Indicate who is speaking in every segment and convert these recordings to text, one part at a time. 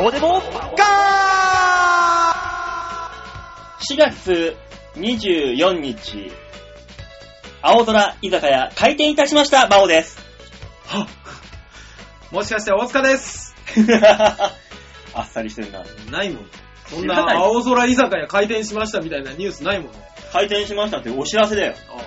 Speaker 1: オデモガ
Speaker 2: 4月24日、青空居酒屋開店いたしました、バオです。
Speaker 1: ーもしかして大塚です
Speaker 2: あっさりしてるな。
Speaker 1: ないもん。そん
Speaker 2: 知らな
Speaker 1: ない青空居酒屋開店しましたみたいなニュースないもの。
Speaker 2: 開店しましたってお知らせだよ。
Speaker 1: ああ、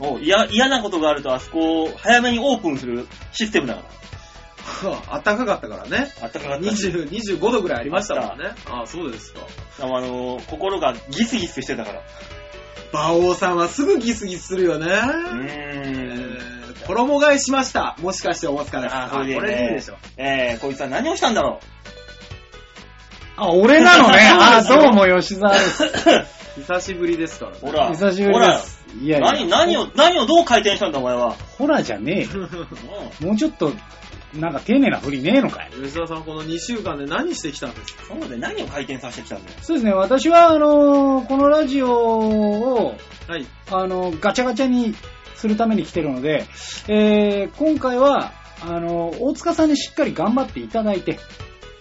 Speaker 1: そう。
Speaker 2: おいや嫌なことがあるとあそこを早めにオープンするシステムだか
Speaker 1: あったかかったからね。
Speaker 2: ら。あったかかったし。
Speaker 1: 20 25度ぐらいありましたもんね。ああ、そうですか。
Speaker 2: あのー、心がギスギスしてたから。
Speaker 1: 馬王さんはすぐギスギスするよね。
Speaker 2: う
Speaker 1: え
Speaker 2: ーん。
Speaker 1: ー衣替えしました。もしかして大塚です。
Speaker 2: あーそれでね
Speaker 1: これでいいでしょ。
Speaker 2: えー、こいつは何をしたんだろ
Speaker 3: あ、俺な のね。あ、どうも吉沢です。
Speaker 1: 久しぶりですからね。
Speaker 2: うほら、
Speaker 3: 久しぶ
Speaker 2: ほ
Speaker 3: りで
Speaker 2: ら、
Speaker 3: す。いやいや。
Speaker 2: 何、何を、何をどう開店したんだお前は。
Speaker 3: ホラーじゃね
Speaker 2: う
Speaker 3: えよ。もうちょっと、なんか丁寧な振りねえのかい。
Speaker 1: 吉田さん、この2週間で何してきたんですか
Speaker 2: ん。そうで何を開店させてきたんだよ。
Speaker 3: そうですね、私は、あのーこのラジオを、
Speaker 1: はい。
Speaker 3: あのガチャガチャにするために来てるので、えー今回は、あの大塚さんにしっかり頑張っていただいて、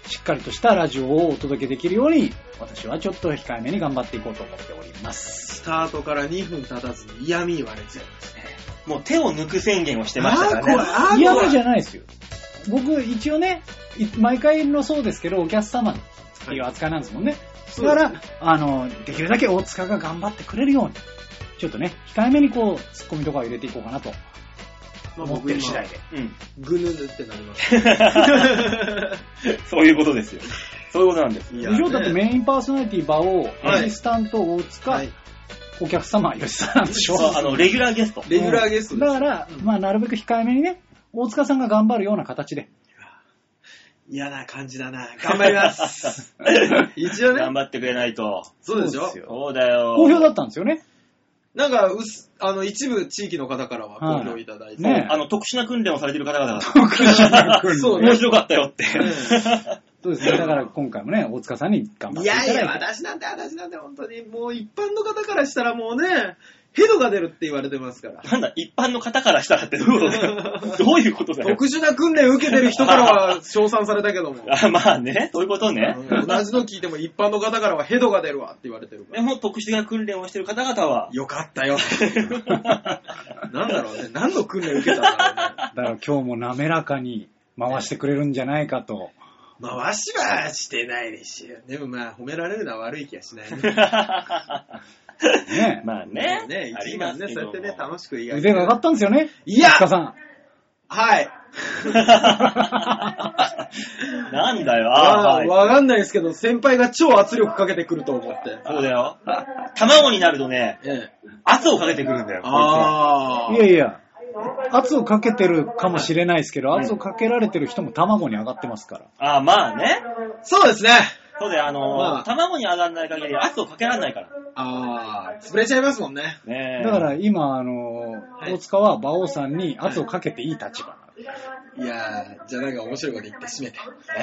Speaker 3: しっかりとしたラジオをお届けできるように、私はちょっと控えめに頑張っていこうと思っております。
Speaker 1: スタートから2分経たずに嫌味言われちゃいました。
Speaker 2: もう手を抜く宣言をしてましたからね。
Speaker 1: あー怖い、あー怖い。
Speaker 3: 嫌味じゃないですよ。僕、一応ね、い毎回のそうですけど、お客様っていう扱いなんですもんね。
Speaker 1: そう
Speaker 3: だから、あの、できるだけ大塚が頑張ってくれるように、ちょっとね、控えめにこう、突っ込みとかを入れていこうかなと
Speaker 1: まあ
Speaker 3: 思っ
Speaker 1: 僕
Speaker 3: てる
Speaker 1: 今
Speaker 3: 次、第で。
Speaker 2: うん。
Speaker 1: ぐぬぬってなりました。
Speaker 2: そういうことですよ。そういうことなんです。
Speaker 1: い
Speaker 3: 以上だってメインパーソナリティ場を、
Speaker 2: はい
Speaker 3: アシスタント大塚、
Speaker 1: はい。
Speaker 3: お客様吉沢なんでしょ
Speaker 2: そう、あの、レギュラーゲスト。
Speaker 1: レギュラーゲストです
Speaker 3: だから、まあ、なるべく控えめにね、大塚さんが頑張るような形で。
Speaker 1: 嫌な感じだな。頑張り ます。一応
Speaker 2: 頑
Speaker 1: ね、
Speaker 2: 張ってくれないと。
Speaker 1: そうでし
Speaker 3: そう
Speaker 1: ょ
Speaker 3: ですよ
Speaker 2: そうだよ。
Speaker 3: 好評だったんですよね。
Speaker 1: なんか、うす、あの、一部地域の方からは
Speaker 3: はい
Speaker 1: 好評いただいて。
Speaker 3: ね
Speaker 2: あの、特殊な訓練をされてる方々が、
Speaker 1: そう ね
Speaker 2: 面白かったよって。
Speaker 3: そうですね。だから今回もね、大塚さんに頑張っ
Speaker 1: い
Speaker 3: ていた
Speaker 1: や
Speaker 3: だい
Speaker 1: い
Speaker 3: て。
Speaker 1: や、私なんて、私なんて、本当に、もう一般の方からしたらもうね、ヘドが出るって言われてます から。
Speaker 2: なんだ、一般の方からしたらってどういうことだよ。どういうことだよ。
Speaker 1: 特殊な訓練受けてる人からは 称賛されたけども。
Speaker 2: あまあね、そういうことね。
Speaker 1: うん同じの聞いても一般の方からはヘドが出るわって言われてるか
Speaker 2: で
Speaker 1: ら。
Speaker 2: も、特殊な訓練をしてる方々は、
Speaker 1: よかったよ。 なんだろうね。何の訓練受けたんだ
Speaker 3: だから今日も滑らかに回してくれるんじゃないかと。
Speaker 1: ろうね。回しはしてないでしょ。でもまあ、褒められるのは悪い気がしないね。
Speaker 3: ね。
Speaker 2: まあ ね。
Speaker 1: ね
Speaker 2: あ
Speaker 1: 一
Speaker 2: り
Speaker 1: 時
Speaker 2: ま
Speaker 1: 間
Speaker 2: す
Speaker 1: ね、
Speaker 2: け
Speaker 1: そうや
Speaker 2: ども
Speaker 1: ってね、楽しく言い合
Speaker 3: 腕が上がったんですよね。
Speaker 1: いや
Speaker 3: 大塚さん。
Speaker 1: はい。
Speaker 2: なんだよ、
Speaker 1: ま
Speaker 2: あ
Speaker 1: あ
Speaker 2: あ、はい
Speaker 1: わかんないですけど、先輩が超圧力かけてくると思って。
Speaker 2: そうだよ。卵になるとね、
Speaker 1: ええ。
Speaker 2: 圧をかけてくるんだよ。こいつは
Speaker 1: ああ。
Speaker 3: いやいや。圧をかけてるかもしれないですけど、圧をかけられてる人も卵に上がってますから。
Speaker 2: ああ、まあね。
Speaker 1: そうですね。
Speaker 2: そうだよ、あのー
Speaker 1: まあ
Speaker 2: 卵に上がらない限り圧をかけられないから。
Speaker 1: ああ、潰れちゃいますもんね。
Speaker 2: ねえ
Speaker 3: だから今、あの、
Speaker 1: い
Speaker 3: 大塚は馬王さんに圧をかけていい立場。
Speaker 1: いやー、じゃあなんか面白いこと言って締めて。
Speaker 2: え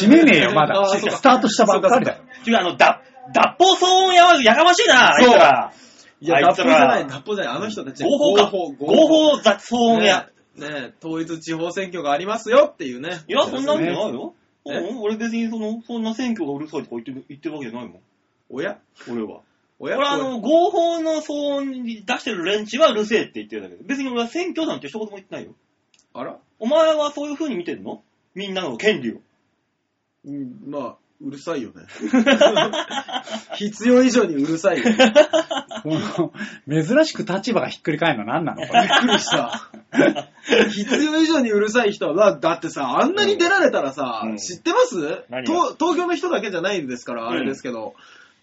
Speaker 3: 閉めねえよ、まだ
Speaker 1: あ。そうか
Speaker 3: スタートしたばっかりだよ。
Speaker 2: ー違う、あの、だ、脱法騒音やわ、やかましいな、あいつら。
Speaker 1: いや、
Speaker 2: あい
Speaker 1: 脱
Speaker 2: つ
Speaker 1: 法じゃな
Speaker 2: ら
Speaker 1: い、脱法じゃない、あの人たち。
Speaker 2: 合法か。合法雑
Speaker 1: 合
Speaker 2: 音
Speaker 1: 法
Speaker 2: や。
Speaker 1: ねえねえ、統一地方選挙がありますよっていうね。
Speaker 2: いや、そんなんじゃないよ。
Speaker 1: そうですね
Speaker 2: うん俺別にその、そんな選挙がうるさいとか言ってる言ってるわけじゃないもん。
Speaker 1: おや
Speaker 2: 俺は。
Speaker 1: おや
Speaker 2: 俺はあの、合法の騒音に出してる連中はうるせえって言ってるだけで。別に俺は選挙なんて一言も言ってないよ。
Speaker 1: あら
Speaker 2: お前はそういう風に見てるのみんなの権利を。
Speaker 1: うん、まあ、うるさいよね。 必要以上にうるさいよ。びっ
Speaker 3: この、珍しく立場がひっくり返るの何なのこれ。
Speaker 1: く りした。必要以上にうるさい人は、だってさ、あんなに出られたらさ、
Speaker 2: うん
Speaker 1: 知ってます
Speaker 2: 何が
Speaker 1: 東東京の人だけじゃないんですから、あれですけど、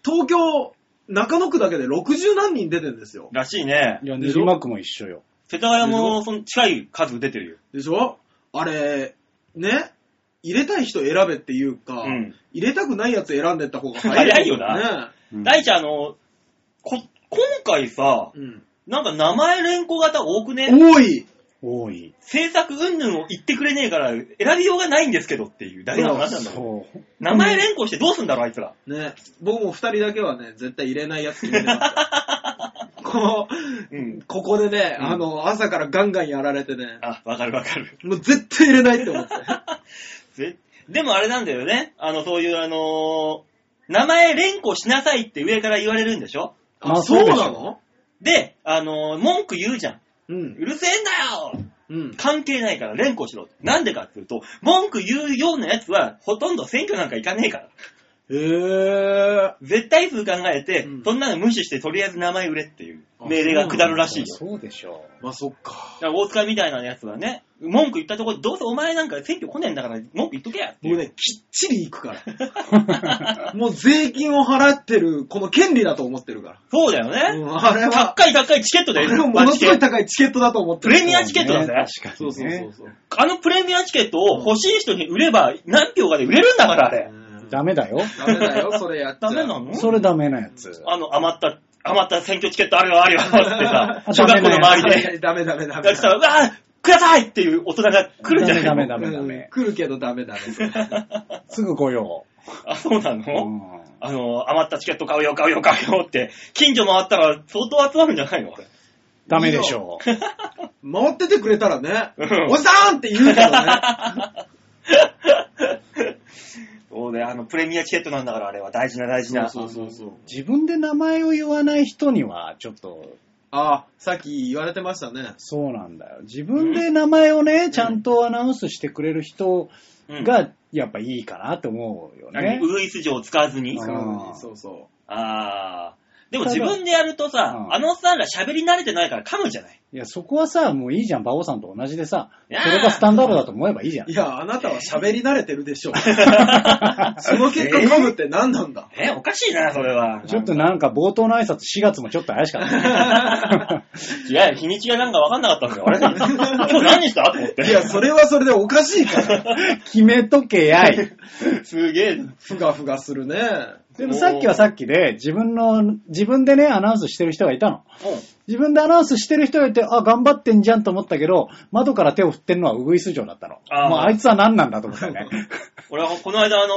Speaker 1: 東京、中野区だけで60何人出てんですよ。
Speaker 2: らしいね
Speaker 3: い。や、練馬区も一緒よ。
Speaker 2: 世田谷もその近い数出てるよ。
Speaker 1: でしょあれ、ね入れたい人選べっていうか、
Speaker 2: うん
Speaker 1: 入れたくないやつ選んでった方が早い、
Speaker 2: 早いよな。
Speaker 3: うん
Speaker 2: 大ちゃん、あの、こ、今回さ、
Speaker 1: ね。うん。
Speaker 2: なんか名前連呼型多くね
Speaker 1: 多い
Speaker 3: 多い。
Speaker 2: 制作云々を言ってくれねえから選びようがないんですけどっていうだけの話なんだもん。
Speaker 3: そう。
Speaker 2: 名前連呼してどうすんだろ、あいつら。
Speaker 1: ね、僕も二人だけはね、絶対入れないやつ決めてますよこの、
Speaker 2: うん。
Speaker 1: ここでね、
Speaker 2: うん
Speaker 1: あの、朝からガンガンやられてね、
Speaker 2: あ、わかるわかる。
Speaker 1: もう絶対入れないって思って。
Speaker 2: ぜでもあれなんだよね。あの、そういう、あのー名前連呼しなさいって上から言われるんでしょ
Speaker 1: あ、
Speaker 3: あ
Speaker 1: そう
Speaker 3: そうでし
Speaker 1: なの
Speaker 3: ょ
Speaker 2: で、あのー文句言うじゃん。
Speaker 1: う。
Speaker 2: うんるせえんだよ
Speaker 1: うん。
Speaker 2: 関係ないから連呼しろ。なんでかっていうと、文句言うようなやつは、ほとんど選挙なんか行かねえから。
Speaker 1: へえ。
Speaker 2: 絶対数考えて、
Speaker 1: うん
Speaker 2: そんなの無視して、とりあえず名前売れっていう命令が下るらしいよ。
Speaker 3: そうでしょう。
Speaker 1: まあ、そっか。
Speaker 2: だから大塚みたいなやつはね、文句言ったところで、どうせお前なんか選挙来ねえんだから、文句言っとけやってい
Speaker 1: 僕
Speaker 2: う。
Speaker 1: ね、きっちり行くから。もう税金を払ってる、この権利だと思ってるか
Speaker 2: そうだよ
Speaker 1: ら。
Speaker 2: ね。
Speaker 1: うんあれは、
Speaker 2: 高い高いチケットだ
Speaker 1: あ
Speaker 2: よ
Speaker 1: れはものすごい
Speaker 2: マジで
Speaker 1: 高いチケットだと思って
Speaker 2: プ
Speaker 1: る。
Speaker 2: レミアチケットだぜ。
Speaker 3: 確か
Speaker 1: そう
Speaker 3: に
Speaker 1: そうそ
Speaker 3: ね
Speaker 1: う。そう。
Speaker 2: あのプレミアチケットを欲しい人に売れば何票かで売れるんだから、あれ。
Speaker 1: うん
Speaker 3: ダメだよ。
Speaker 1: ダメだよ、それやっちゃ
Speaker 2: ダ
Speaker 1: う。
Speaker 2: メなの
Speaker 3: それダメなやつ。、
Speaker 2: あの、余った、余った選挙チケットあるよ、あるよ、ってさ小学校の周りで、
Speaker 1: ダメダメダメダメ。
Speaker 2: 学生は、うわーくださいっていう大人が来るんじゃないの
Speaker 3: ダメダメダ
Speaker 1: うん
Speaker 3: メ。
Speaker 1: 来るけどダメダメ。
Speaker 3: すぐ来よ
Speaker 2: あ、そうな
Speaker 3: う。
Speaker 2: の、
Speaker 3: うん
Speaker 2: あの、余ったチケット買うよ、買うよ、買うよって、近所回ったら相当集まるんじゃないのこれ。
Speaker 3: ダメでしょう。
Speaker 1: 回っててくれたらね
Speaker 2: う、ん
Speaker 1: おじさんって言うけ どね。
Speaker 2: そうね、あの、プレミアチケットなんだから、あれは大事な大事な。
Speaker 1: そうそうそうそう。
Speaker 3: 自分で名前を言わない人には、ちょっと、
Speaker 1: ああ、さっき言われてましたね。
Speaker 3: そうなんだよ。自分で名前をね、ちゃんとアナウンスしてくれる人
Speaker 2: うん、
Speaker 3: が、やっぱいいかなと思うよね。
Speaker 2: ウグイス錠を使わずに。
Speaker 3: うん
Speaker 1: 使うのにそうそ
Speaker 2: あー。でも自分でやるとさ、
Speaker 3: うん
Speaker 2: あのおっさんら喋り慣れてないから噛むじゃない。
Speaker 3: いや、そこはさ、もういいじゃん、馬王さんと同じでさ、
Speaker 2: いやー
Speaker 3: それがスタンダードだと思えばいいじゃん
Speaker 1: う。い。や、あなたは喋り慣れてる でしょう。その結果噛むって何なんだ。
Speaker 2: え、おかしいな、それは。
Speaker 3: ちょっとなんか冒頭の挨拶4月もちょっと怪しかったね。
Speaker 2: いや、日にちがなんか分かんなかったんだよ。あ れ今日何したと思っ
Speaker 1: い
Speaker 2: て。
Speaker 1: や、それはそれでおかしいから。
Speaker 3: 決めとけやい。
Speaker 2: すげえ。
Speaker 1: ふがふがするね。
Speaker 3: でもさっきはさっきで、自分の、自分でね、アナウンスしてる人がいたの。自分でアナウンスしてる人がいて、あ、頑張ってんじゃんと思ったけど、窓から手を振ってんのはウグイス嬢だったの。
Speaker 2: あー
Speaker 3: もうあいつは何なんだと思ったよね。
Speaker 2: 俺はこの間、あの、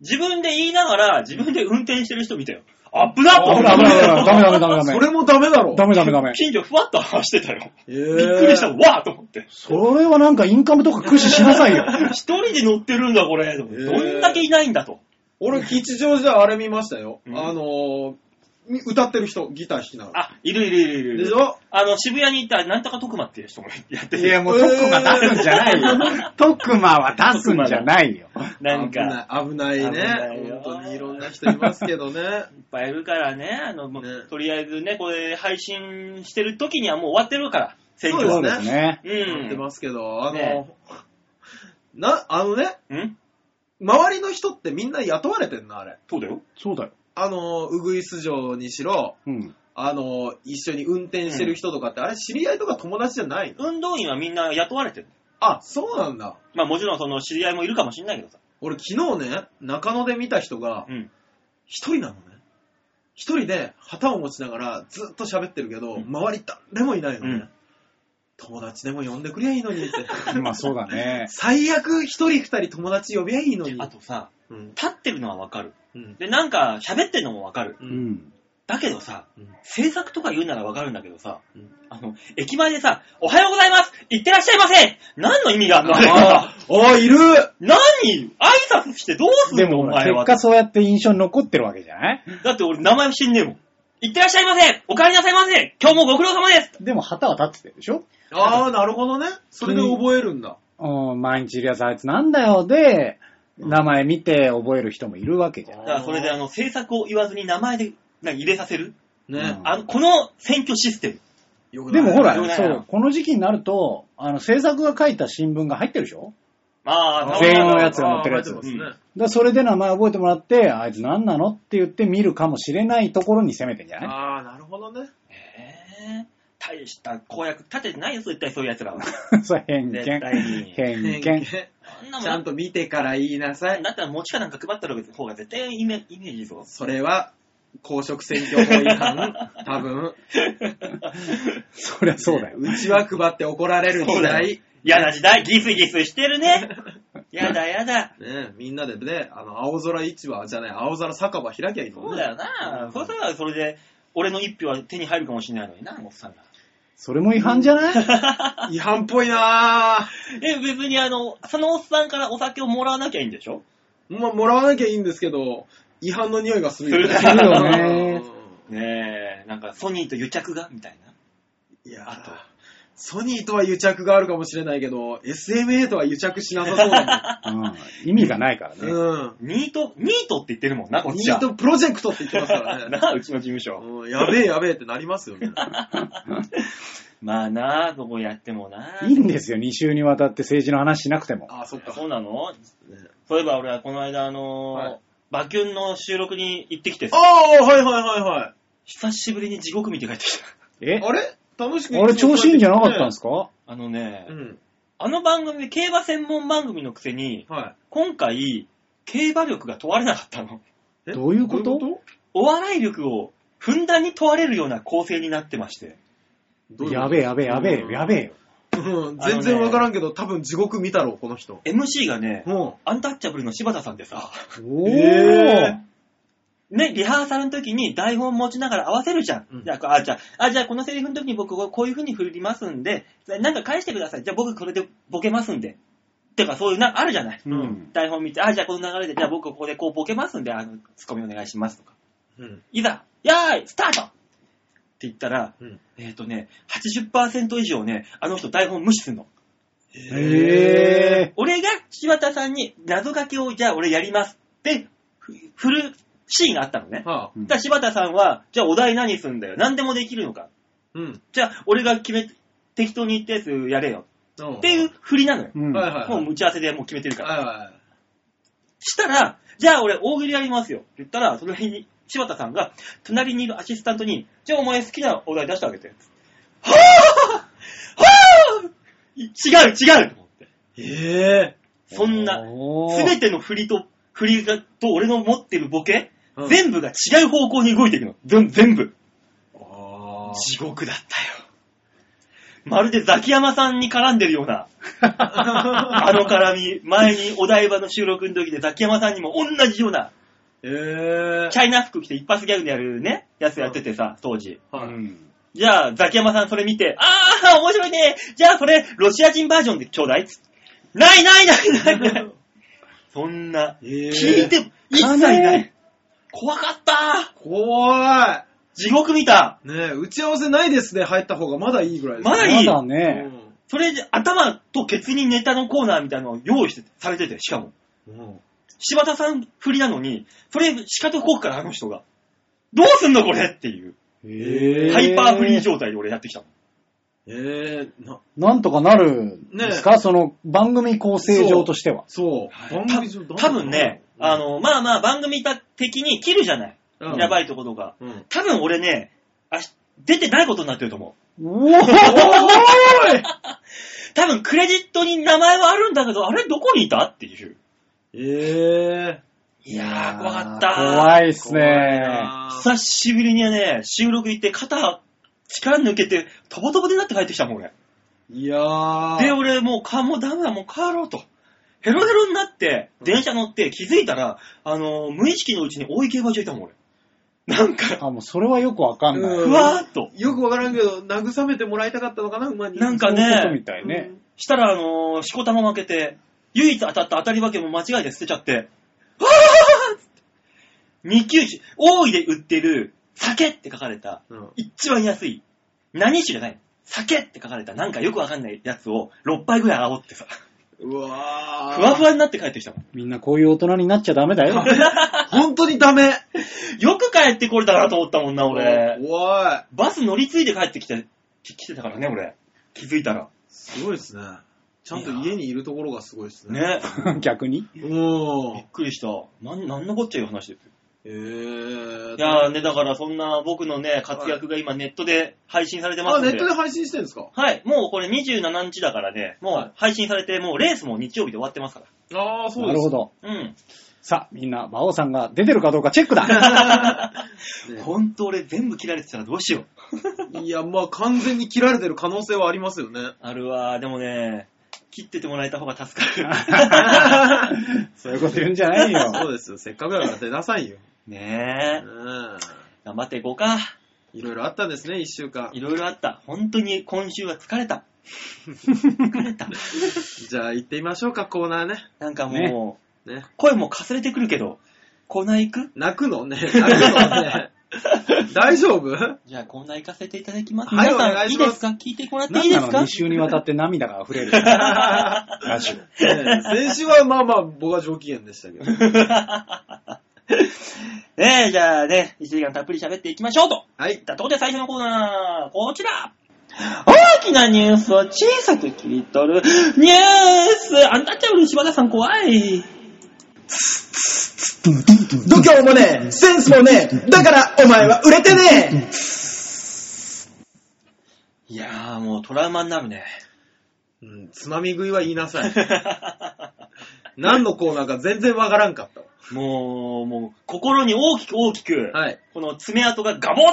Speaker 2: 自分で言いながら、自分で運転してる人見たよ。アップだ
Speaker 3: 危ない危ない危ないダメダメダメダメ。
Speaker 1: それもダメだろ。
Speaker 3: ダメダメダメ。
Speaker 2: 近所ふわっと走ってたよ。
Speaker 1: えー
Speaker 2: びっくりした、わーと思って。
Speaker 3: それはなんかインカムとか駆使しなさいよ。
Speaker 2: 一人で乗ってるんだ、これ。どんだけいないんだと。
Speaker 1: 俺、吉祥寺であれ見ましたよ。
Speaker 2: うん
Speaker 1: あのー、歌ってる人、ギター弾きながら。
Speaker 2: あ、いるいるいるいる。
Speaker 1: でしょ
Speaker 2: あの、渋谷に行ったなんとか徳間っていう人もやって
Speaker 3: い
Speaker 2: て。
Speaker 3: や、もうトックマ出すんじゃない よ。トックマは出すんじゃないよ。
Speaker 2: なんか、
Speaker 1: 危ない、危ない
Speaker 2: 危ない
Speaker 1: ね
Speaker 2: よ。
Speaker 1: 本当にいろんな人いますけど ね。
Speaker 2: いっぱいいるからね。あの、もう
Speaker 1: ね
Speaker 2: とりあえずね、これ配信してる時にはもう終わってるから、選挙
Speaker 1: そ
Speaker 3: そうう
Speaker 1: で
Speaker 3: ですす
Speaker 1: ね
Speaker 3: ね。
Speaker 2: うん
Speaker 1: やってますけど、あの、
Speaker 2: ね
Speaker 1: な、あのね、
Speaker 2: うん
Speaker 1: 周りの人ってみんな雇われてんな、あれ。
Speaker 2: そうだよ。
Speaker 3: そうだよ。
Speaker 1: あの、うぐいす城にしろ、
Speaker 3: うん。
Speaker 1: あの、一緒に運転してる人とかって、あれ知り合いとか友達じゃないの
Speaker 2: 運動員はみんな雇われてる。
Speaker 1: あ、そうなんだ。
Speaker 2: まあもちろんその知り合いもいるかもしんないけどさ。
Speaker 1: 俺昨日ね、中野で見た人が、
Speaker 2: うん。
Speaker 1: 一人なのね。一人で旗を持ちながらずっと喋ってるけど、
Speaker 2: うん
Speaker 1: 周り誰もいないのね。
Speaker 2: うん
Speaker 1: 友達でも呼んでくりゃいいのにって。
Speaker 3: まあそうだね。
Speaker 1: 最悪一人二人友達呼びゃいいのに。
Speaker 2: あとさ、
Speaker 1: うん。
Speaker 2: 立ってるのはわかる。
Speaker 1: うん。
Speaker 2: で、なんか喋ってるのもわかる。
Speaker 1: う。
Speaker 3: うんん。
Speaker 2: だけどさ、
Speaker 1: うん
Speaker 2: 制作とか言うならわかるんだけどさ、
Speaker 1: うん
Speaker 2: あの、駅前でさ、おはようございます行ってらっしゃいませ何の意味があんのあれ は
Speaker 1: ああ、いる
Speaker 2: 何挨拶してどうす
Speaker 3: で
Speaker 2: んの
Speaker 3: も
Speaker 2: お
Speaker 3: ほら、
Speaker 2: 前
Speaker 3: 結
Speaker 2: は。
Speaker 3: 果そうやって印象に残ってるわけじゃない
Speaker 2: だって俺名前も知んねえもん。行ってらっしゃいませお帰りなさいませ今日もご苦労様です
Speaker 3: でも旗は立っててでしょ
Speaker 1: ああ、なるほどね。それで覚えるんだ。
Speaker 3: うん、毎日いるやつあいつなんだよ。で、名前見て覚える人もいるわけじゃん。
Speaker 2: だからそれであの、制作を言わずに名前でなんか入れさせる。
Speaker 1: ね。
Speaker 3: うん
Speaker 2: あの、この選挙システム。
Speaker 1: よくな
Speaker 3: で
Speaker 1: い
Speaker 3: もほら
Speaker 2: よく、ない
Speaker 3: そ
Speaker 2: な
Speaker 3: う、この時期になると、あの、制作が書いた新聞が入ってるでしょ
Speaker 2: まあ、
Speaker 3: 全員のやつが載ってるやつ
Speaker 1: あー入ってますね
Speaker 3: だからそれで名前覚えてもらって、あいつ何なのって言って見るかもしれないところに攻めてんじゃない
Speaker 1: ああ、なるほどね。
Speaker 2: えー大した公約立ててないよ、絶対そういう奴ら は。
Speaker 3: それ偏見。
Speaker 2: 絶対に
Speaker 3: 偏見。
Speaker 1: ち
Speaker 2: あんなもん
Speaker 1: ゃんと見てから言いなさい。
Speaker 2: だったら餅か なんか配ったる方が絶対イメイメージいいぞ。
Speaker 1: それは、公職選挙法違反多分。
Speaker 3: そりゃそうだよ。
Speaker 1: うちは配って怒られる時代。
Speaker 2: 嫌な時代、ギスギスしてるね。やだやだ。
Speaker 1: ね、みんなでね、あの、青空市場じゃない、青空酒場開きゃいいのね
Speaker 2: そうだよな。
Speaker 1: ん
Speaker 2: そうしたらそれで、俺の一票は手に入るかもしれないのにな、おっさんが。
Speaker 3: それも違反じ ゃない、
Speaker 1: 違反っぽいな
Speaker 2: え、別にあの、そのおっさんからお酒をもらわなきゃいいんでしょ
Speaker 1: ぁ。まあ、もらわなきゃいいんですけど、違反の匂いがするよね。
Speaker 2: するよ
Speaker 3: ね
Speaker 2: ねえ、なんかソニーと癒着がみたいな。
Speaker 1: いや
Speaker 2: あと
Speaker 1: ーソニーとは癒着があるかもしれないけど、SMA とは癒着しなさそうだ
Speaker 3: うん、意味がないから
Speaker 1: もん。
Speaker 3: ね。
Speaker 1: うん。
Speaker 2: ニート、ニートって言ってるもんな、こっ
Speaker 1: ニ
Speaker 2: ちは。
Speaker 1: ートプロジェクトって言ってますからね。
Speaker 2: なあ、うちの事務所。
Speaker 1: うんやべえやべえってなりま すよね。
Speaker 2: まあなあ、どこやってもなあ。
Speaker 3: いいんですよ、2週にわたって政治の話しなくても。
Speaker 1: あー、そっか。
Speaker 2: そうなのそういえば俺はこの間あのー
Speaker 1: はい
Speaker 2: バキュンの収録に行ってきて
Speaker 1: あ
Speaker 2: さ、
Speaker 1: あ、はいはいはいは
Speaker 2: 久しぶりに地獄見て帰ってきた。
Speaker 3: え
Speaker 1: い。あれ楽しく
Speaker 3: あれ、調子いいんじゃなかったんです
Speaker 1: か
Speaker 3: か
Speaker 2: あのね、
Speaker 1: うん。
Speaker 2: あの番組、競馬専門番組のくせに、
Speaker 1: は
Speaker 2: 今回、競馬力が問われなかったの。
Speaker 1: い。え
Speaker 3: どういうこと
Speaker 1: どういうこ
Speaker 2: お笑い力をふんだんに問われるような構成になってまして。
Speaker 1: と
Speaker 3: やべえ、やべえ、やべえ
Speaker 1: う
Speaker 3: よ、
Speaker 1: ん
Speaker 3: やべえよ。
Speaker 1: うん全然わからんけど、多分地獄見たろう、この人。
Speaker 2: MC がね
Speaker 1: う、ん。
Speaker 2: アンタッチャブルの柴田さんでさ、
Speaker 3: お
Speaker 1: え
Speaker 2: ね、リハーサルの時に台本持ちながら合わせるじゃん。
Speaker 1: うん
Speaker 2: じゃあ、あ、じゃあ、あじゃあこのセリフの時に僕こういう風に振りますんで、なんか返してください。じゃあ僕これでボケますんで。てかそういう、なんかあるじゃない。
Speaker 3: うん。
Speaker 2: 台本見て、あ、じゃあこの流れで、じゃあ僕ここでこうボケますんで、あの、ツッコミお願いしますとか。
Speaker 1: うん。
Speaker 2: いざ、やーい、スタートって言ったら、
Speaker 1: うん
Speaker 2: えっ、とね、80%以上ね、あの人台本無視すんの。
Speaker 3: へえ
Speaker 2: 俺が柴田さんに謎かけを、じゃあ俺やりますって、ふ振るシーンがあったのね。
Speaker 1: はあ。
Speaker 3: うん
Speaker 2: だから柴田さんは、じゃあお題何すんだよ。何でもできるのか。
Speaker 1: うん。
Speaker 2: じゃあ俺が決め、適当に言ったやつやれよ。
Speaker 1: っ
Speaker 2: っていう。振りなのよ。
Speaker 3: うん。
Speaker 1: はいはい。
Speaker 2: もう打ち合わせでもう決めてるから。
Speaker 1: はいはい。
Speaker 2: したら、じゃあ俺大喜利やりますよ。って言ったら、その辺に柴田さんが、隣にいるアシスタントに、じゃあお前好きなお題出してあげて。はぁはぁ違う違うと思って。
Speaker 1: ええ
Speaker 2: そんな、
Speaker 3: おー
Speaker 2: すべての振りと、振りが、と俺の持ってるボケ、
Speaker 1: うん
Speaker 2: 全部が違う方向に動いていくの。全全部。
Speaker 1: あ
Speaker 2: 地獄だったよ。まるでザキヤマさんに絡んでるような、あの絡み、前にお台場の収録の時でザキヤマさんにも同じような、
Speaker 1: ええ
Speaker 2: チャイナ服着て一発ギャグでやるね、やつやっててさ、当時。
Speaker 3: う
Speaker 1: はい
Speaker 3: ん
Speaker 2: じゃあ、ザキヤマさんそれ見て、あー、面白いねじゃあそれ、ロシア人バージョンでちょうだいないないないないないそんな、
Speaker 1: ええ
Speaker 2: 聞いて、一切ない。怖かった
Speaker 1: 怖い。
Speaker 2: 地獄見た
Speaker 1: ねえ、打ち合わせないですね、入った方がまだいいぐらいです。
Speaker 2: まだいい
Speaker 3: まだ
Speaker 1: う
Speaker 3: ね。
Speaker 1: ん
Speaker 2: それで頭とケツにネタのコーナーみたいなのを用意して、されてて、しかも。
Speaker 1: うん
Speaker 2: 柴田さん振りなのに、それ、仕方こくからあの人が。どうすんのこれっていう。
Speaker 1: へえ
Speaker 2: ハイパーフリー状態で俺やってきたの。
Speaker 1: ええな、
Speaker 3: なんとかなるんですか、その番組構成上としては。
Speaker 1: そう。番組上どうなの
Speaker 2: 多分ね、あ、の、まあまあ番組的に切るじゃない。
Speaker 1: うん
Speaker 2: やばいところが。
Speaker 1: うん。
Speaker 2: 多分俺ね、あし出てないことになってると思う。
Speaker 3: おー
Speaker 2: 多分クレジットに名前はあるんだけど、あれどこにいたっていう。
Speaker 1: ええ
Speaker 2: いやー、怖かった。
Speaker 3: 怖いっす
Speaker 1: 怖い
Speaker 3: ね。
Speaker 1: な
Speaker 2: 久しぶりにね、収録行って肩、力抜けて、とぼとぼになって帰ってきたもん、俺。
Speaker 1: いやー。
Speaker 2: で、俺、もう、か、もうダメだ、もう帰ろうと。ヘロヘロになって、
Speaker 1: うん
Speaker 2: 電車乗って気づいたら、あのー無意識のうちに大井競馬場いたもん、俺。なんか、
Speaker 3: あ、もうそれはよくわかんない。
Speaker 1: うん
Speaker 2: ふわーっと。
Speaker 1: よくわからんけど、慰めてもらいたかったのかな、馬に。
Speaker 2: なんか
Speaker 3: そういうこと
Speaker 2: ね
Speaker 3: み、たいね。
Speaker 2: したら、あのー、しこたま負けて、唯一当たった当たり負けも間違いで捨てちゃって、わーっつって二級酒、大井で売ってる、酒って書かれた、
Speaker 1: うん。
Speaker 2: 一番安い。何酒じゃない。酒って書かれた、なんかよくわかんないやつを6杯ぐらい煽ってさ、
Speaker 1: うわー。
Speaker 2: ふわふわになって帰ってきたもん。
Speaker 3: みんなこういう大人になっちゃダメだよ。
Speaker 1: 本当にダメ。
Speaker 2: よく帰ってこれたなと思ったもんな、俺。
Speaker 1: 怖い。
Speaker 2: バス乗り継いで帰ってきて、き来てたからね、俺。気づいたら。
Speaker 1: すごいですね。ちゃんと家にいるところがすごいですね。。
Speaker 2: ね。
Speaker 3: 逆に。
Speaker 1: お
Speaker 2: び
Speaker 1: ー
Speaker 2: っ。くりした。なん、なんのこっちゃいう話ですよ。
Speaker 1: えー。
Speaker 2: いやーね、だからそんな僕のね、活躍が今ネットで配信されてま
Speaker 1: あ、
Speaker 2: すん
Speaker 1: ネ
Speaker 2: で。
Speaker 1: ットで配信してるんですか
Speaker 2: はい、もうこれ27日だからね、もう配信されて、もうレースも日曜日で終わってますか
Speaker 1: ああ、そう
Speaker 3: な
Speaker 1: で
Speaker 3: る
Speaker 1: す。
Speaker 3: ほど。
Speaker 2: ら。うん。
Speaker 3: さあ、みんな、馬王さんが出てるかどうかチェックだ
Speaker 1: ね
Speaker 2: 本当俺全部切られてたらどうしよう。
Speaker 1: いや、まあ完全に切られてる可能性はありますよね。
Speaker 2: あるわー、でもね、切っててもらえた方が助かる。
Speaker 3: そういうこと言うんじゃないよ。
Speaker 1: そうですよ。せっかくだから出なさいよ。
Speaker 2: ねえ、
Speaker 1: うん
Speaker 2: 頑張っていこうか。
Speaker 1: いろいろあったんですね、一週間
Speaker 2: い。ろいろあった。本当に今週は疲れ た。疲れた。
Speaker 1: じゃあ行ってみましょうか、コーナーね。
Speaker 2: なんかもう、
Speaker 1: ね。
Speaker 2: 声もかすれてくるけど、コーナー行く
Speaker 1: 泣くのね。泣くの ね。大丈夫
Speaker 2: じゃあコーナー行かせていただきます。
Speaker 1: はい
Speaker 2: 皆さん
Speaker 1: お願い
Speaker 2: い
Speaker 1: し
Speaker 2: い
Speaker 1: ます
Speaker 2: ですか聞いてもらってい
Speaker 3: 何
Speaker 2: いで
Speaker 3: な
Speaker 2: す
Speaker 3: の
Speaker 2: か
Speaker 3: ?2 週にわたって涙が 溢れる。ラジオ。
Speaker 1: ね先週はまあまあ僕は上機嫌でしたけど。
Speaker 2: ねえ、じゃあね、1時間たっぷり喋っていきましょうと。
Speaker 1: はい。
Speaker 2: だところで最初のコーナー、こちら大きなニュースを小さく切り取るニュースアンタッチャブル柴田さん怖い。
Speaker 4: 度胸もねえ、センスもねえ、だからお前は売れてねえ
Speaker 2: いやーもうトラウマになるね。
Speaker 1: うん、つまみ食いは言いなさい。 何のコーナーか全然わからんかったわ
Speaker 2: もう、もう、心に大きく大きく、
Speaker 1: はい。
Speaker 2: この爪痕がガボッ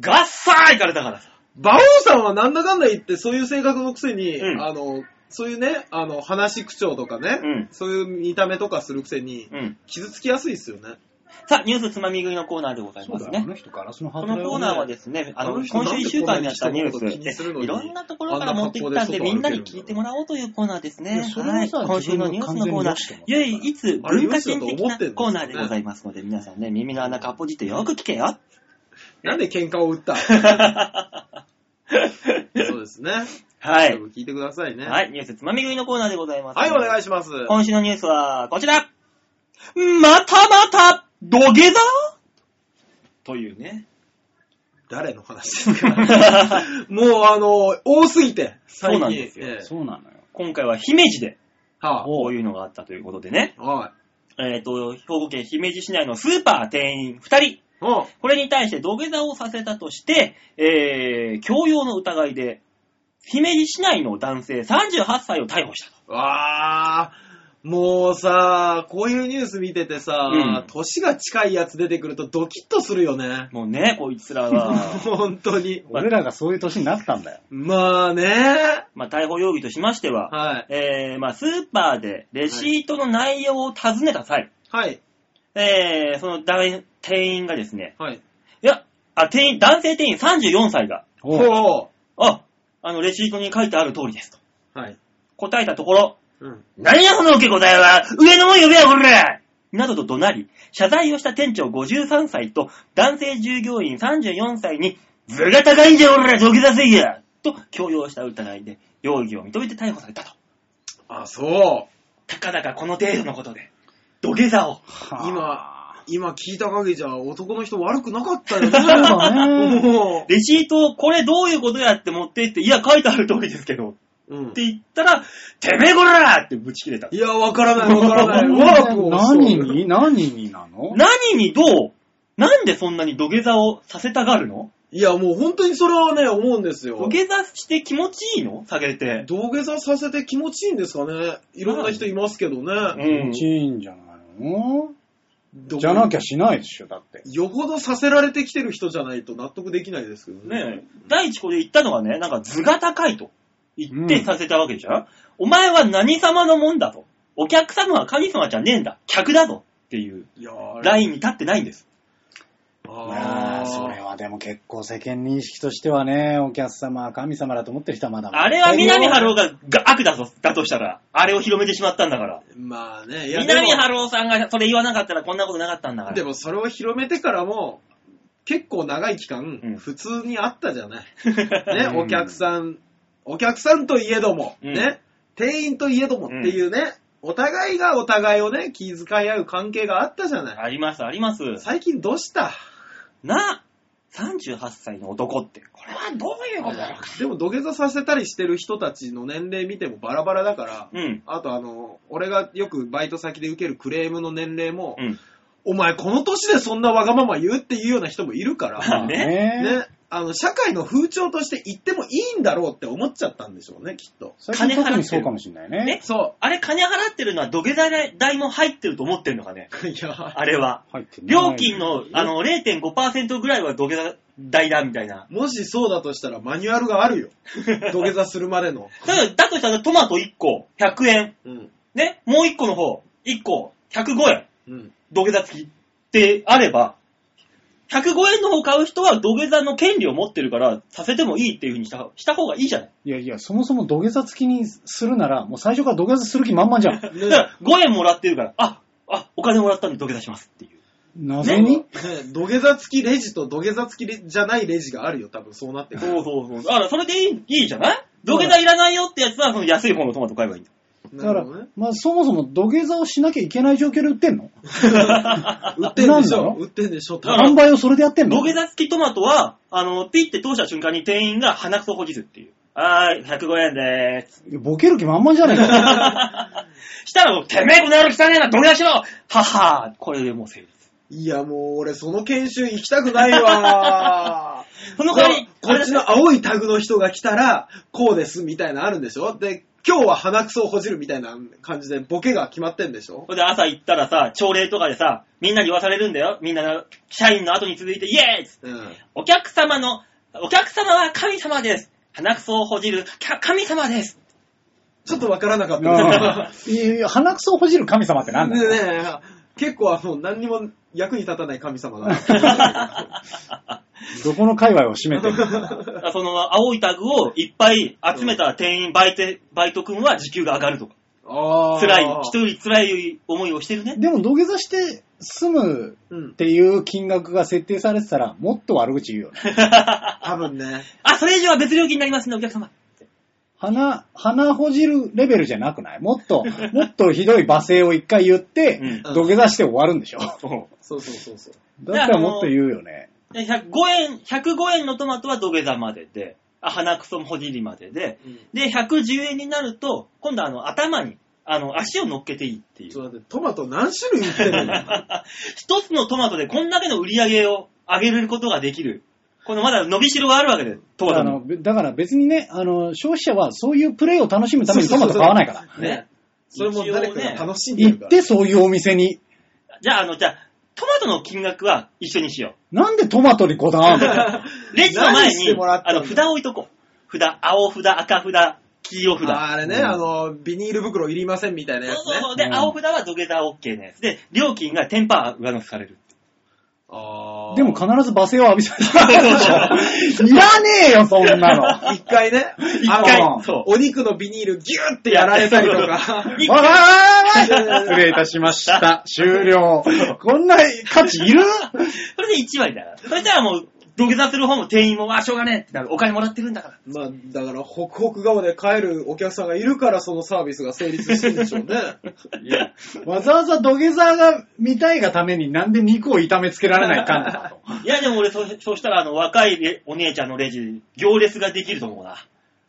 Speaker 2: ガッサーいかれたからさ。
Speaker 1: 馬王さんはなんだかんだ言って、そういう性格のくせに、
Speaker 2: うん
Speaker 1: あの、そういうね、あの、話し口調とかね、
Speaker 2: うん
Speaker 1: そういう見た目とかするくせに、
Speaker 2: うん。
Speaker 1: 傷つきやすいですよね。
Speaker 2: さあ、ニュースつまみ食いのコーナーでござい
Speaker 3: そう
Speaker 2: ま
Speaker 3: だ
Speaker 2: す
Speaker 3: よ、あ
Speaker 2: ね。
Speaker 3: の人ガラスのハー
Speaker 2: こ
Speaker 3: トだ
Speaker 2: の
Speaker 3: よ
Speaker 2: コーナーはですね、あの、
Speaker 1: あの人
Speaker 2: 今週1週間にあったニュー
Speaker 1: なんでこんなに人のこと気にする
Speaker 2: ス
Speaker 1: の
Speaker 2: で、
Speaker 1: に
Speaker 2: いろんなところから持ってきたんで、
Speaker 1: あんな格好で外歩けるの
Speaker 2: みんなに聞いてもらおうというコーナーですね。
Speaker 3: ねそれを
Speaker 2: はい。
Speaker 3: さ
Speaker 2: 今週のニュースのコーナー
Speaker 3: 自分の完全に出してもらったから、
Speaker 2: 唯一文化
Speaker 1: あれ
Speaker 2: 圏的
Speaker 1: ニュースだと思ってんです
Speaker 2: な
Speaker 1: よね
Speaker 2: コーナーでございますので、皆さんね、耳の穴かっぽじってよく聞けよ。
Speaker 1: なんで喧嘩を打った そうですね。
Speaker 2: は
Speaker 1: よ
Speaker 2: い。
Speaker 1: く聞いてくださいね。
Speaker 2: はい、ニュースつまみ食いのコーナーでございます。
Speaker 1: はい、お願
Speaker 2: い
Speaker 1: いします。
Speaker 2: 今週のニュースは、こちらまたまた、土下座というね。
Speaker 1: 誰の話 ですかもう、あの、多すぎて、
Speaker 2: そう
Speaker 1: 最近。
Speaker 2: なんですよ
Speaker 1: ええ
Speaker 3: そうなのよ。
Speaker 2: 今回は姫路で、
Speaker 1: は
Speaker 2: こういうのがあったということでね。
Speaker 1: あ、はい。
Speaker 2: えっ、と、兵庫県姫路市内のスーパー店員2人。
Speaker 1: うん。
Speaker 2: これに対して土下座をさせたとして、えー、強要の疑いで、姫路市内の男性38歳を逮捕したと。
Speaker 1: わあ、もうさ、こういうニュース見ててさ、
Speaker 2: うん
Speaker 1: 年が近いやつ出てくるとドキッとするよね。、
Speaker 2: もうね、こいつらは
Speaker 1: 本当に。
Speaker 3: 俺らがそういう年になったんだよ。
Speaker 1: まあね。
Speaker 2: まあ、逮捕容疑としましては、
Speaker 1: はい。
Speaker 2: えー、まあ、スーパーでレシートの内容を尋ねた際、
Speaker 1: はい。
Speaker 2: えー、その男店員がですね、
Speaker 1: はい。
Speaker 2: いや、あ、店員、男性店員34歳が、
Speaker 1: ほう
Speaker 3: おう
Speaker 2: あ、あの、レシートに書いてある通りですと。
Speaker 1: はい。
Speaker 2: 答えたところ、
Speaker 1: うん。
Speaker 2: 何やその受け答えは上のもん呼べやこれなどと怒鳴り、謝罪をした店長53歳と男性従業員34歳に、図が高いんじゃこら土下座せいやと強要した疑いで、容疑を認めて逮捕されたと。
Speaker 1: あ、そう。
Speaker 2: たかだかこの程度のことで、土下座を。
Speaker 3: はあ
Speaker 1: 今、今聞いた限りじゃ男の人悪くなかった
Speaker 3: そう
Speaker 1: よ
Speaker 3: だ
Speaker 1: ね。
Speaker 3: ね。
Speaker 1: も
Speaker 2: レシートをこれどういうことやって持ってって、いや書いてある通りですけど、っ
Speaker 1: う。うん
Speaker 2: て言ったら、てめえこらってぶち切れた。
Speaker 1: いや、わからない、わからない。ワ ープをしそう
Speaker 3: 何に何になの
Speaker 2: 何にどうなんでそんなに土下座をさせたがるの
Speaker 1: いや、もう本当にそれはね、思うんですよ
Speaker 2: 土。下座して気持ちいいの下げて。
Speaker 1: 土下座させて気持ちいいんですかね。いろんな人いますけどね。
Speaker 2: うん
Speaker 3: ちいいんじゃないの
Speaker 1: どう
Speaker 3: じゃなきゃしないでしょ、だって。
Speaker 1: よほどさせられてきてる人じゃないと納得できないですけどね。
Speaker 2: ねえ、第一項で言ったのはね、なんか図が高いと言って
Speaker 3: うん
Speaker 2: させたわけじゃん、お前は何様のもんだと。お客様は神様じゃねえんだ。客だぞっていう
Speaker 1: いやー
Speaker 2: ラインに立ってないんです。
Speaker 3: ま
Speaker 1: あ
Speaker 3: あ、
Speaker 1: ー
Speaker 3: それはでも結構世間認識としてはね、お客様は神様だと思ってる人はまだまだ
Speaker 2: あれは南春夫がが悪だぞ、だとしたら、あれを広めてしまったんだから。
Speaker 1: まあね、いやで
Speaker 2: 南
Speaker 1: も、
Speaker 2: 春夫さんがそれ言わなかったらこんなことなかったんだか
Speaker 1: で
Speaker 2: ら。
Speaker 1: もそれを広めてからも、結構長い期
Speaker 2: う
Speaker 1: 間
Speaker 2: ん、
Speaker 1: 普通にあったじゃない。
Speaker 3: うん
Speaker 1: ね、お客さん、お客さんといえども、
Speaker 2: うん
Speaker 1: ね、店員といえどもっていうね、お互いがお互いをね、気遣い合う関係があったじゃ ない。
Speaker 2: あります、あります。
Speaker 1: 最近どうした
Speaker 2: な、38歳の男って、これはどういうことだろうか。
Speaker 1: でも土下座させたりしてる人たちの年齢見てもバラバラだから、
Speaker 2: うん。
Speaker 1: あとあの、俺がよくバイト先で受けるクレームの年齢も、
Speaker 2: うん。
Speaker 1: お前この年でそんなわがまま言うっていうような人もいるから、
Speaker 2: まあ
Speaker 3: ね
Speaker 1: ね、あの、社会の風潮として言ってもいいんだろうって思っちゃったんでしょうね、きっと。
Speaker 3: 最近特にそうかもしれないね。
Speaker 2: ね
Speaker 1: そ
Speaker 2: あれ金払ってるのは土下座代も入ってると思ってるのかね。
Speaker 1: う。いや、
Speaker 2: あれは。
Speaker 3: 入ってない
Speaker 2: 料金のあの0.5%ぐらいは土下座代だみたいな。
Speaker 1: もしそうだとしたらマニュアルがあ るよ。土下座するまでの。
Speaker 2: だからだとしたらトマト1個100円。
Speaker 1: うん。
Speaker 2: ね、もう1個の方1個105円。
Speaker 1: うん。
Speaker 2: 土下座付きってあれば、 105円の方買う人は土下座の権利を持ってるから、させてもいいっていう風にしたした方がいいじゃない。
Speaker 3: いやいや、そもそも土下座付きにするなら、もう最初から土下座する気満々じゃん。
Speaker 2: だから5円もらってるから、あ、あ、お金もらったんで土下座しますっていう。
Speaker 3: 謎に、
Speaker 1: ね土下座付きレジと土下座付きレじゃないレジがあるよ、多分そうなってく
Speaker 2: そ
Speaker 1: る。
Speaker 2: うそうそう。だからそれでいい、いいじゃない土下座いらないよってやつは、その安い方のトマト買えばいいんだ。
Speaker 3: だか
Speaker 1: なる
Speaker 3: ら、
Speaker 1: ほどね。
Speaker 3: まあそもそも土下座をしなきゃいけない状況で売ってんの
Speaker 1: 売ってんでし
Speaker 3: なんな
Speaker 1: ょ
Speaker 3: の
Speaker 1: 売ってんでしょ多
Speaker 2: だから
Speaker 1: 分
Speaker 3: 販売をそれでや ってんの
Speaker 2: 土下座付きトマトは、あの、ピッて通した瞬間に店員が鼻くそほじるっていう。はーい、105円でーす。
Speaker 3: いやボケる気満々じゃないか。
Speaker 2: したらもう、てめえこの野郎汚ねえな、土下座しろはっはーこれでもう成立。
Speaker 1: いや、もう俺その研修行きたくないわー。
Speaker 2: その代わり、
Speaker 1: ここっちの青いタグの人が来たら、こうですみたいなのあるんでしょで、今日は鼻くそをほじるみたいな感じでボケが決まってんでしょ
Speaker 2: それで朝行ったらさ、朝礼とかでさ、みんなに言わされるんだよ。みんなの、社員の後に続いて、イエーイ
Speaker 1: うん。
Speaker 2: お客様の、お客様は神様です鼻くそをほじる、か神様です
Speaker 1: ちょっとわからなかった
Speaker 3: ああいやいや鼻くそをほじる神様ってなんだ
Speaker 1: ねえ
Speaker 3: よ
Speaker 1: ねえ結構あの、何にも役に立たない神様が。
Speaker 3: どこの界隈を占めてるの
Speaker 2: あその青いタグをいっぱい集めた店員、バイト、バイト君は時給が上がるとか。
Speaker 1: あー
Speaker 2: 辛い、人より辛い思いをしてるね。
Speaker 3: でも土下座して済む
Speaker 1: うん
Speaker 3: っ。ていう金額が設定されてたら、もっと悪口言うよ。
Speaker 1: 多分ね。
Speaker 2: あ、それ以上は別料金になりますね、お客様。
Speaker 3: 鼻、鼻ほじるレベルじゃなくないもっと、もっとひどい罵声を一回言って、
Speaker 2: うん
Speaker 3: 土下座して終わるんでしょ。だ
Speaker 1: そうそうそうそう。
Speaker 3: ったらもっと言うよね。
Speaker 2: で105円、105円のトマトは土下座までで、あ鼻くそもほじりまでで、
Speaker 1: うん
Speaker 2: で、110円になると、今度あの頭に、あの、足を乗っけていいってい
Speaker 1: ちょ
Speaker 2: う。
Speaker 1: っと待って、トマト何種類売ってるの
Speaker 2: 一つのトマトでこんだけの売り上げを上げることができる。このまだ伸びしろがあるわけで、トマ
Speaker 3: あ
Speaker 2: ト
Speaker 3: の
Speaker 2: の。
Speaker 3: べだから別にね、あの、消費者はそういうプレイを楽しむためにトマト買わないから。
Speaker 1: ね。それも誰かが
Speaker 2: 一応ね
Speaker 1: 楽しんでる
Speaker 3: 行
Speaker 1: から。
Speaker 3: ってそういうお店に。
Speaker 2: じゃあ、あの、じゃあ、トマトの金額は一緒にしよ
Speaker 3: なんでトマトにこだわんの
Speaker 2: う。レジの前
Speaker 1: 何して
Speaker 2: に、
Speaker 1: もらった
Speaker 2: あ
Speaker 1: んだ
Speaker 2: の、札置いとこう。札、青札、赤札、黄色札。
Speaker 1: あーあれね、あの、ビニール袋いりませんみたいな
Speaker 2: そう
Speaker 1: やつね
Speaker 2: そう。そう。で、
Speaker 3: うん
Speaker 2: 青札は土下座 OK のやつ。で、料金が10%上乗せされる。
Speaker 1: あー
Speaker 3: でも必ず罵声を浴びさせ る。いらねえよ、そん なの。わ
Speaker 1: 一回ね、一
Speaker 2: 回
Speaker 1: あの
Speaker 2: そう
Speaker 1: お肉のビニールギューってやられたりとか。
Speaker 2: 一
Speaker 3: わわ
Speaker 2: 回
Speaker 3: わ失礼いたしました。終了。こんな価値いる
Speaker 2: それで1割だから。そしたらもう、土下座する方も店員も、あ、しょうがねえってなる。お金もらってるんだから。
Speaker 1: まあ、だから、ホクホク顔で帰るお客さんがいるから、そのサービスが成立してるんでしょうね。
Speaker 2: いや、
Speaker 3: わざわざ土下座が見たいがためになんで肉を炒めつけられないかんだと。
Speaker 2: いやでも俺そ、そうしたら、あの、若いレお姉ちゃんのレジ、行列ができると思うな。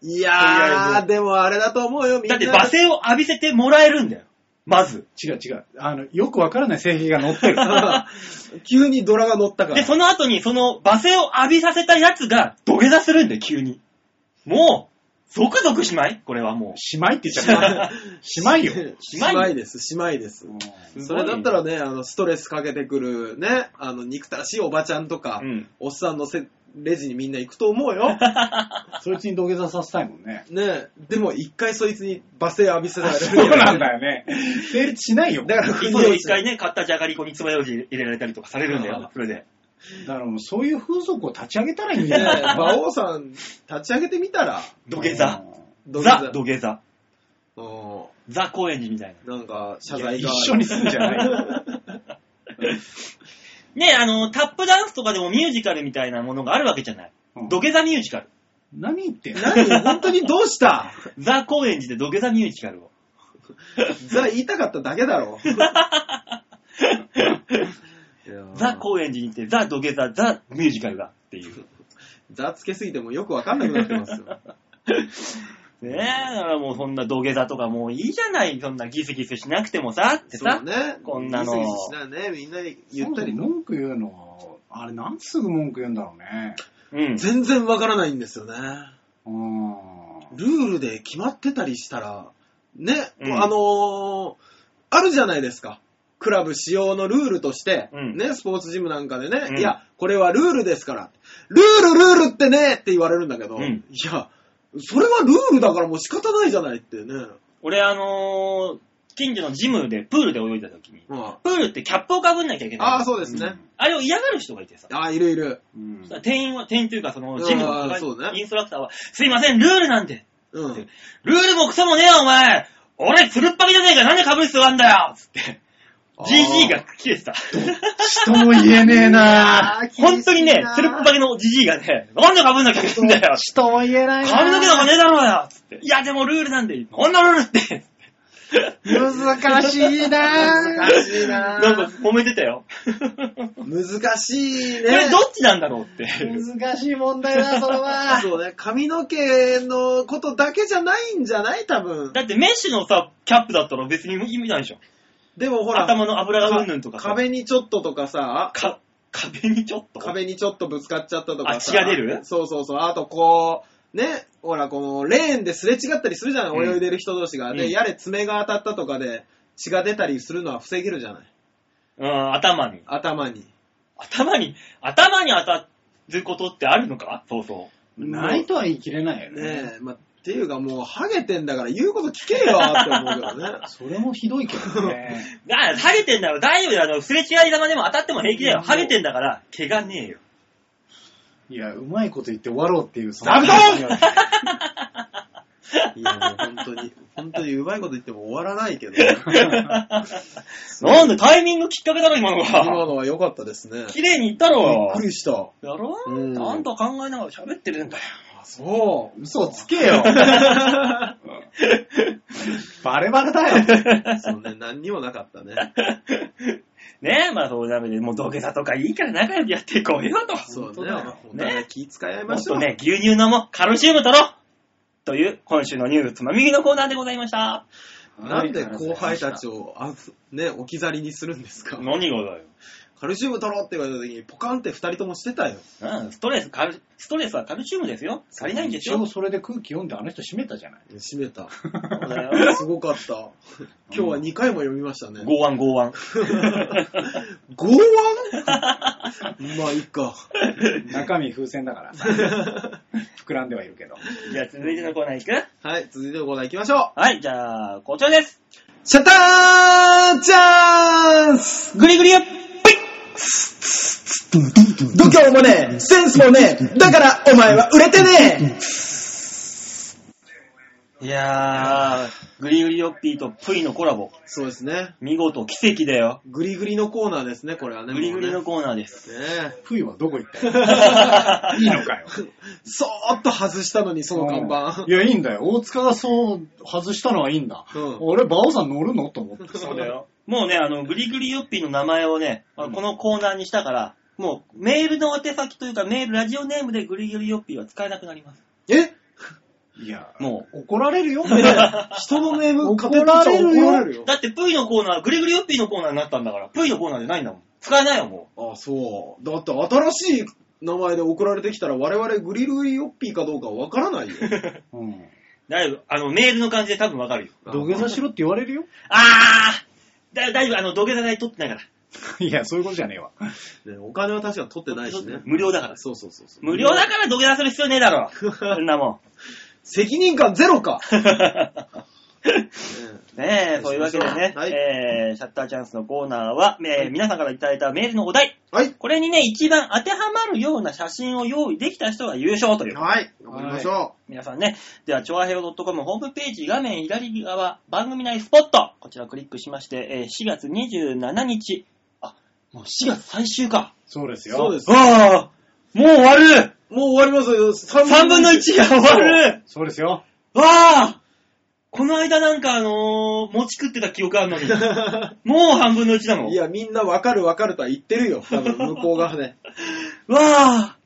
Speaker 1: い
Speaker 2: とりあえ
Speaker 1: やー、
Speaker 2: ず
Speaker 1: でもあれだと思うよ、みん
Speaker 2: だ
Speaker 1: な。
Speaker 2: って、罵声を浴びせてもらえるんだよ。まず。
Speaker 3: 違う違う。あの、よくわからない性癖が乗 ってる。
Speaker 1: 急にドラが乗ったか
Speaker 2: で、
Speaker 1: ら。
Speaker 2: その後に、その、罵声を浴びさせたやつが、土下座するんだよ、急に。もう、ゾクゾクしないこれはもう。
Speaker 3: しまいって言っちゃ った。しまいよ。
Speaker 1: しまいです、しまいです。それだったらね、あの、ストレスかけてくるね、あの、憎たらしいおばちゃんとか、
Speaker 2: うん
Speaker 1: おっさんのせレジにみんな行くと思うよ。
Speaker 3: そいつに土下座させたいもんね。
Speaker 1: ねでも一回そいつに罵声浴びせられる。
Speaker 3: そうなんだよね。成立しないよ。
Speaker 1: だから、
Speaker 2: 急いで一回ね、買ったじゃがりこに爪楊枝入れられたりとかされるんだ
Speaker 1: う
Speaker 2: よ
Speaker 1: ん、
Speaker 2: それで。
Speaker 3: だからもうそういう風俗を立ち上げたらいいんじゃ
Speaker 1: ね
Speaker 3: ない
Speaker 1: 馬王さん、立ち上げてみたら、
Speaker 2: 土下座。
Speaker 1: 土下
Speaker 2: ザ
Speaker 1: 座、
Speaker 2: 土下座。
Speaker 1: うん
Speaker 2: ザ高円寺みたいな。
Speaker 1: なんか、謝
Speaker 3: うん
Speaker 1: 罪
Speaker 3: 一
Speaker 1: が。
Speaker 3: 緒にすんじゃない
Speaker 2: ねあの、タップダンスとかでもミュージカルみたいなものがあるわけじゃない。
Speaker 3: うん
Speaker 2: 土下座ミュージカル。
Speaker 3: 何言ってんの
Speaker 1: 何本当にどうした
Speaker 2: ザ高円寺で土下座ミュージカルを。
Speaker 1: ザ言いたかっただけだろ。いやー
Speaker 2: ザ高円寺に行って、ザ土下座、ザミュージカルがっていう。
Speaker 1: ザつけすぎてもよくわかんなくなってますよ。
Speaker 2: ねえ、だからもうそんな土下座とかもういいじゃない。そんなギスギスしなくてもさ、って
Speaker 1: そ
Speaker 2: さ
Speaker 1: う。ね。
Speaker 2: こんなの
Speaker 1: ギスギスしないね。みんなでゆったり
Speaker 3: そもそも文句 言うのは、あれなんですぐ文句言うんだろうね。
Speaker 2: うん。
Speaker 1: 全然わからないんですよね。
Speaker 3: うん。
Speaker 1: ルールで決まってたりしたら、ね、
Speaker 2: うん
Speaker 1: あのーあるじゃないですか。クラブ使用のルールとして、
Speaker 2: うん
Speaker 1: ね、スポーツジムなんかでね、
Speaker 2: うん
Speaker 1: いや、これはルールですから。ルール、ルールってねって言われるんだけど、
Speaker 2: うん
Speaker 1: いや、それはルールだからもう仕方ないじゃないってね。
Speaker 2: 俺あのー近所のジムで、プールで泳いだ時に、
Speaker 1: うん
Speaker 2: プールってキャップをかぶんなきゃいけない。
Speaker 1: ああ、そうですね。
Speaker 2: あれを嫌がる人がいてさ。
Speaker 1: ああ、いるいる。
Speaker 3: うん
Speaker 2: そしたら店員は、店員というか、その、ジムの
Speaker 1: あーそうね
Speaker 2: インストラクターは、すいません、ルールなんて。
Speaker 1: うん。
Speaker 2: でルールもクソもねえよ、お前俺、つるっぱげじゃねえか、なんで被る必要あんだよつって、
Speaker 1: あー
Speaker 2: GG が切れてた。
Speaker 3: 人も言えねえなぁ。
Speaker 2: 本当にね、つるっぱげ
Speaker 1: り。
Speaker 2: の GG がね、なんで被んなきゃいけないんだよ
Speaker 3: 人も言えないなぁ
Speaker 2: 髪の毛なんかねえだろうよつって。いや、でもルールなんで、こんなルールって。
Speaker 3: 難しい なぁ。
Speaker 1: 難しいな
Speaker 2: なんか揉めてたよ。
Speaker 1: 難しいね。
Speaker 2: これどっちなんだろうっていう。
Speaker 3: 難しい問題だ、それは。
Speaker 1: そうね、髪の毛のことだけじゃないんじゃない多分。
Speaker 2: だってメッシュのさ、キャップだったら別に意味ないでしょ。
Speaker 1: でもほら、
Speaker 2: 頭の油がうんぬんとかさ。
Speaker 1: 壁にちょっととかさ、
Speaker 2: か、壁にちょっと。
Speaker 1: 壁にちょっとぶつかっちゃったとかさ。
Speaker 2: あ血が出る
Speaker 1: そうそうそう。あとこう、ね、ほら、このレーンですれ違ったりするじゃない、
Speaker 2: うん
Speaker 1: 泳いでる人同士が。
Speaker 2: うん
Speaker 1: で、やれ爪が当たったとかで血が出たりするのは防げるじゃない
Speaker 2: うん、頭に。
Speaker 1: 頭に。
Speaker 2: 頭に、頭に当たることってあるのかそうそ
Speaker 3: ないとは言い切れないよね。。
Speaker 1: ねえ、まあ、っていうかもう、ハゲてんだから言うこと聞けよって思うけ どね
Speaker 3: それもひどいけどね。
Speaker 2: う。なハゲてんだろ、大丈夫だよ。あの、すれ違い玉でも当たっても平気だよ。ハゲてんだから、怪我ねえよ。
Speaker 3: いや、うまいこと言って終わろうっていう、そ
Speaker 1: 座布団
Speaker 3: い
Speaker 1: いや、もう本当に、本当にうまいこと言っても終わらないけど、
Speaker 2: なんでタイミングきっかけだろ、今の
Speaker 1: 今
Speaker 2: が。
Speaker 1: のは良かったです ね。
Speaker 2: 綺麗にいった
Speaker 1: び
Speaker 2: ろ
Speaker 1: っ。くりした。
Speaker 2: やろ
Speaker 1: うん
Speaker 2: ちゃんと考えながら喋ってるんだよ。
Speaker 1: そ
Speaker 3: 嘘つけ よ。バレバレだよ。
Speaker 1: う。そうね、何にもなかったね。
Speaker 2: ねえ、まあそうだめで、もう土下座とかいいから仲良くやっていこうよと。
Speaker 1: そう
Speaker 3: 本当
Speaker 1: ね、
Speaker 3: だよ
Speaker 1: お互い気遣い合い
Speaker 2: も
Speaker 1: ま
Speaker 2: っ
Speaker 1: し
Speaker 2: と
Speaker 1: ょう。
Speaker 2: ね、牛乳飲もう、カルシウム取ろうという、今週のニュースつまみ食いのコーナーでございました。
Speaker 1: なんで後輩たちを、あね、置き去りにするんですか
Speaker 2: 何がだよ。
Speaker 1: カルシウム取ろうって言われた時に、ポカンって二人ともしてたよ。
Speaker 2: うん、ストレス、カル、ストレスはカルシウムですよ。足りないんです
Speaker 3: 一応
Speaker 2: よ。
Speaker 3: それで空気読んであの人閉めたじゃ ない。
Speaker 1: 閉めた。
Speaker 2: そうだよ。
Speaker 1: すごかった。今日は2回も読みましたね。
Speaker 2: 剛腕剛腕。
Speaker 1: 剛腕まあ、いいか。
Speaker 3: 中身風船だから。膨らんではいるけど。
Speaker 2: じゃあ続いてのコーナーいく
Speaker 1: はい、続いてのコーナー行きましょ
Speaker 2: はい、じゃあ、こちらです。
Speaker 1: う。シャッターチャンス
Speaker 2: グリグリよ
Speaker 4: 度胸もねえ、センスもねえ、だからお前は売れてね
Speaker 2: いやー、グリグリよっぴーとプイのコラボ。
Speaker 1: そうですね。
Speaker 2: 見事、奇跡だよ。
Speaker 1: グリグリのコーナーですね、これはね。
Speaker 2: グリグリの
Speaker 1: コ
Speaker 2: コーナーです。
Speaker 1: ーナー。ねえ
Speaker 3: 冬はどこ行ったよ。いいのかよ。
Speaker 1: そーっと外したのに、その看板
Speaker 3: い。や、いいんだよ。大塚がそう外したのはいいんだ。
Speaker 1: うん
Speaker 3: 俺、馬王さん乗るのと思って。
Speaker 2: そうだよ。もうね、あの、グリグリヨッピーの名前をね、あのこのコーナーにしたから、もうメールの宛先というかメール、ラジオネームでグリグリヨッピーは使えなくなります。
Speaker 1: え
Speaker 3: いや、
Speaker 2: も
Speaker 3: う怒られ るよ。
Speaker 1: 人のネーム
Speaker 3: 怒られるよ
Speaker 1: 怒られるよ。
Speaker 2: だってプイのコーナー、グリグリヨッピーのコーナーになったんだから、プイのコーナーじゃないんだもん。使えないよ、も
Speaker 1: あ、そう。だって新しい名前で送られてきたら我々グリグリヨッピーかどうかわか らないよ。
Speaker 3: うん
Speaker 2: う。だいぶ、あの、メールの感じで多分わかるよ。
Speaker 3: 土下座しろって言われるよ。
Speaker 2: あーだだいぶ、あの、土下座代取ってないから。
Speaker 3: いや、そういうことじゃねえわ。
Speaker 1: ねお金は確かに取ってないしね。
Speaker 2: 無料だから。
Speaker 1: そうそうそうそう。
Speaker 2: 無料だから土下座する必要ねえだろ。そんな もん。
Speaker 1: 責任感ゼロか、ね
Speaker 2: ねえ、そういうわけでね、
Speaker 1: はい
Speaker 2: えー、シャッターチャンスのコーナーは、えー皆さんからいただいたメールのお題、
Speaker 1: はい。
Speaker 2: これにね、一番当てはまるような写真を用意できた人が優勝という。
Speaker 1: はい。頑張りましょう。
Speaker 2: 皆さんね、では、チョアヘオ .com ホームページ画面左側、番組内スポット、こちらをクリックしまして、えー4月27日、あ、もう4月最終か。
Speaker 3: そうですよ。
Speaker 1: そうです。
Speaker 2: ああ、もう終わる
Speaker 1: もう終わりますよ。
Speaker 2: !3 分の1が終わる
Speaker 3: そうですよ。
Speaker 2: わあこの間なんかあのー、餅食ってた記憶あるのに、もう半分の1だもん。
Speaker 1: いや、みんなわかるわかるとは言ってるよ。多分、向こう側ね。
Speaker 2: わあ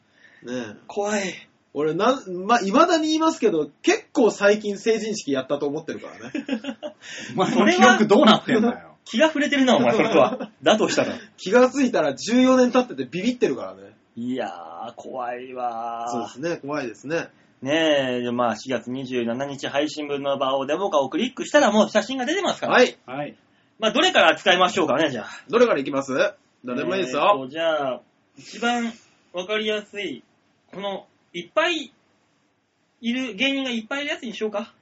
Speaker 1: ねえ
Speaker 2: 怖い。
Speaker 1: 俺、なん、ま、未だに言いますけど、結構最近成人式やったと思ってるからね。
Speaker 3: お前の記憶どうなってんだよ。
Speaker 2: 気が触れてるな、お前、それとは。 だとしたら。
Speaker 1: 気がついたら14年経っててビビってるからね。
Speaker 2: いやー、怖い
Speaker 1: そうで
Speaker 2: わ
Speaker 1: すね、怖いですね。
Speaker 2: ー。ねえ、じゃあまあ、4月27日配信分の場をデモカをクリックしたらもう写真が出てますから。
Speaker 1: はい。
Speaker 3: はい。
Speaker 2: まあ、どれから使いましょうかね、じゃあ。
Speaker 1: どれからいきますどれもいいです
Speaker 2: えー
Speaker 1: よ。
Speaker 2: とじゃあ、一番わかりやすい、この、いっぱいいる、芸人がいっぱいいるやつにしようか。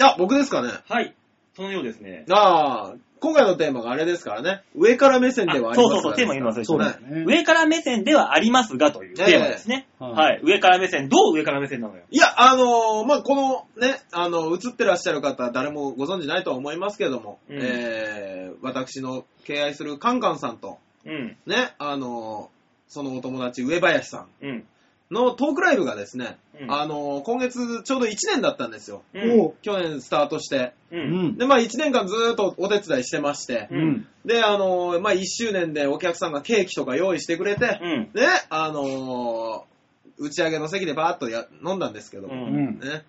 Speaker 1: あ、僕ですかね。
Speaker 2: はい。そのようですね。
Speaker 1: ああ、今回のテーマがあれですからね。上から目線ではあ
Speaker 2: あ
Speaker 1: り
Speaker 2: そ
Speaker 1: ま
Speaker 2: う
Speaker 1: す。
Speaker 2: そうそう、テーマ言いますす
Speaker 3: そう
Speaker 2: ね
Speaker 3: だよね。
Speaker 2: 上から目線ではありますがというテーマですね。
Speaker 3: ええ
Speaker 2: はい。上から目線、どう上から目線なのよ。
Speaker 1: いや、あのーまあ、このね、あの、映ってらっしゃる方、誰もご存知ないとは思いますけども、
Speaker 2: うん
Speaker 1: えー、私の敬愛するカンカンさんと、
Speaker 2: うん、
Speaker 1: ね、あのーそのお友達、上林さ
Speaker 2: うん、
Speaker 1: んのトークライブがですね、
Speaker 2: うん
Speaker 1: あのー今月ちょうど1年だったんですよ。
Speaker 2: うん、
Speaker 3: お
Speaker 1: 去年スタートして。
Speaker 2: う、
Speaker 3: うんん。
Speaker 1: で、まあ、1年間ずーっとお手伝いしてまして、
Speaker 3: うん。
Speaker 1: で、あのーまあ、1周年でお客さんがケーキとか用意してくれて、
Speaker 2: うん、
Speaker 1: ね、あのー打ち上げの席でバーッとや飲んだんですけど、
Speaker 2: う
Speaker 3: うん ん。
Speaker 1: ね、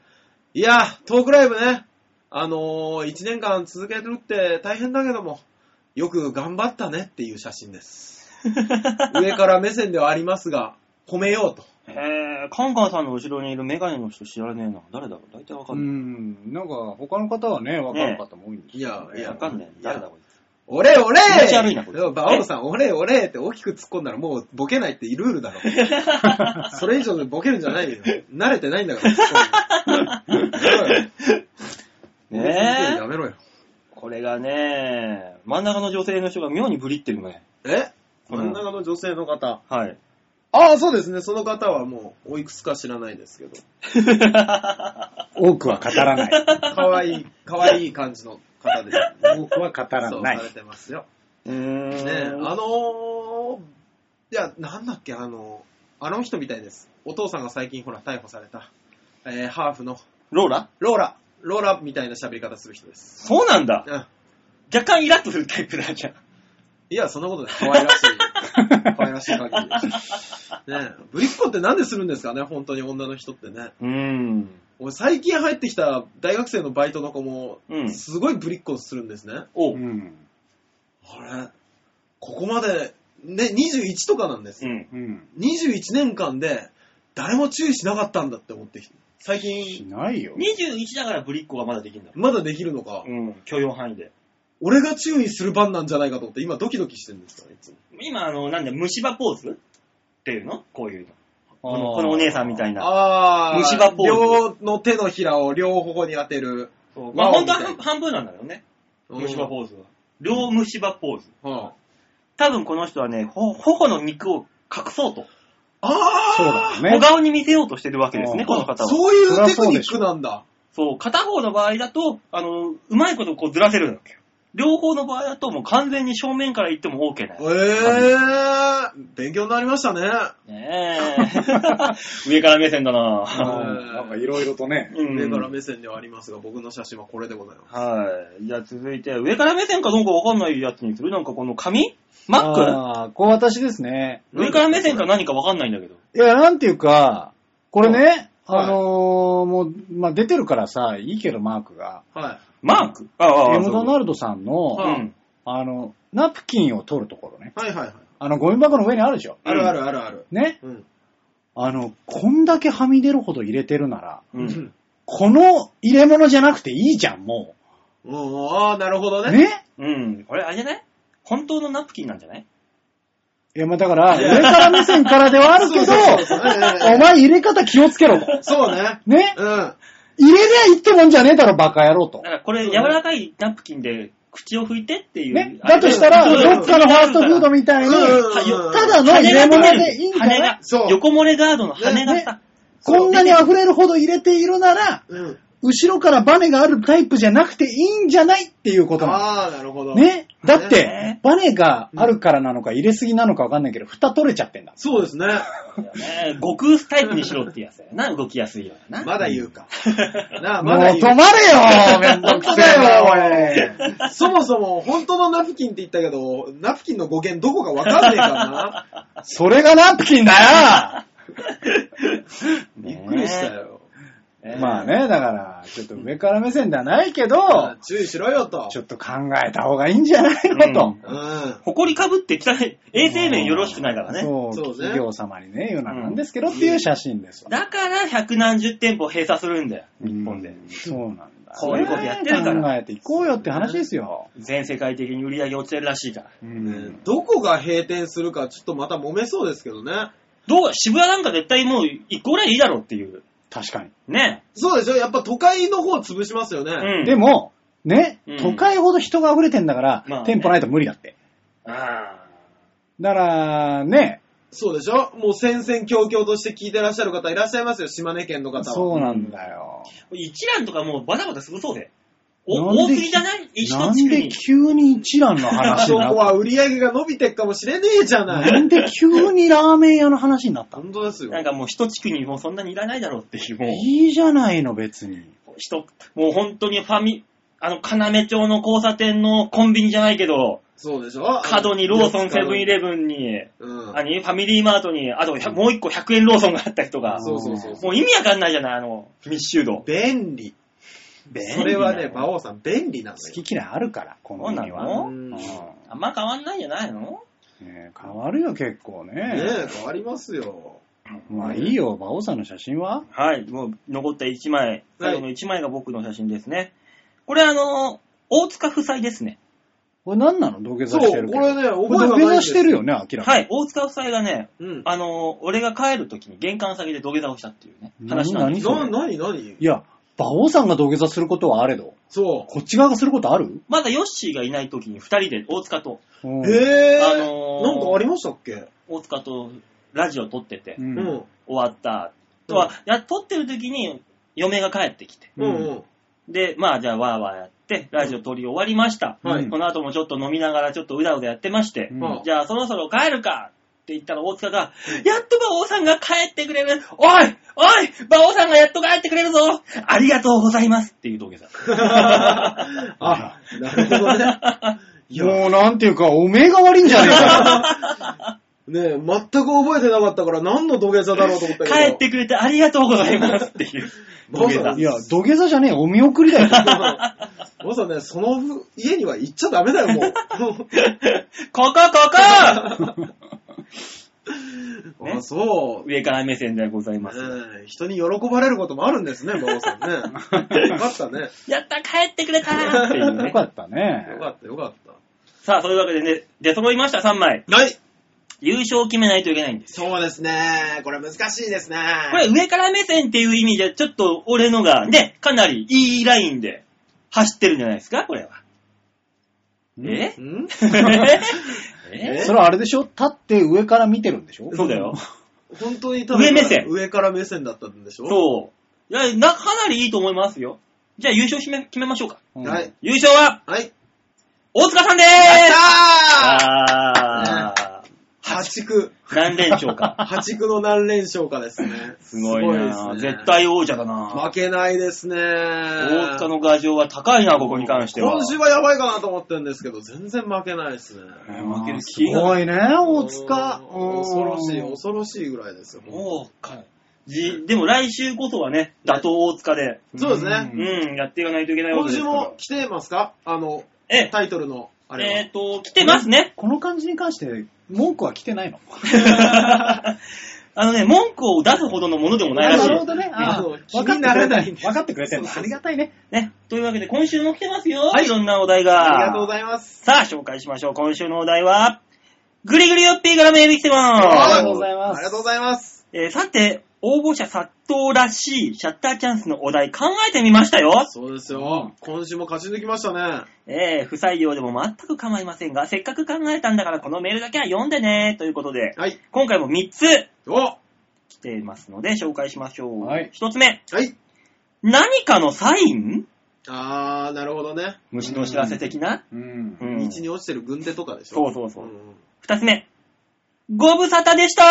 Speaker 1: いや、トークライブね、あのー、1年間続けるって大変だけども、よく頑張ったねっていう写真です。上から目線ではありますが、褒めようと。
Speaker 2: えー、カンカンさんの後ろにいるメガネの人知らねえな。誰だろう大体わか
Speaker 3: うん
Speaker 2: ない。
Speaker 3: ん。なんか、他の方はね、わかる方も多いんです
Speaker 1: い
Speaker 3: よ
Speaker 1: や、いや、
Speaker 2: わかんない。誰だこ
Speaker 1: 俺俺
Speaker 2: 気持ち悪いなこれ
Speaker 1: バオさん、俺俺って大きく突っ込んだらもうボケないってルール だろ。それ以上でボケるんじゃないよ。慣れてないんだから、突っ込むのやめろよ
Speaker 2: いつ。ね
Speaker 1: や
Speaker 2: え。
Speaker 1: めろよ。
Speaker 2: これがね、真ん中の女性の人が妙にブリってるね。
Speaker 1: え
Speaker 2: うん
Speaker 1: 真ん中の女性の方。
Speaker 2: はい。
Speaker 1: ああ、そうですね。その方はもう、おいくつか知らないですけど。
Speaker 3: 多くは語らない。
Speaker 1: かわいい、かわいい感じの方です。
Speaker 3: 多くは語ら
Speaker 1: そう、
Speaker 3: な
Speaker 1: さ
Speaker 3: い
Speaker 1: れ。てますよ。
Speaker 2: うーん。
Speaker 1: ねえ、あのー、いや、なんだっけ、あのー、あの人みたいです。お父さんが最近ほら、逮捕された、えー、ハーフの、
Speaker 2: ローラ
Speaker 1: ローラ、ローラみたいな喋り方する人です。
Speaker 2: そうなんだ。
Speaker 1: うん。
Speaker 2: 若干イラッとするタイプだじゃん。
Speaker 1: いや、そんなことない。可愛らし い。可愛らしい限りです。ねえ、ぶりっ子ってなんでするんですかね、本当に女の人ってね。
Speaker 2: うーん。
Speaker 1: 俺、最近入ってきた大学生のバイトの子も、
Speaker 2: うん
Speaker 1: すごいぶりっ子するんですね。
Speaker 2: お
Speaker 3: う
Speaker 2: う。
Speaker 3: ん。
Speaker 1: あれ、ここまで、ね、21とかなんですよ。
Speaker 2: ん。
Speaker 3: うん。
Speaker 1: 21年間で誰も注意しなかったんだって思ってきて最
Speaker 3: し
Speaker 1: 近
Speaker 3: ないよ。
Speaker 2: 21だからブリッコがまだできるんだ。
Speaker 1: まだできるのか、
Speaker 2: うん。許容範囲で。
Speaker 1: 俺が注意する番なんじゃないかと思って今ドキドキしてるんですよいつも
Speaker 2: 今、あの、なんだ、虫歯ポーズっていうのこういうの。この
Speaker 3: あー
Speaker 2: このお姉さんみたいな。
Speaker 1: あー
Speaker 2: 虫歯ポー
Speaker 1: 両の手のひらを両頬に当てる
Speaker 2: そうまあ
Speaker 1: ワ
Speaker 2: 本
Speaker 1: オみ
Speaker 2: 当
Speaker 1: たい
Speaker 2: は
Speaker 1: な
Speaker 2: 半半分なんだよね。虫歯
Speaker 1: ー
Speaker 2: ポーズは。両虫歯ポーズ。
Speaker 1: ズ、は
Speaker 2: 多分この人はね、ほ、頬の肉を隠そうと。
Speaker 1: あ、あ
Speaker 3: そうだよ
Speaker 2: 小
Speaker 3: ね。
Speaker 2: 顔に見せようとしてるわけです
Speaker 3: あ
Speaker 2: ね、
Speaker 3: ー
Speaker 2: この方は。
Speaker 1: そういうテクニックなんだ
Speaker 2: そう、片方の場合だと、あの、うまいことこうずらせるんだよ。両方の場合だともう完全に正面から行っても OK な
Speaker 1: え
Speaker 2: の。
Speaker 1: ー、勉強になりましたね
Speaker 2: ねえ。 上から目線だ な
Speaker 3: うんなんかいろいろとね。
Speaker 2: うん
Speaker 1: 上から目線ではありますが僕の写真はこれでございます
Speaker 2: はい。じゃあ続いて、上から目線かどうかわかんないやつにするなんかこの紙マック
Speaker 3: ああ、こう私ですね。
Speaker 2: 上から目線か何かわかんないんだけど。
Speaker 3: いや、なんていうか、これね、
Speaker 1: うんはい
Speaker 3: あのーもう、まあ、出てるからさ、いいけど、マークが。
Speaker 1: は
Speaker 2: マークああ
Speaker 3: エムドナ
Speaker 2: ル
Speaker 3: ルドさんの、
Speaker 1: は
Speaker 2: うん。
Speaker 3: あの、ナプキンを取るところね。
Speaker 1: い、はいはいはい
Speaker 3: あの、ゴミ箱の上にあるでしょ。
Speaker 1: あるあるあるある、
Speaker 3: ね。
Speaker 1: うん
Speaker 3: あの、こんだけはみ出るほど入れてるなら、
Speaker 2: うん。
Speaker 3: この入れ物じゃなくていいじゃん、も
Speaker 1: うん、ああ、なるほど
Speaker 3: う。
Speaker 1: ね。
Speaker 3: ね
Speaker 2: うん。これあれじゃない本当のナプキンなんじゃない
Speaker 3: いや、まあ、だから、上から目線からではあるけ ど、
Speaker 1: そうそうそうええ
Speaker 3: お前入れ方気をつけろと。
Speaker 1: そうね。
Speaker 3: ね
Speaker 1: うん。
Speaker 3: 入れりゃいいってもんじゃねえだろ、バカ野郎と
Speaker 2: だか。らこれ柔らかいナプキンで口を拭いてっていう。
Speaker 3: ね。だとした
Speaker 2: あ
Speaker 3: ら、
Speaker 2: れだよ
Speaker 3: どっかのファーストフードみたいに、
Speaker 1: うん
Speaker 2: はよ
Speaker 3: ただの入れ物でいいんだ
Speaker 2: 羽
Speaker 3: よ
Speaker 2: が。
Speaker 1: そう
Speaker 2: 横漏れガードの羽がさ。
Speaker 3: こんなに溢れるほど入れているなら、
Speaker 1: うん。
Speaker 3: 後ろからバネがあるタイプじゃなくていいんじゃないっていうことな
Speaker 1: ああ、なるほど。
Speaker 3: の。。ね。だって
Speaker 2: ね、
Speaker 3: バネがあるからなのか入れすぎなのかわかんないけど、蓋取れちゃってんだ。
Speaker 1: そうですね。
Speaker 2: ね極薄タイプにしろってやつやな。動きやすいような。
Speaker 1: まだ言うか。なあ、
Speaker 3: もう
Speaker 1: まだ言
Speaker 3: 止
Speaker 1: う。
Speaker 3: ま れよめんどくせえよ、おい。
Speaker 1: そもそも、本当のナプキンって言ったけど、ナプキンの語源どこかわかんねえからな。
Speaker 3: それがナプキンだ
Speaker 1: びっくりしたよ。
Speaker 3: よ
Speaker 2: ね
Speaker 3: まあ。ね、だから、ちょっと上から目線ではないけ
Speaker 1: うん
Speaker 3: ど、
Speaker 1: 注意しろよと。
Speaker 3: ちょっと考えた方がいいんじゃないのと。
Speaker 1: うん。
Speaker 2: 埃かぶって汚い。衛生面よろしくないからね。
Speaker 3: そう、
Speaker 1: そうね
Speaker 3: 企業様にね、言うのはなんですけど、っていう写真ですわ。
Speaker 2: だから、百何十店舗閉鎖するんだよ。
Speaker 3: 日
Speaker 2: 本で。
Speaker 3: そうなんだ。
Speaker 2: こういうことやってるから
Speaker 3: 考えていこうよって話ですよ。
Speaker 2: 全世界的に売り上げ落ちてるらしいから。
Speaker 3: う
Speaker 1: ね
Speaker 3: ん。
Speaker 1: どこが閉店するか、ちょっとまた揉めそうですけどね。
Speaker 2: どう渋谷なんか絶対もう一個ぐらいいいだろうっていう。
Speaker 3: 確かに。
Speaker 2: ね。
Speaker 1: そうでしょやっぱ都会の方潰しますよね。
Speaker 2: うん。
Speaker 3: でも、ね、
Speaker 2: うん
Speaker 3: 都会ほど人が溢れてんだから、
Speaker 2: まあね
Speaker 3: 店舗ないと無理だって。
Speaker 2: あ
Speaker 3: だから、ね、
Speaker 1: そうでしょもう戦々恐々として聞いてらっしゃる方いらっしゃいますよ、島根県の方は。
Speaker 3: そうなんだよ。
Speaker 2: あ。一覧とかもうバタバタ潰そうぜ。
Speaker 3: な
Speaker 2: お
Speaker 3: んで
Speaker 2: 多すぎじゃない一地
Speaker 3: なん
Speaker 2: 区
Speaker 3: で
Speaker 2: に。
Speaker 3: 急に一蘭 の話
Speaker 1: そこ
Speaker 3: になっ
Speaker 1: は売り上げが伸びてっかもしれねえじゃ
Speaker 3: た
Speaker 1: な。
Speaker 3: ないんで急にラーメン屋の話になったの
Speaker 1: 本当ですよ。
Speaker 2: なんかもう一地区にもうそんなにいらないだろうっていう、もう。
Speaker 3: いいじゃないの、別に。
Speaker 2: 人、もう本当にファミ、あの、要町の交差点のコンビニじゃないけど、
Speaker 1: そうでしょ
Speaker 2: 角にローソン、セブンイレブンに、
Speaker 1: ブン。うん。
Speaker 2: 何ファミリーマートに、あとひゃもう一個100円ローソンがあったりとか、
Speaker 1: そうそうそうそう。
Speaker 2: もう意味わかんないじゃない、あの、密集度。
Speaker 1: 便利。それはね、馬王さん、便利なの
Speaker 3: 好
Speaker 1: よ。
Speaker 3: き嫌いあるから、コンビニ
Speaker 2: そうな
Speaker 3: は。
Speaker 2: の
Speaker 1: うん
Speaker 3: う
Speaker 1: ね
Speaker 3: ん
Speaker 2: あんま変わんないんじゃないの
Speaker 3: ね変わるよ、結構ね。
Speaker 1: え、変わりますよ。
Speaker 3: まあいいよ、馬王さんの写真は
Speaker 2: はい、もう残った1枚、最後の1枚が僕の写真ですね。これあの、大塚夫妻ですね。
Speaker 3: これ何なの土下
Speaker 1: そ
Speaker 3: 座して
Speaker 1: う、
Speaker 3: る
Speaker 1: これ
Speaker 3: ね、
Speaker 1: ね、覚
Speaker 3: これ
Speaker 1: え
Speaker 3: 土
Speaker 1: がな
Speaker 3: 下
Speaker 1: いん
Speaker 3: 座
Speaker 1: です
Speaker 3: してるよね、明らかに。
Speaker 2: はい、大塚夫妻がね、
Speaker 1: うん。
Speaker 2: あの、俺が帰るときに玄関先で土下座をしたっていうね、話なんです
Speaker 3: 何それ
Speaker 1: な、なになに
Speaker 3: いや、馬王さんが土下座することはあれど、
Speaker 1: そ
Speaker 3: こっち側がすることある
Speaker 2: まだヨッシーがいないときに2人で大塚と、
Speaker 1: う。
Speaker 3: うん
Speaker 1: へえ。
Speaker 2: あ
Speaker 1: なん
Speaker 2: のー
Speaker 1: かありましたっけ
Speaker 2: 大塚とラジオ撮ってて
Speaker 3: う、
Speaker 1: うんん。
Speaker 2: 終わった。とは、や撮ってるときに嫁が帰ってきて、
Speaker 1: うんうん。
Speaker 2: で、まあじゃあわーわーやって、ラジオ撮り終わりました。
Speaker 1: は
Speaker 3: う
Speaker 1: い
Speaker 3: ん。
Speaker 2: この後もちょっと飲みながらちょっとうだうだやってまして、
Speaker 3: うん
Speaker 2: じゃあそろそろ帰るかって言ったら大塚が、やっと馬王さんが帰ってくれるおいおい馬王さんがやっと帰ってくれるぞありがとうございますっていう土下座。
Speaker 1: あ、なるほどね。いや、
Speaker 3: もうなんていうか、おめえが悪いんじゃねえか。
Speaker 1: ねえ、全く覚えてなかったから何の土下座だろうと思ったけど。
Speaker 2: 帰ってくれてありがとうございますっていう土下座
Speaker 1: そう
Speaker 3: い。や、土下座じゃねえ、お見送 りだよ。
Speaker 1: まさね、その家には行っちゃダメだよ、もう。
Speaker 2: ここここね
Speaker 1: あ、そう。
Speaker 2: 上から目線でございます。
Speaker 1: ええ人に喜ばれることもあるん ですね、馬王さんね。よかったね。
Speaker 2: やった帰ってくれたっていう
Speaker 3: よ
Speaker 2: ね。
Speaker 3: かったね。
Speaker 1: よかった、よかっ
Speaker 2: さあ、そういうわけでね、出揃いました、3枚。
Speaker 1: た。はい。
Speaker 2: 優勝を決めないといけないんです。
Speaker 1: そうですね。これ難しいですね。
Speaker 2: これ上から目線っていう意味じゃ、ちょっと俺のがね、かなりいいラインで走ってるんじゃないですか、これは。
Speaker 3: うん
Speaker 2: え
Speaker 1: ん
Speaker 2: え
Speaker 3: それはあれでしょ立って上から見てるんでしょ
Speaker 2: そうだよ。
Speaker 1: 本当にただ
Speaker 2: 上目線
Speaker 1: 上から目線だったんでしょ
Speaker 2: そう。いや、な、かなりいいと思いますよ。じゃあ優勝決め、決めましょうか。
Speaker 3: うん
Speaker 1: はい。。
Speaker 2: 優勝は、
Speaker 1: はい。
Speaker 2: 大塚さんでー
Speaker 1: や
Speaker 2: す
Speaker 1: ったー
Speaker 2: あー。
Speaker 1: 八区。
Speaker 2: 何連勝か。
Speaker 1: 八区の何連勝かですね。
Speaker 2: すごい
Speaker 1: で
Speaker 2: な
Speaker 1: すね
Speaker 2: 絶。対王者だな
Speaker 1: 負けないですね。
Speaker 2: 大塚の牙城は高いな、ここに関しては。
Speaker 1: 今週はやばいかなと思ってるんですけど、全然負けないですね。
Speaker 2: 負ける
Speaker 3: す
Speaker 2: 気が
Speaker 3: ごいね、大塚。
Speaker 1: うん恐ろしい、
Speaker 3: うん
Speaker 1: 恐ろしいぐらいですよ。
Speaker 2: もうかじ、でも来週こそはね、打倒大塚で、
Speaker 1: そうですね
Speaker 2: うん、やっていかないといけないわ
Speaker 1: 今
Speaker 2: けです
Speaker 1: 週
Speaker 2: から。
Speaker 1: も来てますかあの、
Speaker 2: え
Speaker 1: タイトルの、あ
Speaker 2: え、え
Speaker 1: れ
Speaker 2: っ、と、来てます ね。
Speaker 3: この感じに関して、文句は来てないの
Speaker 2: あのね、文句を出すほどのものでもないらし
Speaker 3: ないる。ほどね。あ
Speaker 1: あの
Speaker 3: 分かって
Speaker 1: 気になら
Speaker 3: くれ
Speaker 1: な
Speaker 3: た
Speaker 1: いんです
Speaker 3: 分かってくれてるの
Speaker 1: そうそうそ
Speaker 3: あ
Speaker 1: う
Speaker 3: りがたいね。
Speaker 2: ね。というわけで、今週も来てますよ。。
Speaker 1: はいい
Speaker 2: いろんなお題
Speaker 1: は。
Speaker 2: が。
Speaker 1: ありがとうございます。
Speaker 2: さあ、紹介しましょう。今週のお題は、ぐりぐりよっぴーからメール来て
Speaker 3: あり
Speaker 2: ま
Speaker 3: が
Speaker 2: す
Speaker 3: と。うございます
Speaker 1: ありがとうございます。
Speaker 2: えーさて、応募者殺到らしいシャッターチャンスのお題考えてみましたよ。
Speaker 1: そうですよ。今週も勝ち抜きましたね。
Speaker 2: えー不採用でも全く構いませんが、せっかく考えたんだからこのメールだけは読んでね、ということで、
Speaker 1: はい。
Speaker 2: 今回も3つ
Speaker 1: おは
Speaker 2: 来ていますので紹介しましょう。
Speaker 3: はい
Speaker 2: 1つ目、
Speaker 1: い。
Speaker 2: 何かのサイン
Speaker 1: あー、なるほどね。
Speaker 2: 虫の知らせ的な、
Speaker 3: うん
Speaker 2: う
Speaker 1: 道
Speaker 2: ん
Speaker 1: に落ちてる軍手とかでしょ。
Speaker 2: そうそうそう
Speaker 1: うん
Speaker 2: 2つ目、ご無沙汰でした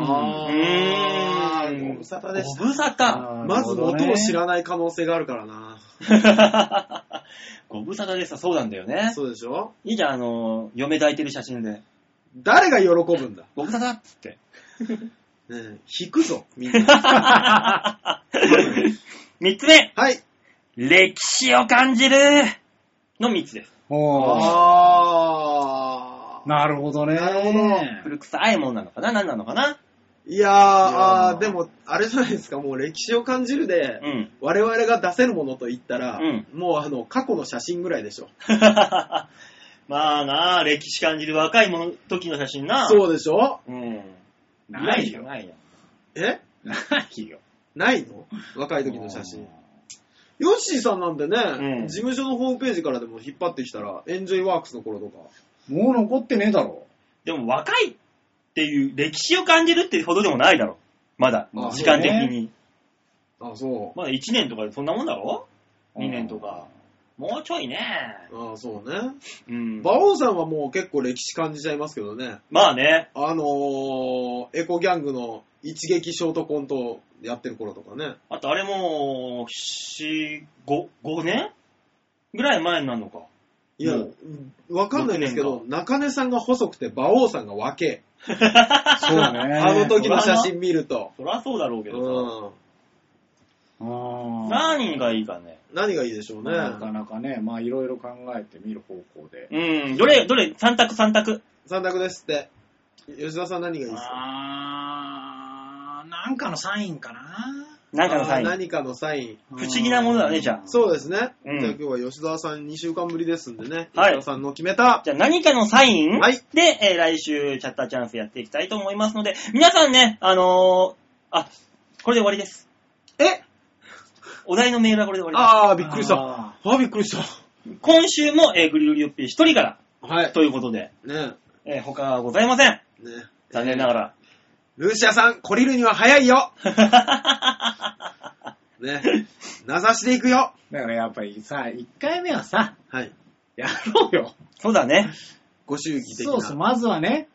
Speaker 1: あ
Speaker 2: うーん
Speaker 1: ー、ご無沙汰でし
Speaker 2: ご無沙汰
Speaker 3: あー
Speaker 1: まず元を知
Speaker 3: な
Speaker 1: らない可能性があるからな。
Speaker 2: ご無沙汰でした、そうなんだよね。
Speaker 1: そうでしょ
Speaker 2: いいじゃん、あのー、嫁抱いてる写真で。
Speaker 1: 誰が喜ぶんだ
Speaker 2: ご無沙汰っつ って。
Speaker 1: ねえ引くぞ、みん な。
Speaker 2: 3つ目、
Speaker 1: はい。
Speaker 2: 歴史を感じるの3つです。
Speaker 3: るほどね。
Speaker 1: あ
Speaker 3: おー
Speaker 1: ー。
Speaker 3: なるほどね。
Speaker 1: なるほど
Speaker 2: 古臭いもんなのかな何なのかない
Speaker 1: やー、あーでも、あれじゃないですか、もう歴史を感じるで、
Speaker 2: うん。
Speaker 1: 我々が出せるものと言ったら、
Speaker 2: うん
Speaker 1: もうあの、過去の写真ぐらいでしょ。
Speaker 2: まあなあ、歴史感じる若いもの時の写真な。う。
Speaker 1: そうでしょ
Speaker 2: うん。
Speaker 3: ないよ。
Speaker 2: ないよ。
Speaker 1: え
Speaker 3: ないよ。
Speaker 1: ないの若い時の写真。ヨッシーさんなんでね、
Speaker 2: うん
Speaker 1: 事務所のホームページからでも引っ張ってきたら、エンジョイワークスの頃とか。
Speaker 3: もう残ってねえだろ。
Speaker 2: でも若いっていう、歴史を感じるってほどでもないだろ。まだ
Speaker 1: まあ、
Speaker 2: 時間的
Speaker 3: そう
Speaker 2: に。
Speaker 1: あ、そ
Speaker 2: まだ1年とかでそんなもんだろ ?2 年とか。もうちょいね。
Speaker 1: う。あ、そうね。
Speaker 2: うん。
Speaker 1: 馬王さんはもう結構歴史感じちゃいますけどね。
Speaker 2: まあね。
Speaker 1: あのー、エコギャングの一撃ショートコントやってる頃とかね。
Speaker 2: あとあれも、4、5、5年ぐらい前になるのか。
Speaker 1: いや、
Speaker 2: も
Speaker 1: わかんないんですけど
Speaker 2: 六、
Speaker 1: 中根さんが細くて馬王さんが若え。
Speaker 3: そうね。
Speaker 1: あの時の写真見ると。
Speaker 2: そりゃそうだろうけどさ。
Speaker 1: うん。
Speaker 3: うん
Speaker 2: 何がいいかね。
Speaker 1: 何がいいでしょうね。
Speaker 3: なかなかね、まあいろいろ考えてみる方向で。
Speaker 2: うん。どれ、どれ、3択3択。
Speaker 1: 三択ですって。吉田さん何がいいですか
Speaker 5: あー、なんかのサインかな。
Speaker 2: なんかのサイ
Speaker 1: あー
Speaker 2: ン。
Speaker 1: 何かのサイン。
Speaker 2: 不思議なものだね、じゃあ。
Speaker 1: そうですね。
Speaker 2: うん
Speaker 1: じゃあ今日は吉田さん2週間ぶりですんでね。
Speaker 2: はい
Speaker 1: 吉田さんの決めた。
Speaker 2: じゃあ何かのサイン
Speaker 1: はい
Speaker 2: で、えー来週、チャッターチャンスやっていきたいと思いますので、皆さんね、あのー、あ、これで終わりです。
Speaker 1: え
Speaker 2: お題のメールはこれで終わりです。
Speaker 1: あー、びっくりした。
Speaker 3: あ
Speaker 1: あー、びっくりした。
Speaker 2: 今週も、えー、グリグリヨッピー一人から、
Speaker 1: はい。
Speaker 2: ということで、
Speaker 1: ね
Speaker 2: えー他はございません。
Speaker 1: え。ね
Speaker 2: 残念ながら。
Speaker 1: ルーシアさん、懲りるには早いよ。 ね。名指しでいくよ。
Speaker 3: ーだからやっぱりさ、1回目はさ、
Speaker 1: はい。
Speaker 3: やろうよ。
Speaker 2: そうだね。
Speaker 1: ご祝儀的
Speaker 3: そうそう、
Speaker 1: な。
Speaker 3: まずはね、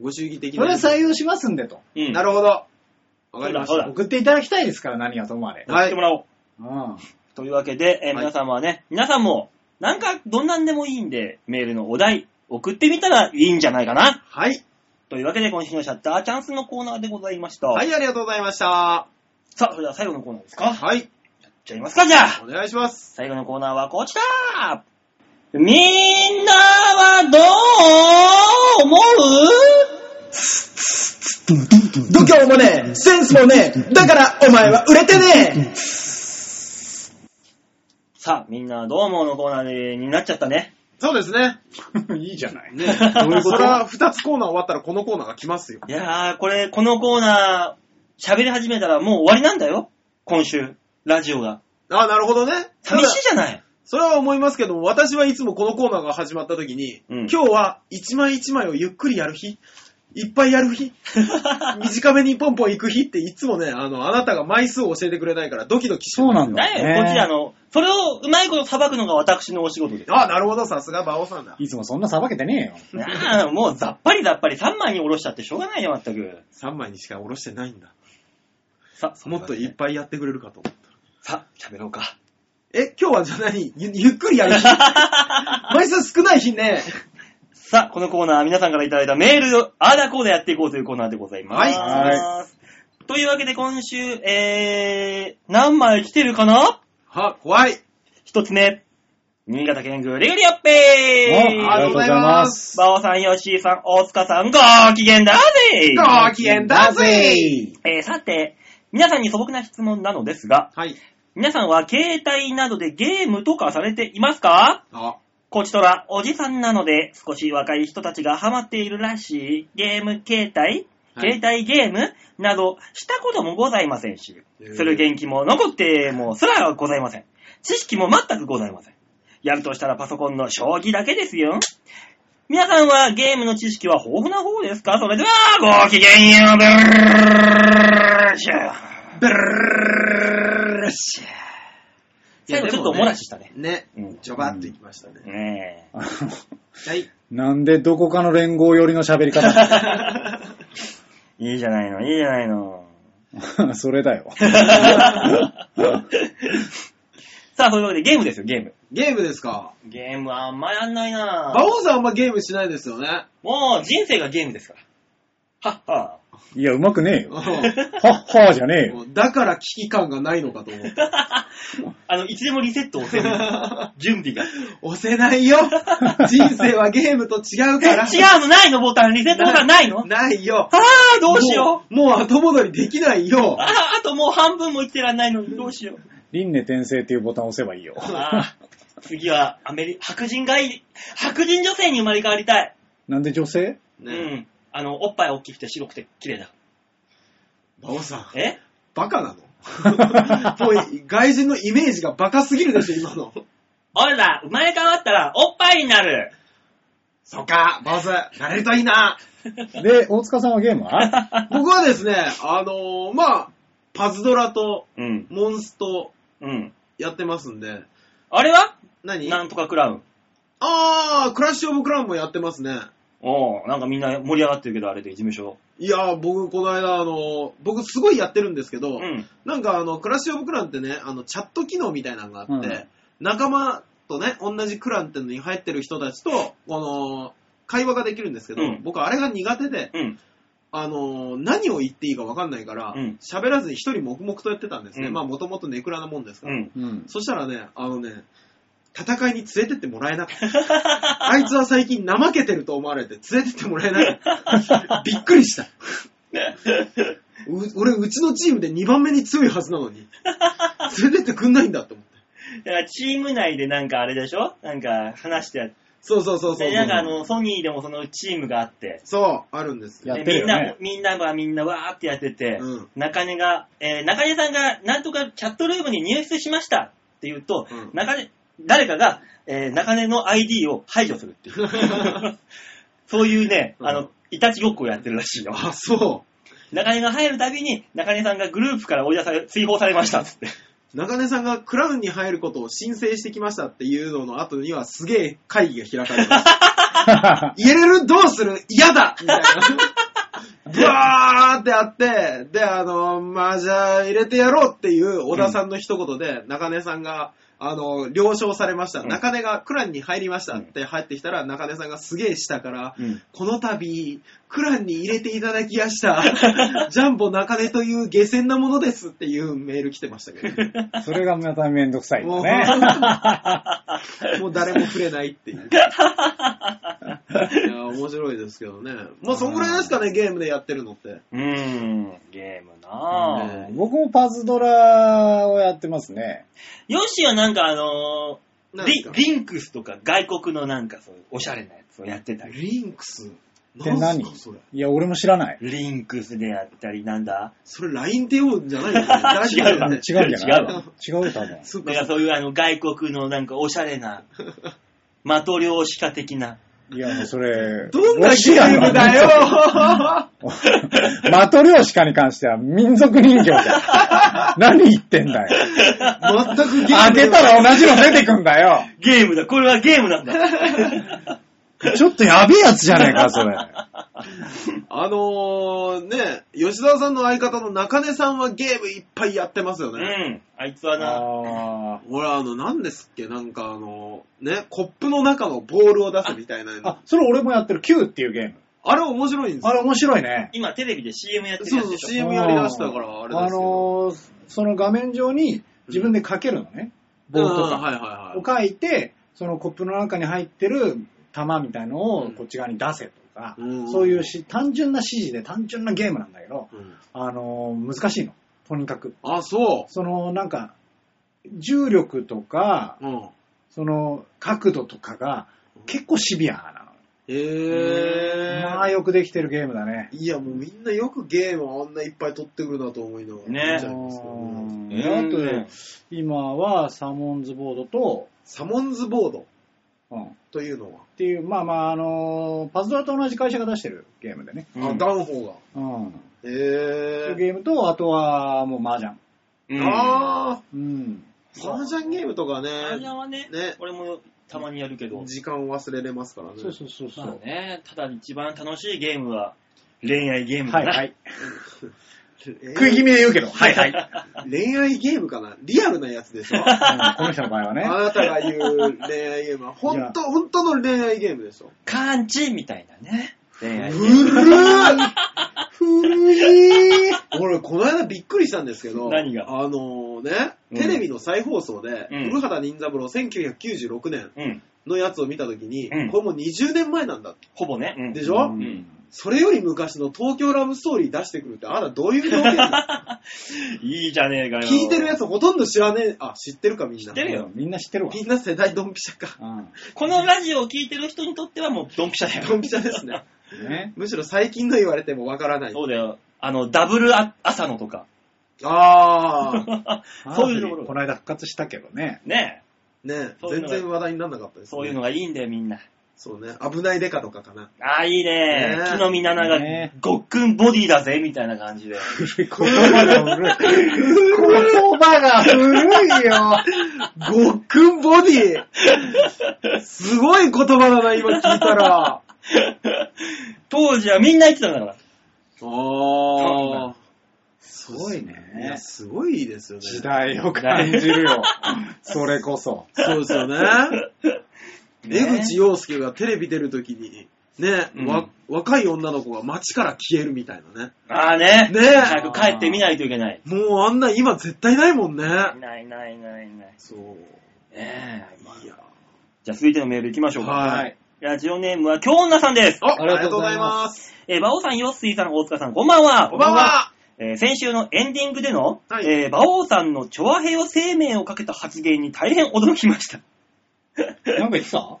Speaker 1: ご祝儀的
Speaker 3: それ
Speaker 1: な。
Speaker 3: は採用しますんでと。
Speaker 2: うん。
Speaker 1: な
Speaker 2: る
Speaker 1: るほど。わかりまし
Speaker 2: そうだ
Speaker 1: た。
Speaker 3: 送っていただきたいですから、何がともあれ。
Speaker 2: やってもらおう。
Speaker 3: うん。
Speaker 2: というわけで、えー
Speaker 1: はい
Speaker 2: 皆様はね、皆さんも、なんか、どんなんでもいいんで、メールのお題、送ってみたらいいんじゃないかな。
Speaker 1: はい。
Speaker 2: というわけで、今週のシャッターチャンスのコーナーでございました。
Speaker 1: はい、ありがとうございました。
Speaker 2: さあ、それでは最後のコーナーですか。いっ
Speaker 1: はい。
Speaker 2: ちゃいますか、じゃあ。
Speaker 1: お願いします。
Speaker 2: 最後のコーナーはこちらみんなはどう思う
Speaker 4: 度胸もねえ、センスもねえ、だからお前は売れてね
Speaker 2: さあ、みんなはどう思うのコーナーになっちゃったね。
Speaker 1: そうですね。
Speaker 3: いいじゃない。
Speaker 1: ねそれは2つコーナー終わったらこのコーナーが来ますよ。
Speaker 2: いやー、これ、このコーナー、喋り始めたらもう終わりなんだよ。今週、ラジオが。
Speaker 1: ああ、なるほどね。
Speaker 2: 寂しいじゃない。
Speaker 1: それは思いますけども、私はいつもこのコーナーが始まった時に、
Speaker 2: うん
Speaker 1: 今日は一枚一枚をゆっくりやる日、いっぱいやる日、 短めにポンポン行く日っていつもね、あの、あなたが枚数を教えてくれないからドキドキして
Speaker 3: そうなんだ。
Speaker 2: だよ、こっちらの、それをうまいこと裁くのが私のお仕事 です。
Speaker 1: ああ、なるほど、さすが馬王さんだ。
Speaker 3: いつもそんなさばけてねえよ。
Speaker 2: なあ、もうざっぱりざっぱり3枚におろしちゃってしょうがないよ、まったく。
Speaker 1: 3枚にしか下ろしてないんだ。
Speaker 2: さあ、
Speaker 1: もっといっぱいやってくれるかと思った。
Speaker 2: さあ、喋ろうか。
Speaker 1: え、今日はじゃあ何ゆゆっくり やる日枚数少ない日ね。
Speaker 2: さあ、このコーナーは皆さんからいただいたメールを、あーだこうでやっていこうというコーナーでございます。
Speaker 1: はい
Speaker 3: は
Speaker 2: というわけで今週、えー、何枚来てるかな
Speaker 1: は、怖い。
Speaker 2: 一つ目。新潟県グリグリアッペ
Speaker 3: お
Speaker 1: あり
Speaker 2: ー
Speaker 1: がとうございま。
Speaker 3: ありがとうございます
Speaker 2: バオさん、ヨッシーさん、大塚さん、ご機嫌だぜ
Speaker 1: ご機嫌だぜ
Speaker 2: えー、さて、皆さんに素朴な質問なのですが、
Speaker 1: はい。
Speaker 2: 皆さんは携帯などでゲームとかされていますか
Speaker 1: あ、
Speaker 2: こちとら、おじさんなので、少し若い人たちがハマっているらしいゲーム携帯、
Speaker 1: はい
Speaker 2: 携帯ゲームなど、したこともございませんし
Speaker 1: え、ー
Speaker 2: する元気も残ってもすらございません。知識も全くございません。やるとしたらパソコンの将棋だけですよ。皆さんはゲームの知識は豊富な方ですかそれでは、ごきげんよう、ブルーシャー。ブルーシャー。最後ちょっとおもらししたね。
Speaker 1: ね。
Speaker 2: うん
Speaker 1: ジョバッといきましたね。
Speaker 2: ねえ。
Speaker 1: はい。
Speaker 3: なんでどこかの連合寄りの喋り方
Speaker 2: いいじゃないの、いいじゃないの。
Speaker 3: それだよ。
Speaker 2: さあ、そういうわけでゲームですよ、ゲーム。
Speaker 1: ゲームですか
Speaker 2: ゲームはあんまやんない
Speaker 1: 馬
Speaker 2: なぁ。
Speaker 1: 王さんあんまゲームしないですよ ね。
Speaker 2: もう人生がゲームですから。はっは。
Speaker 3: いや、うまくねえよ。
Speaker 1: う
Speaker 3: はっはーじゃねえ
Speaker 1: んも
Speaker 3: よ。
Speaker 1: うだから危機感がないのかと思 った。
Speaker 2: あの、いつでもリセットをせ る。準備が。
Speaker 1: 押せないよ人生はゲームと違うから。
Speaker 2: 違うのないのボタン、リセットボタンないの あ
Speaker 1: ないよ
Speaker 2: あ、どうしよ。
Speaker 1: うもうもう後戻りできないう よ
Speaker 2: ああ、あともう半分も生きてらんないのに、どうしよう。
Speaker 3: 輪廻転生っていうボタンを押せばいいよ。
Speaker 2: ああ、次はアメリ、白人がいい、白人女性に生まれ変わりたい。
Speaker 3: なんで女性
Speaker 2: う
Speaker 1: ね
Speaker 2: ん。あの、おっぱい大きくて白くて綺麗だ。
Speaker 1: 馬王さん、
Speaker 2: え
Speaker 1: バカなのもう外人の イメージがバカすぎるでしょ、今の。
Speaker 2: おいら、生まれ変わったらおっぱいになる。
Speaker 1: そっか、坊主、なれるといいな。
Speaker 3: で、大塚さんはゲームは
Speaker 1: 僕はですね、あのーまあ、パズドラと
Speaker 2: うん。
Speaker 1: モンスト
Speaker 2: うん。
Speaker 1: やってますんで、
Speaker 2: あれは
Speaker 1: 何
Speaker 2: なんとかクラウン。
Speaker 1: あー、クラッシュオブクラウンもやってますね。
Speaker 2: おうなんかみんな盛り上がってるけど、あれで事務所。
Speaker 1: いやー、僕、この間、あのー僕すごいやってるんですけ
Speaker 2: う
Speaker 1: ど、
Speaker 2: ん。
Speaker 1: なんかあの、クラッシュオブクラウンってね、あの、チャット機能みたいなのがあって、
Speaker 3: うん
Speaker 1: 仲間とね、同じクランっていうのに入ってる人たちと、この、会話ができるんですけど、
Speaker 2: うん
Speaker 1: 僕あれが苦手で、
Speaker 2: うん。
Speaker 1: あのー何を言っていいか分かんないから
Speaker 2: うん、
Speaker 1: 喋、らずに一人黙々とやってたんですね。
Speaker 2: うん
Speaker 1: まあ、もともとネクラなもんですから。
Speaker 2: うん。
Speaker 3: うん。
Speaker 1: そしたらね、あのね、戦いに連れてって もらえなかった。あいつは最近怠けてると思われて連れてってもらえなかった。 びっくりした。う俺、うちのチームで2番目に強いはずなのに、連れてってくんないんだって思って。
Speaker 2: だからチーム内でなんかあれでしょなんか話してやって。
Speaker 1: そうそうそうそうそう。
Speaker 2: でなんかあの、ソニーでもそのチームがあって。
Speaker 1: そう、あるんですよ。
Speaker 3: や
Speaker 2: で
Speaker 3: ってるよね
Speaker 2: みんな、みんながみんなわーってやってて、
Speaker 1: うん
Speaker 2: 中根が、えー中根さんがなんとかチャットルームに入室しましたって言うと、
Speaker 1: うん
Speaker 2: 中根、誰かが、えー中根の ID を排除するっていう。 そういうね、あ
Speaker 1: う
Speaker 2: の、いたちごっこをやってるら しいよ。
Speaker 1: あ、そ
Speaker 2: 中根が入るたびに、中根さんがグループから追い出され、追放されましたっつって。
Speaker 1: う。中根さんがクラウンに入ることを申請してきましたっていうのの後にはすげえ会議が開かれました。入れるどうする嫌だみたいな。ブワーってあって、で、あの、まあ、じゃあ入れてやろうっていう小田さんの一言で、中根さんが、あの、了承されました。
Speaker 2: うん
Speaker 1: 中根がクランに入りましたって入ってきたら、中根さんがすげえ下から、この度、クランに入れていただきや した。ジャンボ中根という下船なものですっていうメール来てましたけど、
Speaker 3: それがまためんどくさいん
Speaker 1: もう
Speaker 3: だね。
Speaker 1: もう誰も触れないっていう。いや、面白いですけどね。まあ、そんぐらいですかね、ゲームでやってるのって。
Speaker 2: うーん、ゲームなぁ。
Speaker 1: ね
Speaker 3: うん 僕もパズドラをやってますね。
Speaker 2: ヨッシーはなんかあのー
Speaker 1: 何で
Speaker 2: リ
Speaker 1: すか
Speaker 2: リンクスとか外国のなんかそういうおしゃれなやつをやってたり。
Speaker 1: リンクス
Speaker 3: で
Speaker 1: なん
Speaker 3: 何
Speaker 1: すかそれ。
Speaker 3: いや、俺も知らない。
Speaker 2: リンクスでやったり、なんだ
Speaker 1: それ LINE 帝王じゃないよね。大丈夫だよね
Speaker 3: 違うんじゃない
Speaker 2: 違うわ
Speaker 3: 違うよ、多分。
Speaker 1: そっ
Speaker 2: な
Speaker 1: か
Speaker 2: んかそういうあの外国のなんかおしゃれな、マトリョーシカ的な。
Speaker 3: いや、もうそれ、
Speaker 1: どんな
Speaker 3: ロ
Speaker 1: ゲ
Speaker 3: シア
Speaker 1: ーム
Speaker 3: の
Speaker 1: だ よ
Speaker 3: マトリョーシカに関しては民族人形だ。 何言ってんだよ。
Speaker 1: 全くゲームでは
Speaker 3: 開けたら同じの出てくんだよ。
Speaker 2: ゲームだ、これはゲームなんだ。
Speaker 3: ちょっとやべえやつじゃねえか、そ れ。
Speaker 1: あのー、ね、吉沢さんの相方の中根さんはゲームいっぱいやってますよ
Speaker 2: う
Speaker 1: ね。
Speaker 2: ん、あいつはな、
Speaker 3: あ
Speaker 1: 俺、あの、何ですっけなんかあの、ね、コップの中のボールを出すみたいな
Speaker 3: ー
Speaker 1: の
Speaker 3: あ。、それ俺もやってる Q っていうゲーム。
Speaker 1: あれ面白いんです
Speaker 3: あ
Speaker 1: よ。
Speaker 3: れ面白いね。
Speaker 2: 今テレビで CM やってる
Speaker 1: そ
Speaker 2: や
Speaker 1: う
Speaker 2: つ
Speaker 1: そう、
Speaker 2: でしょ。
Speaker 1: CM やりだしたから、あれですけ
Speaker 3: あ
Speaker 1: ど。
Speaker 3: のーその画面上に自分で書けるのね。棒と
Speaker 1: うん
Speaker 3: か
Speaker 1: はいはい
Speaker 3: を
Speaker 1: は
Speaker 3: 書いて、そのコップの中に入ってる玉みたいの
Speaker 1: う
Speaker 3: を
Speaker 1: ん
Speaker 3: こっち側に出せとか、
Speaker 1: うん
Speaker 3: そういうし単純な指示で単純なゲームなんだけど、
Speaker 1: い。うん
Speaker 3: あのー難しいの。とにかく。
Speaker 1: あ、そ
Speaker 3: そのなんか、重力とか、
Speaker 1: う。うん。
Speaker 3: その角度とかが結構シビアなの。
Speaker 1: へえ。
Speaker 3: まあよくできてるゲームだね。
Speaker 1: いや、もうみんなよくゲームをあんないっぱい取ってくるなと思いながら。
Speaker 2: ね
Speaker 1: 見
Speaker 3: う
Speaker 1: ちゃいますけどね
Speaker 3: ん
Speaker 2: え
Speaker 3: で
Speaker 2: ー
Speaker 3: あとで、今はサモンズボードと、
Speaker 1: サモンズボード
Speaker 3: うん、っ
Speaker 1: というのは、
Speaker 3: ていう、まあまあ、あのーパズドラと同じ会社が出してるゲームでね。
Speaker 2: うん
Speaker 1: あ、ダウンフォーが。
Speaker 3: うん。って
Speaker 1: え
Speaker 3: いう
Speaker 1: え
Speaker 3: ゲームと、あとはもう麻雀。
Speaker 2: うん
Speaker 1: ああ、
Speaker 3: うん。
Speaker 1: マージャンゲームとか
Speaker 2: 麻雀
Speaker 1: ね、
Speaker 2: はね
Speaker 1: ね
Speaker 2: 俺もたまにやるけど、
Speaker 1: 時間忘れれますからね。
Speaker 3: そうそうそうそ
Speaker 2: まあ
Speaker 3: う。
Speaker 2: ね、ただ一番楽しいゲームは恋愛ゲーム
Speaker 3: は
Speaker 2: だ
Speaker 3: い
Speaker 2: な。
Speaker 3: はい。
Speaker 1: えー
Speaker 3: 食い気味で言うけど、はいはい。
Speaker 1: 恋愛ゲームかなリアルなやつで しょあ
Speaker 3: うんこの人の場合はね。
Speaker 1: なたが言う恋愛ゲームは、本当本当の恋愛ゲームでしょ
Speaker 2: カンチみたいなね。恋愛ゲー
Speaker 1: 古
Speaker 2: ム。
Speaker 1: い古い俺、この間びっくりしたんですけど、
Speaker 2: 何が
Speaker 1: あのね、
Speaker 2: うん
Speaker 1: テレビの再放送で、
Speaker 2: うん
Speaker 1: 古畑任三郎1996年
Speaker 2: うん。
Speaker 1: のやつを見たときに、
Speaker 2: うん
Speaker 1: これもう20年前なんだって。
Speaker 2: ほぼね。うん
Speaker 1: でしょ、
Speaker 3: うん
Speaker 2: うん
Speaker 1: それより昔の東京ラブストーリー出してくるって、あなたどういう条 件なの
Speaker 2: いいじゃねえかよ。
Speaker 1: 聞いてるやつほとんど知らねえ、あ、知ってるかみんな。
Speaker 2: 知ってるよ
Speaker 3: みんな知ってるわ。
Speaker 1: みんな世代ドンピシ ャか。
Speaker 2: このラジオを聞いてる人にとってはもうドンピシャだ
Speaker 1: ド
Speaker 2: よ
Speaker 1: ン。ピシャですね。
Speaker 3: うん。ね。
Speaker 1: むしろ最近の言われてもわからない。
Speaker 2: そうだよ。あの、ダブルあ朝のとか。
Speaker 1: ああ、
Speaker 2: そういうところ
Speaker 3: この間復活したけどね。
Speaker 2: ね
Speaker 1: ね
Speaker 2: そういうの
Speaker 1: 全
Speaker 2: が
Speaker 1: 然話題にならなかったです、ね。
Speaker 2: そういうのがいいんだよ、みんな。
Speaker 1: そうね。危ないデカとかかな。
Speaker 2: ああ、いいね
Speaker 1: ね。
Speaker 2: 木の実奈々
Speaker 3: ね
Speaker 2: が、ごっくんボディだぜ、みたいな感じで。
Speaker 3: 言葉が古い。言葉が古いよ。
Speaker 1: ごっくんボ ディすごい言葉だな、今聞いたら。あ
Speaker 2: 当時はみんな言ってたんだから。
Speaker 1: あ。
Speaker 3: すごい
Speaker 1: いや、
Speaker 3: ね。
Speaker 1: すごいですよね。
Speaker 3: 時代を感じるよ。それこそ。
Speaker 1: そうです よね。江口洋介がテレビ出るときに、ね、
Speaker 2: うん
Speaker 1: わ若い女の子が街から消えるみたいな ね。
Speaker 2: ああね。
Speaker 1: ね
Speaker 2: 早く帰ってみないといけない。
Speaker 1: もうあんな今絶対ないもんね。
Speaker 2: ないないないない。
Speaker 1: そう。
Speaker 2: ええ
Speaker 1: いや。
Speaker 2: じゃあ続いてのメール行きましょうか。
Speaker 1: はい。
Speaker 2: ラジオネームは京女さんです。
Speaker 1: あ、
Speaker 3: あ
Speaker 1: あ
Speaker 3: り
Speaker 1: り
Speaker 3: が
Speaker 1: が
Speaker 3: と
Speaker 1: と
Speaker 3: う
Speaker 1: うご
Speaker 3: ござ
Speaker 1: ざ
Speaker 3: い
Speaker 1: い
Speaker 3: ま
Speaker 1: ます。
Speaker 2: えー、馬王さん、よっすいさん、大塚さん、こんばんは。
Speaker 1: こんばんは。
Speaker 2: えー先週のエンディングでの、
Speaker 1: はい
Speaker 2: えー馬王さんのチョアヘヨ生命をかけた発言に大変驚きました。
Speaker 3: なんか言ってた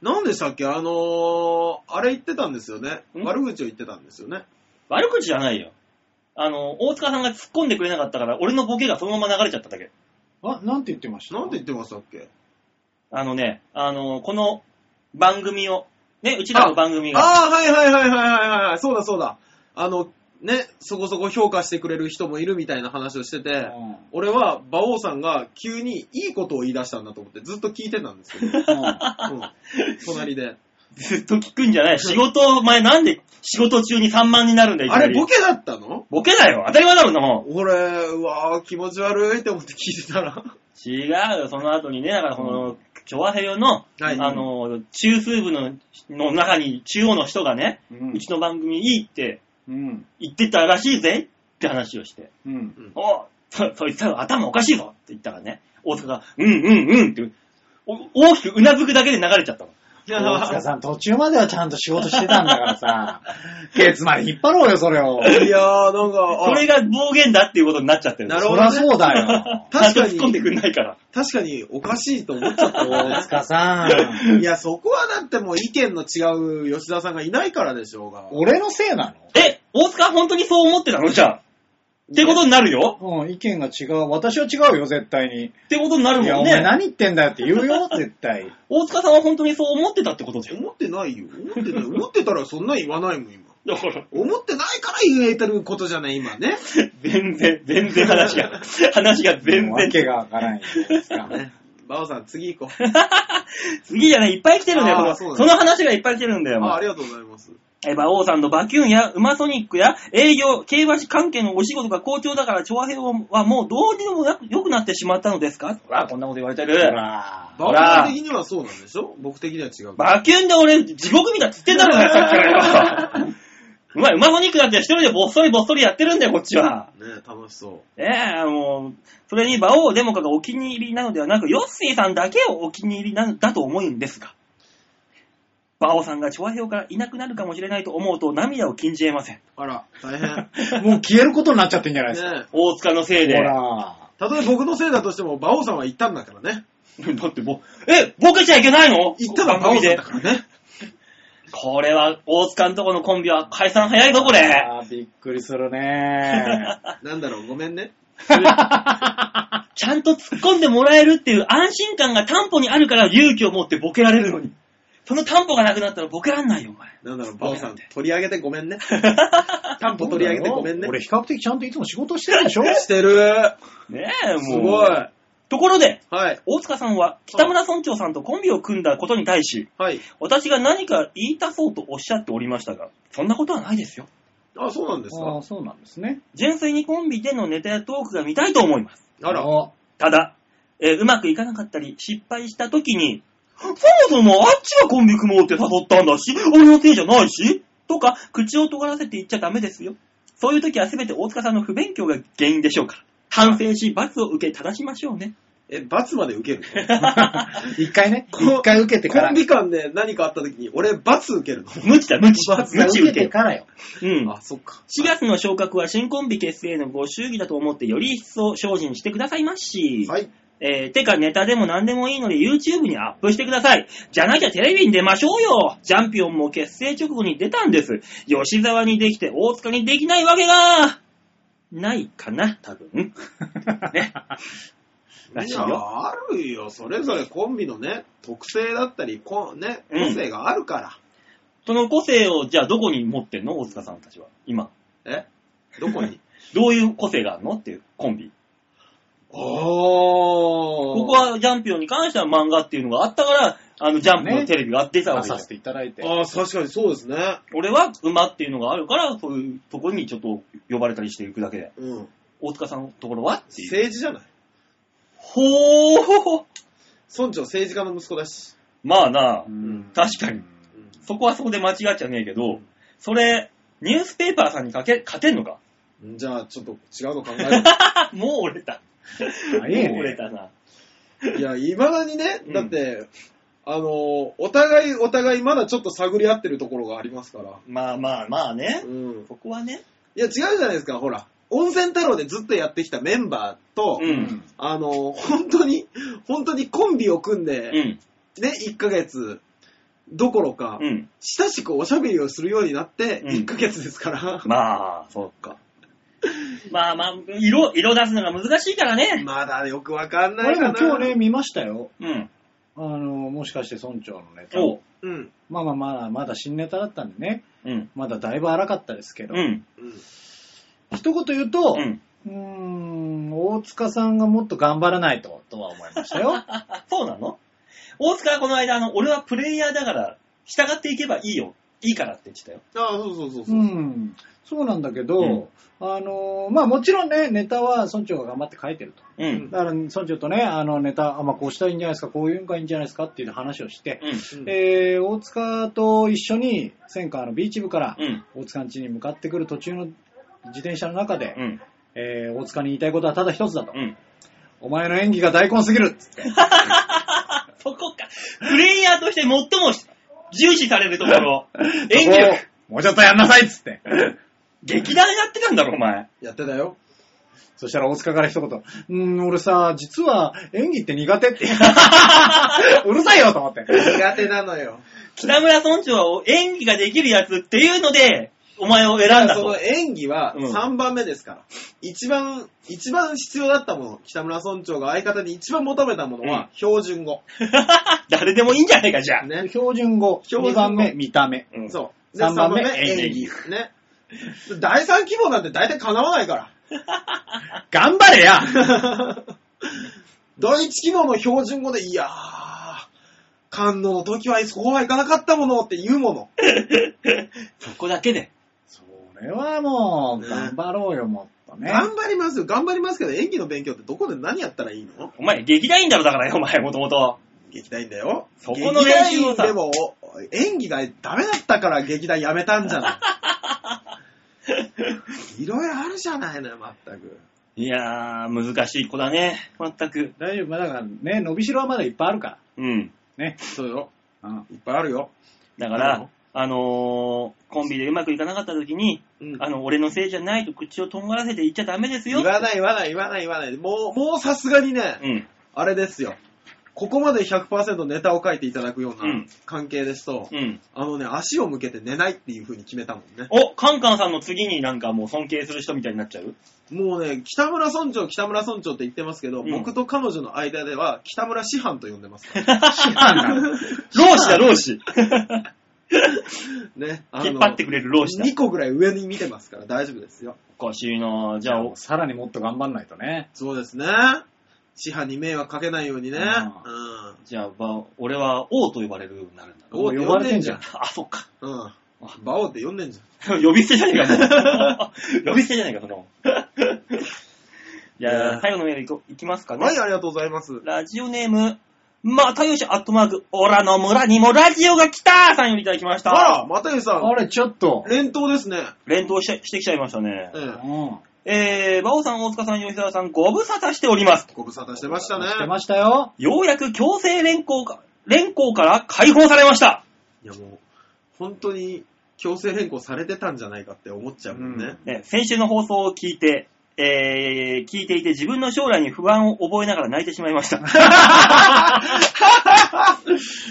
Speaker 1: 何でしたっけあのー、あれ言ってたんですよね。
Speaker 2: ん
Speaker 1: 悪口を言ってたんですよね。
Speaker 2: 悪口じゃないよ。あの、大塚さんが突っ込んでくれなかったから、俺のボケがそのまま流れちゃっただけ。
Speaker 3: あ、なんて言ってました
Speaker 1: なんて言ってましたっけ
Speaker 2: あのね、あの、この番組を、ね、うちらの番組が、
Speaker 1: ああ、はいはいはいはいはいはい。そうだそうだ。あの、ね、そこそこ評価してくれる人もいるみたいな話をしてて、
Speaker 3: うん
Speaker 1: 俺は馬王さんが急にいいことを言い出したんだと思ってずっと聞いてたんですけ ど、うん隣で。
Speaker 2: ずっと聞くんじゃない。仕事、お前なんで仕事中に3万になるんだよ、いき
Speaker 1: あ
Speaker 2: な
Speaker 1: れ
Speaker 2: り
Speaker 1: ボケだったの
Speaker 2: ボケだよ。当たり前だろ、そんなもん。
Speaker 1: 俺、うわー気持ち悪いって思って聞いてた ら。
Speaker 2: 違うよ、その後にね、だからこの、チョアヘヨの、
Speaker 1: はい
Speaker 2: あの、中枢部のの中に中央の人がね、
Speaker 3: う
Speaker 2: うんちの番組いいって
Speaker 3: うん。
Speaker 2: 言ってたらしいぜって話をして、
Speaker 3: うん。
Speaker 2: おそそいつは頭おかしいぞって言ったからね、大阪が、うんうんうんって、お大きくうなずくだけで流れちゃったの。
Speaker 3: 大塚さん、途中まではちゃんと仕事してたんだからさ、ケツまで引っ張ろうよ、それを。
Speaker 1: いやー、なんか、あ
Speaker 2: それが暴言だっていうことになっちゃってる。
Speaker 1: なる
Speaker 3: そ
Speaker 1: ほ
Speaker 3: り
Speaker 1: ど
Speaker 3: ゃ
Speaker 1: ね
Speaker 3: そうだよ。
Speaker 1: 確か
Speaker 2: ちゃんと突っ込んでく
Speaker 1: に、
Speaker 2: んないから。
Speaker 1: 確かにおかしいと思っちゃ ったよね
Speaker 3: 大塚さん、
Speaker 1: いや、そこはだってもう意見の違う吉田さんがいないからでしょうが。
Speaker 3: 俺のせいな
Speaker 2: え、大塚本当にそう思ってたのじゃあ。ってことになるよ。
Speaker 3: のうん、意見が違う。私は違うよ、絶対に。
Speaker 2: ってことになる
Speaker 3: いや、
Speaker 2: も
Speaker 3: お
Speaker 2: ん
Speaker 3: 前
Speaker 2: ね。
Speaker 3: 何言ってんだよって言うよ、絶対。
Speaker 2: 大塚さんは本当にそう思ってたってことだよ。
Speaker 1: 思ってないよ。思ってない。思ってたらそんな言わないもん、今。
Speaker 2: だから、
Speaker 1: 思ってないから言えてることじゃない、今ね。
Speaker 2: 全然、全然話が、話が全
Speaker 3: もう訳
Speaker 2: 然。
Speaker 3: がわからんよ。大塚
Speaker 1: ねバオさん、次行こ
Speaker 2: 次じゃない、いっぱい来てるんだよ、
Speaker 1: あー
Speaker 2: この
Speaker 1: そう
Speaker 2: そ
Speaker 1: なんだ
Speaker 2: の話がいっぱい来てるんだ
Speaker 1: う。
Speaker 2: よ、もう
Speaker 1: あありがとうございます。
Speaker 2: え馬王さんのバキュンや、ウマソニックや、営業、競馬士関係のお仕事が好調だから、調和平はもうどうにでもなく良くなってしまったのですかわあ、こんなこと言われて
Speaker 3: ほ
Speaker 2: る。
Speaker 3: ら。
Speaker 1: バオさん的にはそうなんでしょ僕的には違う。
Speaker 2: バキュンで俺、地獄見たっつってんだろう が、さっきから よ。うまい、馬ソニックだって一人でぼっそりぼっそりやってるんだよ、こっちは。
Speaker 1: ね楽しそう。
Speaker 2: ええもう、それに馬王デモカがお気に入りなのではなく、ヨッシーさんだけをお気に入りなんだと思うんですが、馬王さんが調和表からいなくなるかもしれないと思うと涙を禁じ得ません。
Speaker 1: あら、大 変。
Speaker 3: もう消えることになっちゃってんじゃないですか。
Speaker 1: ね
Speaker 2: 大塚のせいで。
Speaker 3: ほ
Speaker 2: だ
Speaker 3: ら。
Speaker 1: たとえ僕のせいだとしても、馬王さんは言ったんだからね。
Speaker 2: ってもう、え、ボケちゃいけないの
Speaker 1: 言ったのは馬王さんだから ね。
Speaker 2: これは大塚のとこのコンビは解散早いぞ、これ。
Speaker 3: あーびっくりするね。
Speaker 1: なんだろう、ごめんね。
Speaker 2: ちゃんと突っ込んでもらえるっていう安心感が担保にあるから勇気を持ってボケられるのに。その担保がなくなったらボケらんないよ、お前。
Speaker 1: なんだろう、馬王さん、取り上げてごめん ね。担保取り上げてごめんね。
Speaker 3: 俺比較的ちゃんといつも仕事してるでしょ
Speaker 1: してる。
Speaker 2: ねえ、もう。
Speaker 1: すごい。
Speaker 2: ところで、
Speaker 1: はい。
Speaker 2: 大塚さんは北村村長さんとコンビを組んだことに対し、
Speaker 1: はい。
Speaker 2: 私が何か言いたそうとおっしゃっておりましたが、そんなことはないですよ。
Speaker 1: あ、そうなんです
Speaker 3: あ
Speaker 1: か
Speaker 3: あ、。そうなんですね。
Speaker 2: 純粋にコンビでのネタやトークが見たいと思います。
Speaker 1: あら。
Speaker 3: お
Speaker 2: ただ、えーうまくいかなかったり、失敗した時に、そもそもあっちがコンビ組もうって誘ったんだし、俺のせいじゃないし、とか、口を尖らせて言っちゃダメですよ。そういう時は全て大塚さんの不勉強が原因でしょうから。反省し、罰を受け正しましょうね。
Speaker 1: え、罰まで受ける
Speaker 3: 一回ね、
Speaker 1: こ
Speaker 3: 一回受けてか
Speaker 1: コ
Speaker 3: ら
Speaker 1: ン。ビ間で何かあった時に、俺、罰受けるの。
Speaker 2: 無知だ、無知。
Speaker 3: 一
Speaker 2: 無
Speaker 3: 回
Speaker 2: 知受
Speaker 3: 受け
Speaker 2: け
Speaker 3: て
Speaker 2: よ。
Speaker 3: からよ。
Speaker 2: うん。
Speaker 1: あ、そっか。
Speaker 2: 4月の昇格は新コンビ結成へのご祝儀だと思ってより一層精進してくださいまし。
Speaker 1: はい。
Speaker 2: えー、てかネタでも何でもいいので YouTube にアップしてください。じゃなきゃテレビに出ましょうよ。ジャンピオンも結成直後に出たんです。吉沢にできて大塚にできないわけが。ないかな、多分。ね。らしい
Speaker 1: いや、
Speaker 2: よ。
Speaker 1: あるよ。それぞれコンビのね、特性だったり、こね、
Speaker 2: うん
Speaker 1: 個性があるから。
Speaker 2: その個性を、じゃあどこに持ってんの大塚さんたちは。今。
Speaker 1: えどこ に
Speaker 2: どういう個性があるのっていうコンビ。
Speaker 1: ああ。こ
Speaker 2: ここ、はジャンピオンに関しては漫画っていうのがあったから、あの、ジャンプのテレビが出た
Speaker 6: 出
Speaker 2: わけじゃ
Speaker 6: さ
Speaker 2: ん
Speaker 6: せていただいて。
Speaker 1: ああ、確かにそうですね。
Speaker 2: 俺は馬っていうのがあるから、そういうところにちょっと呼ばれたりしていくだけで。
Speaker 1: うん。
Speaker 2: 大塚さんのところはっていう。
Speaker 1: 政治じゃない
Speaker 2: ほー
Speaker 1: 村長政治家の息子だし。
Speaker 2: まあな
Speaker 6: う、ん
Speaker 2: 確かに
Speaker 1: うん
Speaker 2: そこはそこで間違っちゃねえけど、それ、ニュースペーパーさんにかけ、勝てんのか
Speaker 1: じゃあ、ちょっと違うの考えよ
Speaker 2: あ、もう折れた。もう
Speaker 3: いいね
Speaker 2: 折れたな。
Speaker 1: ういや、いまだにね
Speaker 2: うん、
Speaker 1: だって、あのー、お互いお互いまだちょっと探り合ってるところがありますから。
Speaker 2: まあまあまあね
Speaker 1: う。ん。
Speaker 2: そこはね。
Speaker 1: いや、違うじゃないですか、ほら。温泉太郎でずっとやってきたメンバーと、
Speaker 2: う。
Speaker 6: うん
Speaker 1: あのー、本当に、本当にコンビを組ん
Speaker 2: う
Speaker 1: で、
Speaker 2: ん。
Speaker 1: ね、1ヶ月どころか、
Speaker 2: うん。
Speaker 1: 親しくおしゃべりをするようになって、
Speaker 2: うん
Speaker 1: 1ヶ月ですから、
Speaker 2: まあ、そうか。まあまあ、色、色出すのが難しいからね。
Speaker 1: まだよくわかんない
Speaker 3: 俺
Speaker 1: か
Speaker 3: も
Speaker 1: な。
Speaker 3: 今日ね、見ましたよ。
Speaker 2: うん。
Speaker 3: あの、もしかして村長のネタ
Speaker 2: お
Speaker 3: を
Speaker 2: う。。
Speaker 1: うん。
Speaker 3: まあまあまだ、まだ新ネタだったんでね。
Speaker 2: うん。
Speaker 3: まだだいぶ荒かったですけど。
Speaker 2: うん。
Speaker 1: うん。
Speaker 3: 一言言うと、
Speaker 2: うん。
Speaker 3: うーん、大塚さんがもっと頑張らないと、とは思いまし たよ。
Speaker 2: あ、そうなの大塚はこの間、あの、俺はプレイヤーだから、従っていけばいいよ。いいからって言ってたよ。
Speaker 1: ああ、そうそうそうそうう。
Speaker 3: ん、そうなんだけど、
Speaker 2: うん
Speaker 3: あのーまあもちろんね、ネタは村長が頑張って書いてると。
Speaker 2: うん。
Speaker 3: だから村長とね、あのネタ、あまあ、こうしたらいいんじゃないですか、こういうのがいいんじゃないですかっていう話をして、
Speaker 2: うん。
Speaker 1: うん
Speaker 3: えー、大塚と一緒に、戦火のビーチ部から、
Speaker 2: うん。
Speaker 3: 大塚ん家に向かってくる途中の自転車の中で、
Speaker 2: うん。
Speaker 3: えー、大塚に言いたいことはただ一つだと。
Speaker 2: うん。
Speaker 3: お前の演技が大根すぎるっつって。
Speaker 2: そこか。プレイヤーとして最も重視されるとこ ろ。 演技力。
Speaker 3: もうちょっとやんなさいっつって。
Speaker 2: 劇団やってたんだろ、お前。
Speaker 1: やってたよ。
Speaker 3: そしたら大塚から一言、うーん、俺さ、実は演技って苦手って。 うるさいよと思って。
Speaker 1: 苦手なのよ。
Speaker 2: 北村村長は演技ができるやつっていうので、お前を選んだ
Speaker 1: そ
Speaker 2: と
Speaker 1: の。演技は
Speaker 2: うん
Speaker 1: 3番目ですから。一番、一番必要だったもの、北村村長が相方に一番求めたものは、標準語。
Speaker 2: 誰でもいいんじゃないか、じゃあ。
Speaker 1: ね。
Speaker 3: 標準語、
Speaker 1: 標準語
Speaker 3: 2番目、見た目。
Speaker 2: うん
Speaker 1: そう。
Speaker 3: 三番目
Speaker 1: 三
Speaker 3: 演技。
Speaker 1: ね。第3希望なんて大体叶わないから。
Speaker 3: 頑張れや
Speaker 1: 第一希望の標準語で、いやー、感動の時はそこはいかなかったものって言うもの。
Speaker 2: そこだけで。
Speaker 3: それはもう、頑張ろうよ、もっとね。
Speaker 1: 頑張りますよ、頑張りますけど、演技の勉強ってどこで何やったらいいの
Speaker 2: お前、劇団員だろ、だからよ、お前、もともと。
Speaker 1: 劇団員だよ。
Speaker 2: そこの練習をさ
Speaker 1: 劇団員でも、演技がダメだったから劇団やめたんじ ゃない。いろいろあるじゃないのよ、全く。
Speaker 2: いやー、難しい子だね。まったく。
Speaker 3: 大丈夫、まあだからね、伸びしろはまだいっぱいあるか
Speaker 2: うん。
Speaker 3: ら。ね。
Speaker 1: そうよ。
Speaker 3: うん
Speaker 1: いっぱいあるよ。
Speaker 2: だか
Speaker 1: う
Speaker 2: ら
Speaker 1: ん、
Speaker 2: あのー、コンビでうまくいかなかった時に、
Speaker 1: うん
Speaker 2: あの、俺のせいじゃないと口をとんがらせて言っちゃダメですよ。
Speaker 1: 言わない、言わない、言わない、言わない。もう、もうさすがにね、
Speaker 2: うん。
Speaker 1: あれですよ。ここまで100%ネタを書いていただくよう
Speaker 2: うん
Speaker 1: な関係ですと、
Speaker 2: うん。
Speaker 1: あのね、足を向けて寝ないっていう風に決めたもんね。
Speaker 2: お、カンカンさんの次になんかもう尊敬する人みたいになっちゃ う
Speaker 1: もうね、北村村長、北村村長って言ってますけど、
Speaker 2: うん
Speaker 1: 僕と彼女の間では、北村師範と呼ん でますから。
Speaker 2: 老子だ、老子。
Speaker 1: ね。あの
Speaker 2: 引っ張ってくれる老子だ。
Speaker 1: 2個ぐらい上に見てますから大丈夫ですよ。
Speaker 2: おかしいなぁ。じゃあ、お
Speaker 3: さらにもっと頑張んないとね。
Speaker 1: そうですね。師範に迷惑かけないようにね。うん。
Speaker 2: じゃあ、ば、俺は王と呼ばれるようになるんだろ
Speaker 1: 王って
Speaker 3: も
Speaker 1: 呼
Speaker 3: う
Speaker 1: んでんじゃん。
Speaker 2: あ、そっか。
Speaker 1: うん。馬王って呼んでんじゃん。
Speaker 2: 呼び捨てじゃねえか、 もう呼び捨てじゃねえか、その。じゃあ、最後のメールいこいきますかね。
Speaker 1: はい、ありがとうございます。
Speaker 2: ラジオネーム、またよし、アットマーク、オラの村にもラジオが来たさんよりいただきました。
Speaker 1: あら、またゆさ
Speaker 3: あ
Speaker 1: ん、
Speaker 3: れ、ちょっと。
Speaker 1: 連投ですね。
Speaker 2: 連投してしてきちゃいましたね。
Speaker 1: ええ
Speaker 3: うん。
Speaker 2: えー、馬王さん、大塚さん、吉沢さん、ご無沙汰しております。
Speaker 1: ご無沙汰してましたね。
Speaker 3: してましたよ。
Speaker 2: ようやく強制連行か、連行から解放されました。
Speaker 1: いやもう、本当に強制変更されてたんじゃないかって思っちゃうもんね。
Speaker 2: ね、先週の放送を聞いて、えー、聞いていて自分の将来に不安を覚えながら泣いてしまいま した。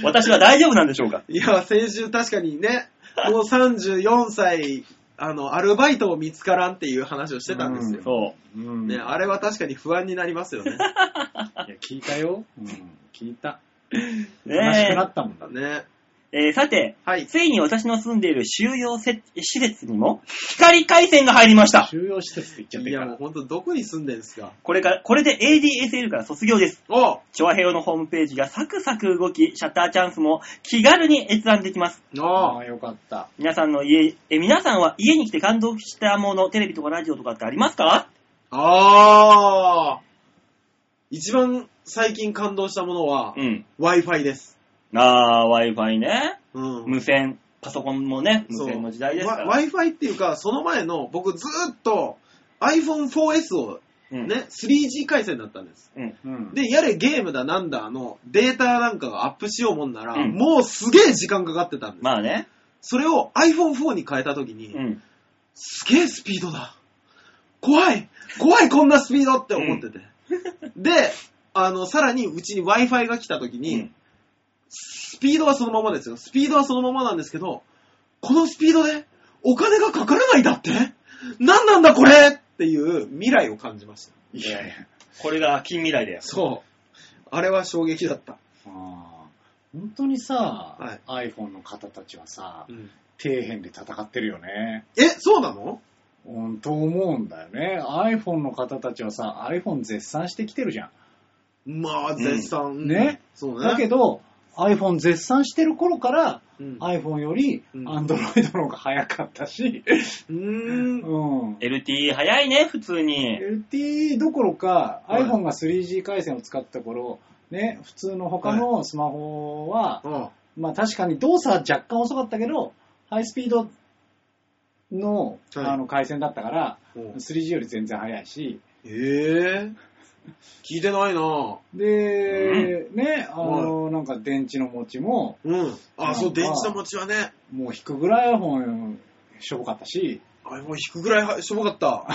Speaker 2: 私は大丈夫なんでしょうか
Speaker 1: いや、先週確かにね、もう34歳あの、アルバイトを見つからんっていう話をしてたんですよ。
Speaker 3: そう。
Speaker 2: うん
Speaker 1: ね、あれは確かに不安になりますよね。
Speaker 3: いや、聞いたよ。うん、聞いた。
Speaker 2: ね
Speaker 3: 悲しくなったもんだね。
Speaker 1: ね。
Speaker 2: えーさて、
Speaker 1: はい。
Speaker 2: ついに私の住んでいる収容せ施設にも光回線が入りました。
Speaker 3: 収容施設って言っちゃって
Speaker 1: い
Speaker 3: るか
Speaker 1: や、も
Speaker 3: ら
Speaker 1: う。ほんと、どこに住んでんすか。
Speaker 2: これから、これで ADSL から卒業です。
Speaker 1: お
Speaker 2: チョアヘヨのホームページがサクサク動き、シャッターチャンスも気軽に閲覧できます。
Speaker 1: お
Speaker 3: ああ、よかった。
Speaker 2: 皆さんの家、え、皆さんは家に来て感動したもの、テレビとかラジオとかってありますか
Speaker 1: ああ一番最近感動したものは、
Speaker 2: ん。
Speaker 1: Wi-Fi です。
Speaker 2: あー、Wi-Fi ね。
Speaker 1: うん。
Speaker 2: 無線。パソコンもね、無線の時代ですか
Speaker 1: わ
Speaker 2: ら。
Speaker 1: Wi-Fi っていうか、その前の、僕ずーっと iPhone4S を
Speaker 2: うん
Speaker 1: ね、3G 回線だったんです。
Speaker 2: うん。
Speaker 3: うん。
Speaker 1: で、やれゲームだなんだのデータなんかがアップしようもんなら、
Speaker 2: うん
Speaker 1: もうすげえ時間かかってたんです。
Speaker 2: まあね。
Speaker 1: それを iPhone4 に変えた時に、
Speaker 2: うん。
Speaker 1: すげえスピードだ怖い怖いこんなスピードって思ってて。で、あの、さらにうちに Wi-Fi が来た時に、
Speaker 2: うん
Speaker 1: スピードはそのままですよ。スピードはそのままなんですけど、このスピードでお金がかからないだって何なんだこれっていう未来を感じました。
Speaker 3: いやいや。
Speaker 2: これが近未来だよ。
Speaker 1: そう。あれは衝撃だった。
Speaker 3: あー本当にさ、
Speaker 1: は
Speaker 3: iPhone の方たちはさ、底辺で戦ってるよね。
Speaker 1: え、そうなの
Speaker 3: 本当思うんだよね。iPhone の方たちはさ、iPhone 絶賛してきてるじゃ
Speaker 1: まあ、絶賛。
Speaker 3: ん。ね。
Speaker 1: そうね。
Speaker 3: だけど、iPhone 絶賛してる頃から、
Speaker 1: うん
Speaker 3: iPhone より
Speaker 1: うん
Speaker 3: Android の方が早かった し、
Speaker 1: うーん。
Speaker 3: うん。
Speaker 2: LTE 早いね、普通に。
Speaker 3: LTE どころか、
Speaker 1: はい
Speaker 3: iPhone が 3G 回線を使った頃、ね、普通の他のスマホは、
Speaker 1: あ
Speaker 3: まあ確かに動作は若干遅かったけど、ハイスピードの,、
Speaker 1: はい
Speaker 3: あの回線だったから、
Speaker 1: うん
Speaker 3: 3G より全然早いし、
Speaker 1: ええ聞いてないな
Speaker 3: で、ね、あの、なんか電池の持ちも、
Speaker 1: うん。
Speaker 3: なん
Speaker 1: あ、
Speaker 3: か
Speaker 1: そう、電池の持ちはね、
Speaker 3: もう引くぐらい iPhone しょぼかったし、
Speaker 1: あれもう引くぐらいしょぼかった。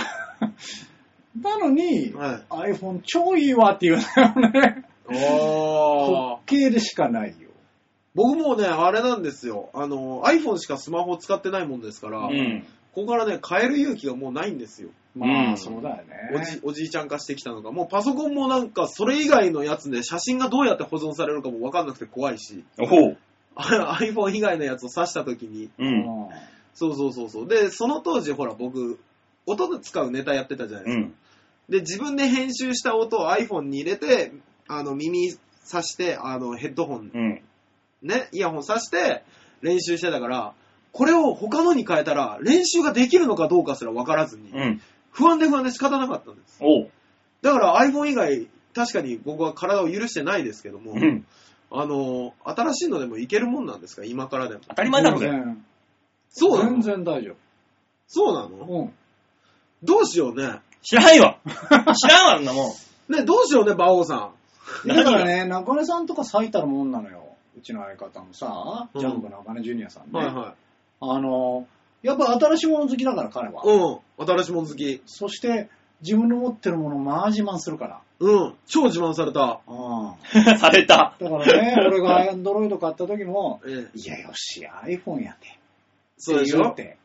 Speaker 3: なのに、
Speaker 1: はい。
Speaker 3: iPhone 超いいわっていうのよね。
Speaker 1: あ
Speaker 3: 滑
Speaker 1: あ。
Speaker 3: 稽でしかないよ。
Speaker 1: 僕もうね、あれなんですよ。あの、iPhone しかスマホを使ってないもんですから、
Speaker 2: うん。
Speaker 1: ここからね、変える勇気がもうないんですよ。
Speaker 3: ま
Speaker 2: う
Speaker 3: あ、
Speaker 2: ん
Speaker 3: そうだよね。
Speaker 1: おじおじいちゃん化してきたのが。もうパソコンもなんか、それ以外のやつで、写真がどうやって保存されるかもわかんなくて怖いし、
Speaker 2: ほう。
Speaker 1: あ iPhone 以外のやつを挿した時に、
Speaker 2: う。
Speaker 3: うんん
Speaker 1: そうそうそうそう。で、その当時、ほら、僕、音で使うネタやってたじゃないですか。
Speaker 2: うん。
Speaker 1: で、自分で編集した音を iPhone に入れて、あの、耳挿して、あの、ヘッドホン、
Speaker 2: うん。
Speaker 1: ね、イヤホン挿して、練習してたから、これを他のに変えたら、練習ができるのかどうかすら分からずに、
Speaker 2: うん。
Speaker 1: 不安で不安で仕方なかったんです。
Speaker 2: おう。
Speaker 1: だから iPhone 以外、確かに僕は体を許してないですけども、
Speaker 2: うん。
Speaker 1: あの、新しいのでもいけるもんなんですか今からでも。
Speaker 2: 当たり前だろ、それ
Speaker 3: 全然
Speaker 1: そうな
Speaker 3: 全
Speaker 1: の
Speaker 3: 然大丈
Speaker 1: そうなの
Speaker 3: 夫。うん。
Speaker 1: どうしようね。
Speaker 2: 知らんよ。知らんわ、あんなもん。
Speaker 1: ね、どうしようね、馬王さ
Speaker 3: だからね、中根さんとか最たるもんなのよ。うちの相方のさ、
Speaker 1: うん
Speaker 3: ジャンプ中根ジュニアさん
Speaker 1: ん。
Speaker 3: ね。
Speaker 1: はいは
Speaker 3: あの、やっぱ新しいもの好きだから彼は。
Speaker 1: い。うん。新しいもん好き。
Speaker 3: そして、自分の持ってるものをまあ自慢するから。
Speaker 1: うん。超自慢された。
Speaker 3: う ん。
Speaker 2: された。
Speaker 3: だか らね、俺が Android 買った時も、
Speaker 1: ええ
Speaker 3: いやよし、iPhone やて。
Speaker 1: そうでし
Speaker 3: 言
Speaker 1: ょ
Speaker 3: っ、て。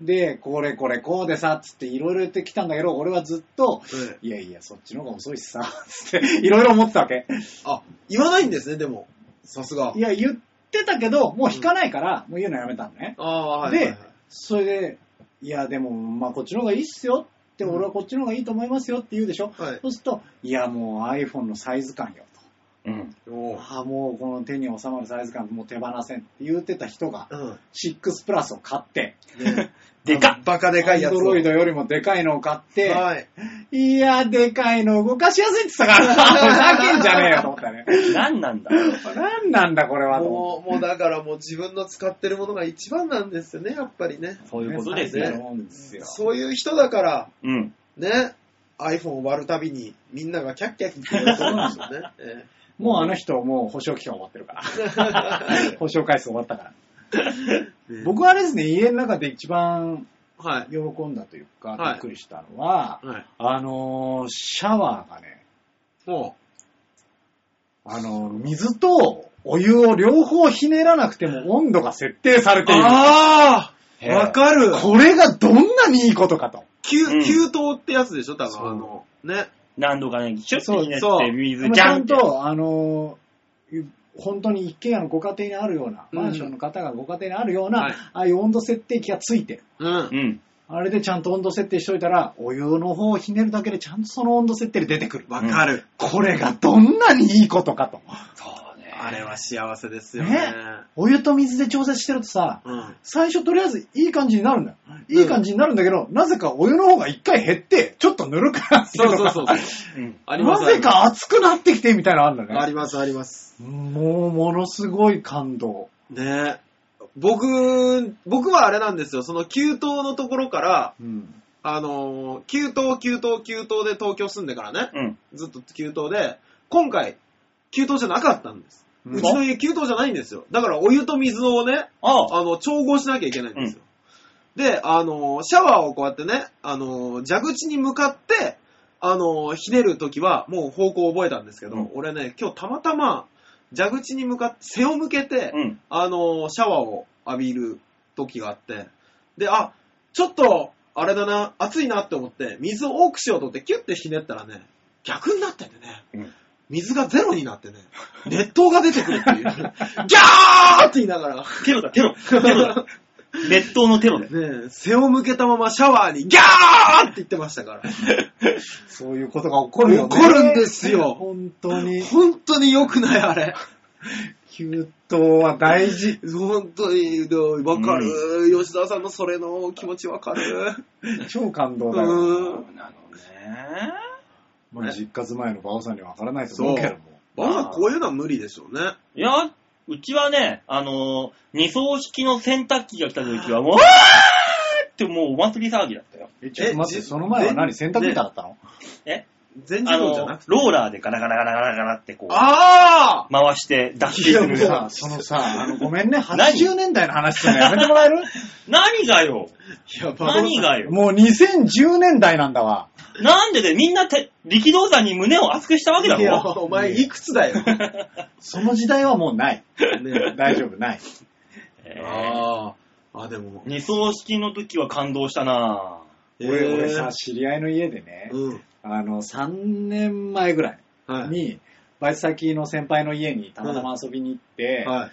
Speaker 3: で、これこれこうでさ、つっていろいろ言ってきたんだけど、俺はずっと、
Speaker 1: ええ
Speaker 3: いやいや、そっちの方が遅いしさ、つって、いろいろ思ってたわけ。
Speaker 1: あ、言わないんですね、でも。さすが
Speaker 3: い。や、言ってたけど、もう引かないから、もう言うのやめたのね。
Speaker 1: ああ、はいはいはい。
Speaker 3: で、それで、いや、でも、まあ、こっちの方がいいっすよって、
Speaker 1: うん
Speaker 3: 俺はこっちの方がいいと思いますよって言うでしょ。
Speaker 1: はい
Speaker 3: そうすると、いや、もう iPhone のサイズ感よ
Speaker 2: うん。
Speaker 1: お
Speaker 3: と。
Speaker 1: う
Speaker 3: ああ、もうこの手に収まるサイズ感、もう手放せんって言ってた人が、
Speaker 1: うん。
Speaker 3: 6プラスを買って、
Speaker 1: ね
Speaker 2: でかっ。
Speaker 1: バカでかいやつを。
Speaker 3: Android よりもでかいのを買って、
Speaker 1: はい。
Speaker 3: いや、でかいの動かしやすいって言って たから、ふざけんじゃねえよと思ったね。
Speaker 2: なんなんだ。
Speaker 3: なんなんだこれはと思っ
Speaker 1: もう、もうだからもう自分の使ってるものが一番なんですよね、やっぱりね。
Speaker 2: そう
Speaker 3: て。
Speaker 2: いうことです
Speaker 1: ね
Speaker 3: 最
Speaker 2: よ。
Speaker 3: 高なんですよ
Speaker 1: そういう人だから、
Speaker 2: うん。
Speaker 1: ね、iPhone を割るたびにみんながキャッキャッキャッ言ってるんですよね。え
Speaker 3: もうあの人はもう保証期間終わってる から。保証回数終わったから。
Speaker 1: え
Speaker 3: 僕はあれですね、家の中で一番
Speaker 1: はい。
Speaker 3: 喜んだというか、び
Speaker 1: はい
Speaker 3: っくりしたのは、
Speaker 1: はい。
Speaker 3: あのーシャワーがね、
Speaker 1: も
Speaker 3: あのー水とお湯を両方ひねらなくても温度が設定され
Speaker 1: う。
Speaker 3: ている。
Speaker 1: ああ
Speaker 3: へえ
Speaker 1: わかる。
Speaker 3: これがどんなにいいことかと。
Speaker 1: 給、
Speaker 2: うん
Speaker 1: 給湯ってやつでしょ多
Speaker 3: そう
Speaker 1: 分、あの、ね。
Speaker 2: 何度かね、シュッとひねっ
Speaker 1: そうそ
Speaker 2: て
Speaker 1: う
Speaker 2: 水
Speaker 3: ち
Speaker 2: ジャ
Speaker 3: ゃ
Speaker 2: ンっ
Speaker 3: ん
Speaker 2: て。
Speaker 3: と、あのー、本当に一軒家のご家庭にあるような、マンションの方がご家庭にあるような、
Speaker 1: はい
Speaker 3: ああいう温度設定器がついてる。
Speaker 1: うん
Speaker 2: う。ん。
Speaker 3: あれでちゃんと温度設定しといたら、お湯の方をひねるだけでちゃんとその温度設定で出てくる。
Speaker 1: わかる、
Speaker 3: これがどんなにいいことかと。
Speaker 2: そうね。
Speaker 1: あれは幸せですよね。
Speaker 3: お湯と水で調節してるとさ、
Speaker 1: うん。
Speaker 3: 最初とりあえずいい感じになるんだよ。いい感じになるんだけど、なぜかお湯の方が一回減って、ちょっとぬるくなって
Speaker 1: そう
Speaker 3: と
Speaker 1: そう
Speaker 3: か
Speaker 1: そ
Speaker 2: う
Speaker 1: う。
Speaker 2: ん。
Speaker 1: ありま
Speaker 3: な
Speaker 1: す。
Speaker 3: ぜか熱くなってきてみたいなのあるん
Speaker 1: あ
Speaker 3: だね。
Speaker 1: ります、あります。
Speaker 3: もう、ものすごい感動。
Speaker 1: ね僕、僕はあれなんですよ。その給湯のところから、
Speaker 3: うん。
Speaker 1: あのー給湯、給湯、給湯で東京住んでからね、
Speaker 2: うん。
Speaker 1: ずっと給湯で、今回、給湯じゃなかったんです。
Speaker 3: うん
Speaker 1: うちの家給湯じゃないんですよ。だからお湯と水をね、
Speaker 2: ああ。
Speaker 1: あの、調合しなきゃいけないんですよ。で、あのーシャワーをこうやってね、あのー蛇口に向かって、あのーひねるときは、もう方向を覚えたんですけど、
Speaker 2: うん
Speaker 1: 俺ね、今日たまたま、蛇口に向かって、背を向けて、
Speaker 2: うん。
Speaker 1: あの、シャワーを浴びる時があって、で、あ、ちょっと、あれだな、暑いなって思って、水を多くしようと思って、キュッてひねったらね、逆になっててね、
Speaker 2: うん
Speaker 1: 水がゼロになってね、熱湯が出てくるっていう、ギャーって言いながら、
Speaker 2: テロだ、テロ。テロだ。熱湯のテロだよ。
Speaker 1: ねえ、背を向けたままシャワーにギャーって言ってましたから。
Speaker 3: そういうことが起こるよね。
Speaker 1: 起こるんですよ
Speaker 3: 本当に。
Speaker 1: 本当に良くない、あれ。
Speaker 3: 給湯は大事。
Speaker 1: 本当に、わかる、吉田さんのそれの気持ちわかる。
Speaker 3: 超感動だよ。
Speaker 1: うん。
Speaker 2: なるほどね。
Speaker 3: まあ実家住まいの馬尾さんにはわからないと思うけども。
Speaker 1: バオさん、こういうのは無理でしょうね。
Speaker 2: いや、うちはね、あのー、二層式の洗濯機が来た時は、もう、わーってもうお祭り騒ぎだったよ。
Speaker 3: え、ちょっと待っ
Speaker 1: え
Speaker 3: て、その前は何
Speaker 1: え
Speaker 3: 洗濯板だったの
Speaker 2: え
Speaker 1: 全
Speaker 2: あ
Speaker 1: 自動
Speaker 2: の
Speaker 1: じゃなく
Speaker 2: ー
Speaker 1: て、。
Speaker 2: ローラーでガラガラガラガラガラってこう、
Speaker 1: ああ
Speaker 2: 回して脱
Speaker 3: い
Speaker 2: 水する。
Speaker 3: さ、そのさ、あの、ごめ んね、
Speaker 2: 何
Speaker 3: 80年代の話するのやめてもらえる
Speaker 2: 何がよ
Speaker 1: いや、馬王さん
Speaker 2: 何がよ
Speaker 3: もう2010年代なんだわ。
Speaker 2: なんでで、みんなて力道山に胸を熱くしたわけだ
Speaker 1: いや、
Speaker 2: ろ
Speaker 1: お前いくつだよ。ね
Speaker 3: その時代はもうない。大丈夫、ない。
Speaker 2: えー
Speaker 1: ああ。あ、でも。
Speaker 2: 二層式の時は感動したな
Speaker 3: 俺、
Speaker 1: えー
Speaker 3: 俺さ、知り合いの家でね、
Speaker 1: うん。
Speaker 3: あの、3年前ぐらい
Speaker 1: はい。
Speaker 3: に、バイト先の先輩の家にたまたま遊びに行って、
Speaker 1: はい。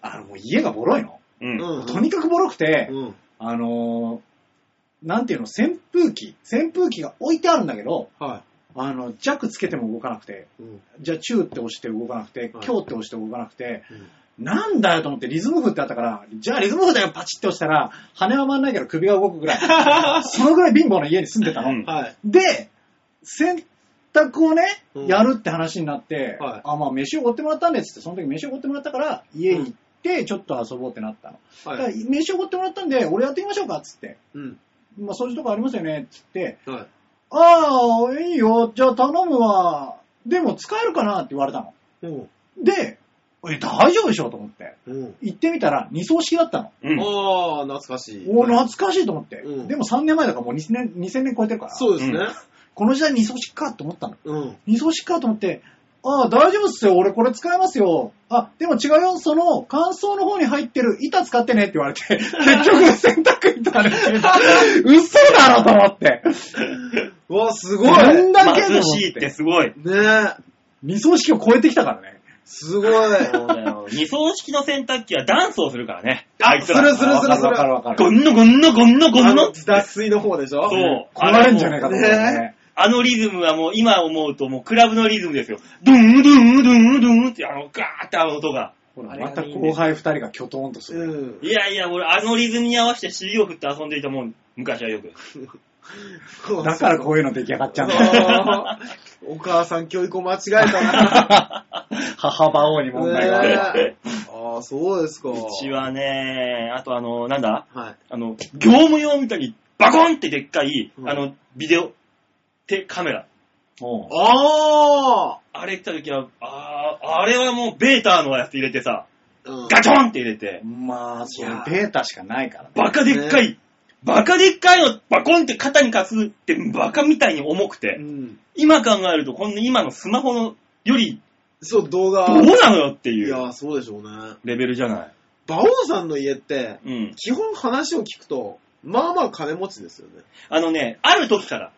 Speaker 3: あの、もう家がボロいの。
Speaker 2: う。
Speaker 1: うんん。
Speaker 3: とにかくボロくて、
Speaker 1: うん。
Speaker 3: あのー、なんていうの、扇風機、扇風機が置いてあるんだけど、
Speaker 1: は
Speaker 3: あの、弱つけても動かなくて、
Speaker 1: い。うん。
Speaker 3: じゃあ中って押して動かなくて、
Speaker 1: はい
Speaker 3: 強って押して動かなくて、なんだよと思ってリズム符ってあったから、じゃあリズム符だよパチって押したら、羽は回んないけど首が動くぐらい。 そのぐらい貧乏な家に住んでたの。
Speaker 2: うん
Speaker 1: はい。
Speaker 3: で、洗濯をね、
Speaker 1: うん
Speaker 3: やるって話になって、
Speaker 1: はい
Speaker 3: あ、まあ飯を奢ってもらったんですって、その時飯を奢ってもらったから、家に行ってちょっと遊ぼうってなったの。だか
Speaker 1: は
Speaker 3: ら
Speaker 1: い。
Speaker 3: 飯を奢ってもらったんで、俺やってみましょうかっつって。
Speaker 1: うん。
Speaker 3: まあそういうとこありますよねっつって、
Speaker 1: はい。
Speaker 3: ああ、いいよ、じゃあ頼むわ。でも使えるかなって言われたの。
Speaker 1: うん。
Speaker 3: で、え、大丈夫でしょと思って。
Speaker 1: うん。
Speaker 3: 行ってみたら二層式だったの。
Speaker 2: うん。
Speaker 1: ああ、懐かしい。
Speaker 3: お懐かしいと思って。
Speaker 1: うん
Speaker 3: でも3年前だからもう2000年 ,2000 年超えてるから。
Speaker 1: そうですね。
Speaker 3: この時代二層式かと思ったの。
Speaker 1: うん。
Speaker 3: 二層式かと思って、ああ、大丈夫っすよ。俺これ使えますよ。あ、でも違うよ。その、乾燥の方に入ってる板使ってねって 言われて、結局洗濯板で決めた。嘘だろと思って。
Speaker 1: うわ、すごい。
Speaker 3: どん
Speaker 1: ね
Speaker 3: だけと思
Speaker 2: 貧
Speaker 3: っ
Speaker 2: しいって
Speaker 3: て。
Speaker 2: すごい。
Speaker 1: え。
Speaker 3: 二層式を超えてきたからね。
Speaker 1: すごい。
Speaker 2: そうだよ。二層式の洗濯機はダンスをするからね。
Speaker 1: あ
Speaker 2: あいつら。
Speaker 1: するする
Speaker 3: あわかるわかるわか
Speaker 2: ゴ
Speaker 3: る。
Speaker 2: ンのゴンのゴンのゴ
Speaker 1: あ
Speaker 2: ン
Speaker 1: の
Speaker 2: の。
Speaker 1: 脱水の方でしょ
Speaker 2: そう。
Speaker 3: 壊れんじゃねえかと思っ
Speaker 1: ね
Speaker 3: てね。
Speaker 2: あのリズムはもう今思うともうクラブのリズムですよ。ドゥンドゥンドゥンドゥンってあのガーってあの音が。
Speaker 3: ほら、
Speaker 2: あれが
Speaker 3: また
Speaker 2: いいんで
Speaker 3: 後
Speaker 2: す
Speaker 3: 輩二人がキョトンとする。
Speaker 1: うん。
Speaker 2: いやいや、俺あのリズムに合わせて尻を振って遊んでいたもん、昔はよく。
Speaker 3: だからこういうの出来上がっちゃうんだよ。
Speaker 1: あーお母さん教育を間違えた な。
Speaker 3: 母馬王に問題がある。
Speaker 1: ねえああ、そうですか。
Speaker 2: うち。はね、あとあの、なんだ
Speaker 1: はい。
Speaker 2: あの、業務用みたいにバコンってでっかい、
Speaker 1: うん
Speaker 2: あの、ビデオ、てカメラ。
Speaker 3: も
Speaker 1: ああ
Speaker 2: あれ来た時は、あーあれはもうベータのやつ入れてさ、
Speaker 1: うん
Speaker 2: ガチョンって入れて
Speaker 3: う、まあ、そ
Speaker 1: いや
Speaker 3: のデータしかないからね。
Speaker 2: バカでっかい、バカでっかいのバコンって肩にかすってバカみたいに重くて、
Speaker 1: うん。
Speaker 2: 今考えると、こんな今のスマホのより
Speaker 1: そう、動画。
Speaker 2: どうなのよって
Speaker 1: い
Speaker 2: いう
Speaker 1: や、そうでしょうね。
Speaker 2: レベルじゃない。
Speaker 1: 馬王さんの家って、
Speaker 2: うん。
Speaker 1: 基本話を聞くと、まあまあ金持ちですよね。
Speaker 2: あのね、ある時から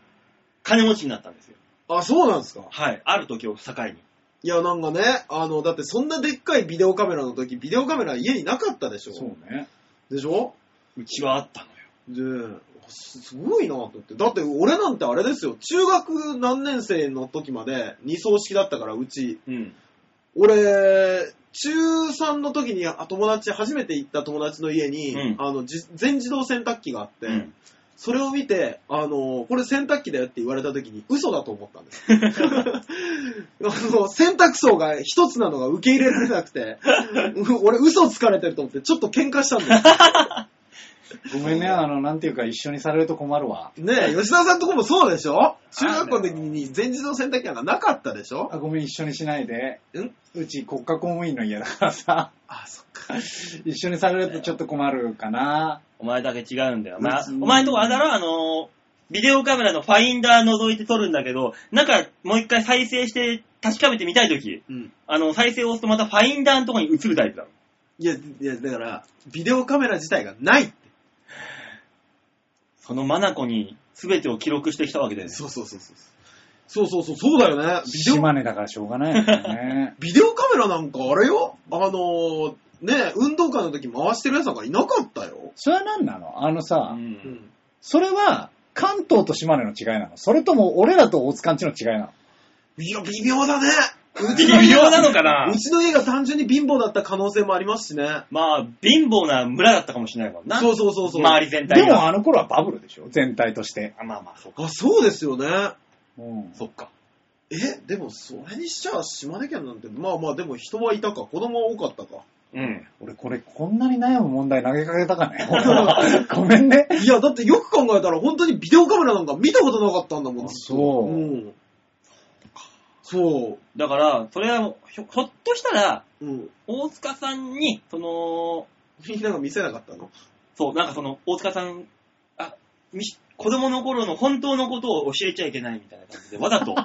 Speaker 2: 金持ちになったんですよ。
Speaker 1: あ、そうなんですか
Speaker 2: はい。ある時を境に。
Speaker 1: いや、なんかね、あの、だってそんなでっかいビデオカメラの時、ビデオカメラ家になかったでしょ
Speaker 3: ね。
Speaker 1: でしょ
Speaker 2: うちはあったのよ。
Speaker 1: で、すすごいなと思って。だって俺なんてあれですよ、中学何年生の時まで二層式だったから、うち。
Speaker 2: うん。
Speaker 1: 俺、中3の時にあ友達、初めて行った友達の家に、
Speaker 2: うん
Speaker 1: あの、じ全自動洗濯機があって、
Speaker 2: うん
Speaker 1: それを見て、あの、これ洗濯機だよって言われた時に嘘だと思ったんで す。あの、洗濯槽が一つなのが受け入れられな くて、う俺嘘つかれてると思ってちょっと喧嘩したんです。
Speaker 3: ごめんね、あの、なんていうか一緒にされると困るわ。
Speaker 1: ねえ、吉田さんとこもそうでしょ中学校の時に全自動洗濯機なんかなかったでしょ
Speaker 3: あ、ごめん、一緒にしないで。
Speaker 1: ん
Speaker 3: うち国家公務員の家だからさ、
Speaker 1: あ、そっか。
Speaker 3: 一緒にされるとちょっと困るかな。
Speaker 2: お前だけ違うんだよ。お前、
Speaker 3: うん
Speaker 2: お前んとこあれだろ、あのー、ビデオカメラのファインダー覗いて撮るんだけど、なんかもう一回再生して確かめてみたいとき、
Speaker 1: うん。
Speaker 2: あの、再生を押すとまたファインダーのとこに映るタイプだろ。
Speaker 1: いや、いや、だから、ビデオカメラ自体がないって。
Speaker 2: そのマナコに全てを記録してきたわけです。
Speaker 1: そうそうそうそう。そうそうそう、そうだよね。ビデオ。
Speaker 3: 島根だからしょうがないよね
Speaker 1: ビデオカメラなんかあれよあのー、ね、運動会の時回してるやつなんかいなかったよ。
Speaker 3: それは何なのあの
Speaker 2: う。
Speaker 3: さ、
Speaker 1: うんん。
Speaker 3: それは関東と島根の違いなのそれとも俺らと大塚んちの違いなの
Speaker 1: いや、微妙だね。う
Speaker 2: 微
Speaker 1: ちの家
Speaker 2: 妙
Speaker 1: が
Speaker 2: なのかな
Speaker 1: うちの家が単純に貧乏だった可能性もありますしね。
Speaker 2: まあ、貧乏な村だったかもしれないもんな。
Speaker 1: そうそうそうそう。
Speaker 2: 周り全体
Speaker 3: で
Speaker 2: が。
Speaker 3: もあの頃はバブルでしょ全体として。
Speaker 2: あまあまあ、そうか。
Speaker 1: あ、そうですよね。
Speaker 3: うん。
Speaker 2: そっか。
Speaker 1: え、でもそれにしちゃ島根県なんて、まあまあでも人はいたか、子供は多かったか。
Speaker 2: うん。
Speaker 3: 俺これこんなに悩む問題投げかけたかね ごめんね。
Speaker 1: いや、だってよく考えたら本当にビデオカメラなんか見たことなかったんだもん。
Speaker 3: あそう
Speaker 1: うん。そ
Speaker 2: だから、それはひょ、ひょっとしたら、
Speaker 1: う。うん。
Speaker 2: 大塚さんに、その、
Speaker 1: みんなが見せなかったの
Speaker 2: そう、なんかその、大塚さん、あ、みし子供の頃の本当のことを教えちゃいけないみたいな感じで、わ ざと、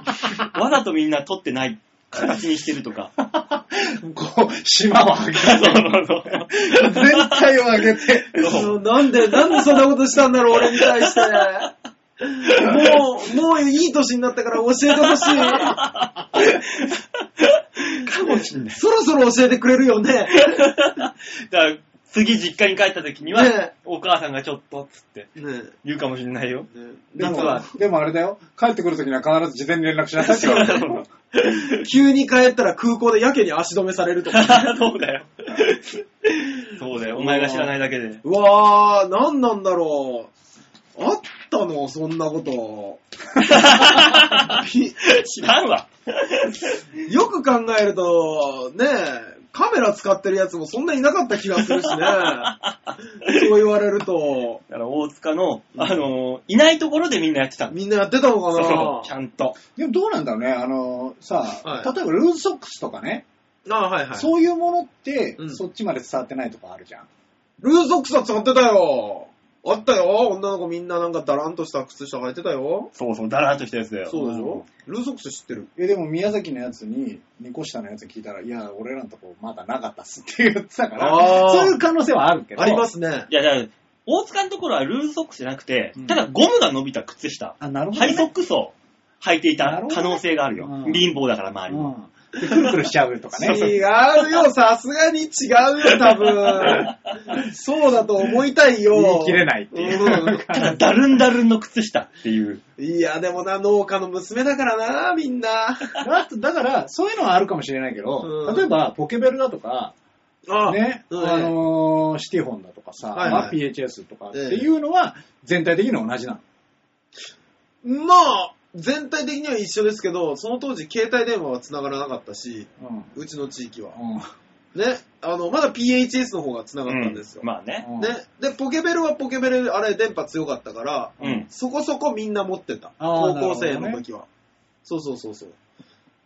Speaker 2: わざとみんな撮ってない形にしてると か。
Speaker 3: こう、島を上げ
Speaker 2: そうそう
Speaker 3: て、
Speaker 2: そう
Speaker 3: 全体を上げて。
Speaker 2: そう
Speaker 1: うんなんで、なんでそんなことしたんだろう、俺に対して。もう、もういい年になったから教えてほしい。そろそろ教えてくれるよ
Speaker 2: だ
Speaker 1: ね。
Speaker 2: から、次実家に帰った時には、
Speaker 1: ね
Speaker 2: お母さんがちょっと、つって
Speaker 1: え。ね
Speaker 2: 言うかもしれないよ。
Speaker 1: え。ねえ
Speaker 3: で
Speaker 1: なんか
Speaker 3: も、でもあれだよ。帰ってくるときには必ず事前に連絡しなさいって言われたよ。
Speaker 1: 急に帰ったら空港でやけに足止めされると か。
Speaker 2: そうだよ。そうだよ。お前が知らないだけで。
Speaker 1: うわー、なんなんだろう。あったのそんなこと。び
Speaker 2: 知らんわ。
Speaker 1: よく考えると、ねえ、カメラ使ってるやつもそんないなかった気がするし ね。そう言われると、
Speaker 2: だから大塚の、あのーいないところでみんなやってたんだ
Speaker 1: みんなやってたのか
Speaker 2: そ
Speaker 1: な
Speaker 2: うちゃんと。
Speaker 3: でもどうなんだろうね。あの、さ、
Speaker 1: はい
Speaker 3: 例えばルーズソックスとかね、
Speaker 1: あはいはい。
Speaker 3: そういうものって、
Speaker 1: うん
Speaker 3: そっちまで伝わってないとかあるじゃん。
Speaker 1: ルーズソックスは使ってたよ。あったよ。女の子みんななんかダランとした靴下履いてたよ。
Speaker 2: そうそう、だらーっとしたやつだよ。
Speaker 1: そうでしょルーズソックス知ってる。
Speaker 3: え、でも宮崎のやつに、二個下のやつ聞いたら、いや、俺らのとこまだなかったっすって言ってたから
Speaker 1: あ、ー
Speaker 3: そういう可能性はあるけど。
Speaker 1: ありま。すね。
Speaker 2: いや、だから、大塚のところはルーズソックスじゃなくて、
Speaker 3: うん
Speaker 2: ただゴムが伸びた靴下、
Speaker 3: あ、なるほど、
Speaker 2: ハ
Speaker 3: ね。
Speaker 2: イソックスを履いてい
Speaker 3: な
Speaker 2: た
Speaker 3: るほどね
Speaker 2: 可能性があるよ。
Speaker 3: うん
Speaker 2: 貧乏だから周りも。
Speaker 3: うん。で、くるくるしちゃうとかね。
Speaker 1: 違うよ。さすがに違うよ、多 分。そうだと思いたいよ。
Speaker 3: 言い切れないっていう。
Speaker 1: うん
Speaker 2: ただ、ダルンダルンの靴下っていう。
Speaker 1: いや、でもな、農家の娘だからな、みんな。
Speaker 3: だだから、そういうのはあるかもしれないけど、
Speaker 1: うん
Speaker 3: 例えば、ポケベルだとか、
Speaker 1: あ
Speaker 3: ね、
Speaker 1: うん
Speaker 3: あのーシティホンだとかさ、
Speaker 1: はいはい
Speaker 3: まあ PHS とかっていうのは、全体的には同じなの。
Speaker 1: まあ、全体的には一緒ですけど、その当時携帯電話は繋がらなかったし、
Speaker 3: うん。
Speaker 1: うちの地域は。
Speaker 3: うん
Speaker 1: ね、あの、まだ PHS の方が繋がったんですよ。
Speaker 2: まあね。
Speaker 3: うん
Speaker 1: ね、で、ポケベルはポケベルで、あれ、電波強かったから、
Speaker 2: うん。
Speaker 1: そこそこみんな持ってた。
Speaker 3: あー
Speaker 1: 高校生の時は、そうそうそうそう。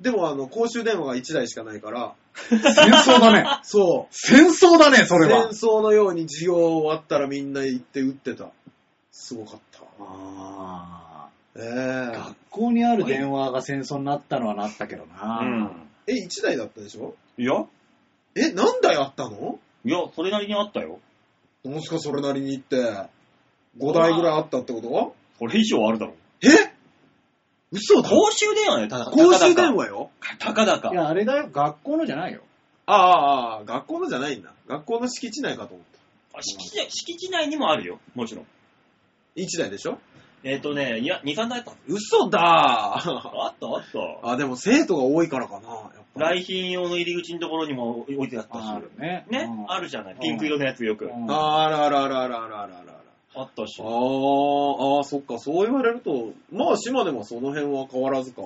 Speaker 1: でも、あの、公衆電話が1台しかないから、
Speaker 3: 戦争だね。
Speaker 1: そう。
Speaker 3: 戦争だね、それ
Speaker 1: 戦
Speaker 3: は。
Speaker 1: 争のように需要終わったらみんな行って打ってた。すごかった。
Speaker 3: あ
Speaker 1: え
Speaker 3: ー学校にある電話が戦争になったのはなったけど
Speaker 2: う
Speaker 3: な。
Speaker 2: ん。
Speaker 1: え。え、1台だったでしょ
Speaker 2: いや
Speaker 1: え、何台あったの
Speaker 2: いや、それなりにあったよ。
Speaker 1: 何すかそれなりにって。5台ぐらいあったってこと
Speaker 2: これ以上あるだろ。
Speaker 1: え嘘だ
Speaker 2: 公衆電話ね、ただ
Speaker 1: 公衆電話よ
Speaker 2: たかだか。
Speaker 3: いや、あれだよ、学校のじゃないよ。
Speaker 1: ああああ、学校のじゃないんだ。学校の敷地内かと思った。
Speaker 2: あ敷地内敷地内にもあるよ、もちろん。
Speaker 1: 1台でしょ
Speaker 2: えっ、とね、いや、2、3台あった。
Speaker 1: 嘘だ
Speaker 2: あった、あった。
Speaker 1: あ、でも生徒が多いからかな。やっぱり
Speaker 2: 来賓用の入り口のところにも置いてあったし。
Speaker 3: あるね。
Speaker 2: ね、
Speaker 3: うん
Speaker 2: あるじゃない。ピンク色のやつよく。
Speaker 3: うん
Speaker 1: ああらあらあらあらあらあらあら。
Speaker 2: あったし
Speaker 1: あ。ーあー、そっか、そう言われると、まあ、島でもその辺は変わらずか。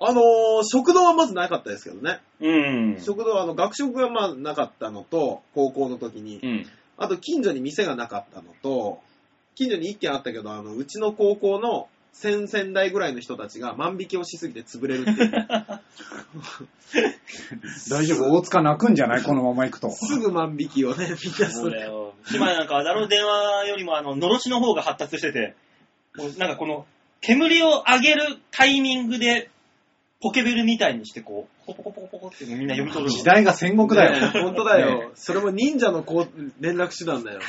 Speaker 1: あのー食堂はまずなかったですけどね。
Speaker 2: うん。
Speaker 1: 食堂は、あの、学食がまあなかったのと、高校の時に
Speaker 2: う。ん。
Speaker 1: あと、近所に店がなかったのと、近所に一軒あったけど、あの、うちの高校の先々代ぐらいの人たちが万引きをしすぎて潰れるって いう。
Speaker 3: 大丈夫、大塚泣くんじゃないこのまま行くと。
Speaker 1: すぐ万引きをね、みんなす
Speaker 2: そ
Speaker 1: る。
Speaker 2: れを。今なんか、あの電話よりも、あの、のろしの方が発達してて、もうなんかこの、煙を上げるタイミングで、ポケベルみたいにして、こう、ポコポコポコポコってみんな読み取るの
Speaker 3: 時代が戦国だよ。
Speaker 1: ね本当だ
Speaker 3: ね
Speaker 1: よ。それも忍者のこう連絡手段だよ。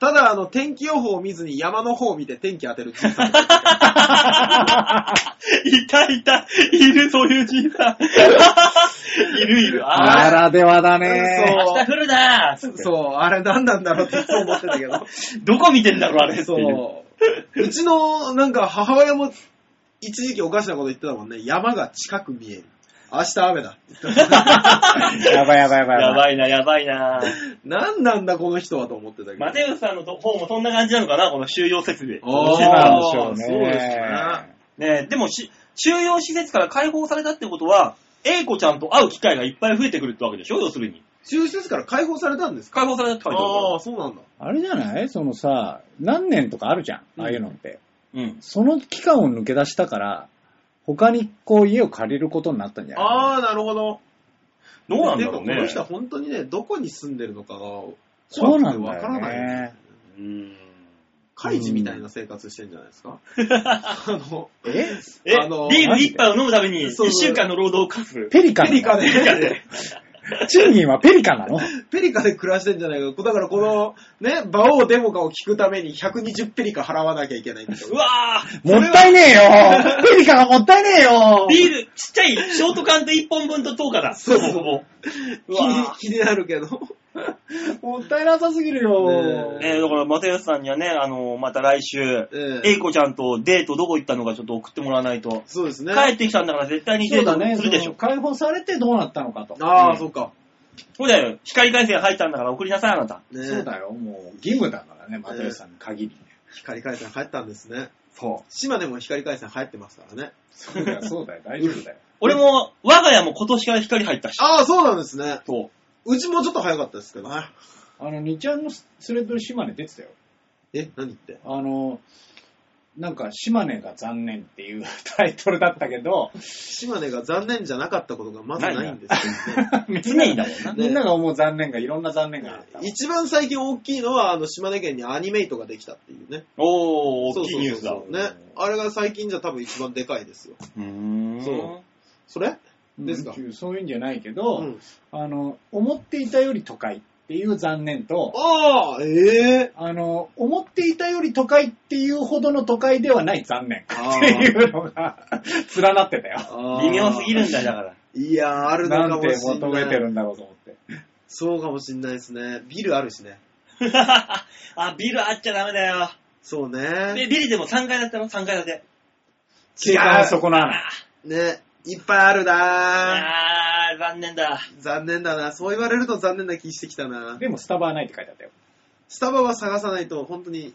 Speaker 1: ただ、あの、天気予報を見ずに山の方を見て天気当てる小さな。
Speaker 2: いたいた、いる、そういうじいさん。いるいる、
Speaker 3: な
Speaker 2: ああ、
Speaker 3: らではだね。
Speaker 2: 明日来るなー
Speaker 1: そう、あれ何なんだろうっていつも思ってたけど。
Speaker 2: どこ見てんだろう、あれっていう。
Speaker 1: そう。うちの、なんか母親も一時期おかしなこと言ってたもんね。山が近く見える。明日雨だ。
Speaker 3: やばいやばいや
Speaker 2: や
Speaker 3: ばいやばい。
Speaker 2: ばいな、やばいな。
Speaker 1: 何なんだこの人はと思ってたけど。
Speaker 2: マテウスさんの方もそんな感じなのかな、この収容設備。
Speaker 1: あー
Speaker 3: そうなんでしょ
Speaker 1: そ
Speaker 3: うね。
Speaker 1: うですね
Speaker 2: ねえ、でもし、収容施設から解放されたってことは、英子ちゃんと会う機会がいっぱい増えてくるってわけでしょ要するに。
Speaker 1: 中止から解放されたんですか
Speaker 2: 解放されたって書いてある
Speaker 1: ああ、そうなんだ。
Speaker 3: あれじゃないそのさ、何年とかあるじゃん。ああいうのって。
Speaker 2: うん。
Speaker 3: その期間を抜け出したから、他にこう家を借りることになったんじゃない
Speaker 1: ああ、なるほど。
Speaker 2: どうなんだろう
Speaker 1: でもこの
Speaker 2: ね。
Speaker 1: 人は本当にね、どこに住んでるのかが
Speaker 3: そう
Speaker 1: 怖
Speaker 3: な
Speaker 1: くて
Speaker 3: んだよね
Speaker 1: わからないよね。
Speaker 2: うーん
Speaker 1: カイジみたいな生活してんじゃないですか。あの、
Speaker 3: え
Speaker 2: え、
Speaker 1: あの
Speaker 2: ビール一杯を飲むために、
Speaker 1: そう
Speaker 2: 一週間の労働を課す。
Speaker 3: ペリカン
Speaker 1: ペリカで、
Speaker 3: 賃金はペリカンなの
Speaker 1: ペリカで暮らしてんじゃないか。だからこの、ね、馬王デモカを聞くために120ペリカ払わなきゃいけないんです
Speaker 2: う
Speaker 1: よ。
Speaker 2: わー
Speaker 3: もったいねえよペリカがもったいねえよ
Speaker 2: ビール、ちっちゃいショート缶と一本分と10日だ。
Speaker 1: そうそう
Speaker 2: ほぼほ
Speaker 1: 気
Speaker 2: ぼうわ
Speaker 1: に気になるけど。
Speaker 3: もったいなさすぎる
Speaker 2: ー。
Speaker 3: よ
Speaker 2: ねえ、だから、マテウスさんにはね、あの、また来週、
Speaker 1: ええ
Speaker 2: 英子ちゃんとデートどこ行ったのかちょっと送ってもらわないと。
Speaker 1: そうですね。
Speaker 2: 帰ってきたんだから絶対に
Speaker 3: そ
Speaker 2: デ
Speaker 3: うだ
Speaker 2: ー
Speaker 3: ね、
Speaker 2: トするでし
Speaker 3: そ
Speaker 2: ょ
Speaker 3: の。解放されてどうなったのかと。
Speaker 1: ああ、
Speaker 2: うん
Speaker 1: そうか。
Speaker 2: そうだよ。光回線入ったんだから送りなさい、あなた。
Speaker 1: ね
Speaker 3: そうだよ、もう義務だからね、マテウスさんに限り。
Speaker 1: 光回線入ったんですね。
Speaker 3: そう。
Speaker 1: 島根も光回線入ってますからね。
Speaker 3: そうだよ、そうだよ、大丈夫だよ。
Speaker 2: 俺も、我が家も今年から光入ったし。
Speaker 1: ああ、そうなんですね。
Speaker 2: そう
Speaker 1: ちもちょっと早かったですけどね。
Speaker 3: あの、2ちゃんのスレッドで島根出てたよ。
Speaker 1: え、何言って。
Speaker 3: あの、なんか、島根が残念っていう タイトルだったけど、
Speaker 1: 島根が残念じゃなかったことがまずないんですけどね。
Speaker 2: う。常にだもんな。
Speaker 3: みんなが思う残念がいろんな残念があった。
Speaker 1: 一番最近大きいのは、あの、島根県にアニメイトができたっていうね。
Speaker 2: おー、大きいニュースだ。
Speaker 1: そうそうそうそうね。あれが最近じゃ多分一番でかいですよ。
Speaker 2: うーん
Speaker 1: そそれですか
Speaker 3: うんそういうんじゃないけど、
Speaker 1: うん。
Speaker 3: あの、思っていたより都会っていう残念と、
Speaker 1: ああ、ええ
Speaker 3: あの、思っていたより都会っていうほどの都会ではない残念
Speaker 1: あー
Speaker 3: っていうのが 連なってたよ。
Speaker 2: 微妙すぎるんだよ、だから。
Speaker 1: いやー、あるの
Speaker 3: な
Speaker 1: か
Speaker 3: ん
Speaker 1: も
Speaker 3: て
Speaker 1: しん
Speaker 3: 求
Speaker 1: な
Speaker 3: め
Speaker 1: い。
Speaker 3: てるんだろうと思って。
Speaker 1: そうかもしんないですね。ビルあるしね。
Speaker 2: あ、ビルあっちゃダメだよ。
Speaker 1: そう
Speaker 2: で
Speaker 1: ね。
Speaker 2: ビルでも3階建ての ?3 階建て。
Speaker 1: 違う
Speaker 3: 景観を損なわない。
Speaker 1: ね。いっぱいあるなー
Speaker 2: あー、残念だ。
Speaker 1: 残念だな。そう言われると残念な気してきたな。
Speaker 3: でもスタバはないって書いてあったよ。
Speaker 1: スタバは探さないと、本当に、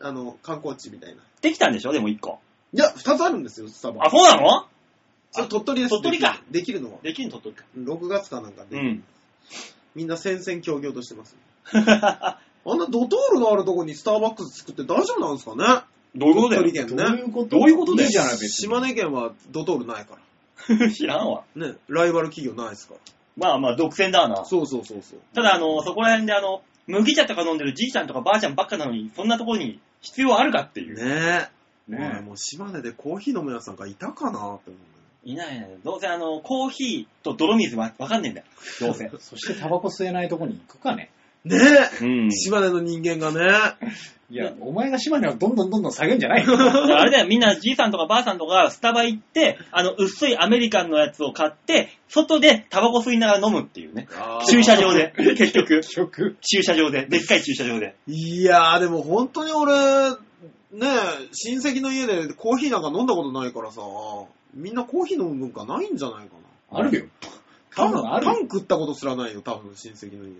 Speaker 1: あの、観光地みたいな。
Speaker 2: できたんでしょでも1個。
Speaker 1: いや、二つあるんですよ、スタバ
Speaker 2: あ、。そうなの
Speaker 1: それ鳥取です。
Speaker 2: 鳥取か
Speaker 1: できるのは。
Speaker 2: できんとっとるか。
Speaker 1: 6月かなんか
Speaker 2: う
Speaker 1: で、
Speaker 2: ん。
Speaker 1: みんな戦々恐々としてます。あんなドトールのあるとこにスターバックス作って大丈夫なんですかね
Speaker 2: どういうことだ
Speaker 1: 鳥
Speaker 2: よ。
Speaker 1: 取県
Speaker 3: どうい
Speaker 1: ね。
Speaker 3: うこと
Speaker 2: どういうことだよ
Speaker 3: いいじゃない、別に。
Speaker 1: 島根県はドトールないか
Speaker 2: 知らんわ。
Speaker 1: ら。ね、ライバル企業ないですか
Speaker 2: まあまあ、独占だな
Speaker 1: ら。。そうそうそうそう。
Speaker 2: ただ、あの、そこら辺で、あの、麦茶とか飲んでるじいちゃんとかばあちゃんばっかなのに、そんなところに必要あるかっていう。
Speaker 1: ねえ。
Speaker 3: ね
Speaker 1: 俺もう島根でコーヒー飲むやつなんかいたかなって思
Speaker 2: いないね。どうせ、あの、コーヒーと泥水はわかんねえんだよ。どうせ。
Speaker 3: そしてタバコ吸えないとこに行くかね。
Speaker 1: ね
Speaker 2: うん
Speaker 1: え、島根の人間がね、
Speaker 3: いや、お前が島根をどんどんどんどん下げんじゃないよ。
Speaker 2: あれだよ、みんなじいさんとかばあさんとかスタバ行って、あの、薄いアメリカンのやつを買って、外でタバコ吸いながら飲むっていうね。
Speaker 1: あー
Speaker 2: 駐車場で、結局。
Speaker 3: 曲。
Speaker 2: 駐車場で、でっかい駐車場で。
Speaker 1: いやー、でも本当に俺、ねえ、親戚の家でコーヒーなんか飲んだことないからさ、みんなコーヒー飲む文化ないんじゃないかな。
Speaker 3: あるよ。
Speaker 1: パ
Speaker 3: 多
Speaker 1: ン、
Speaker 3: 分ある
Speaker 1: パン食ったことすらないよ、多分親戚の家で。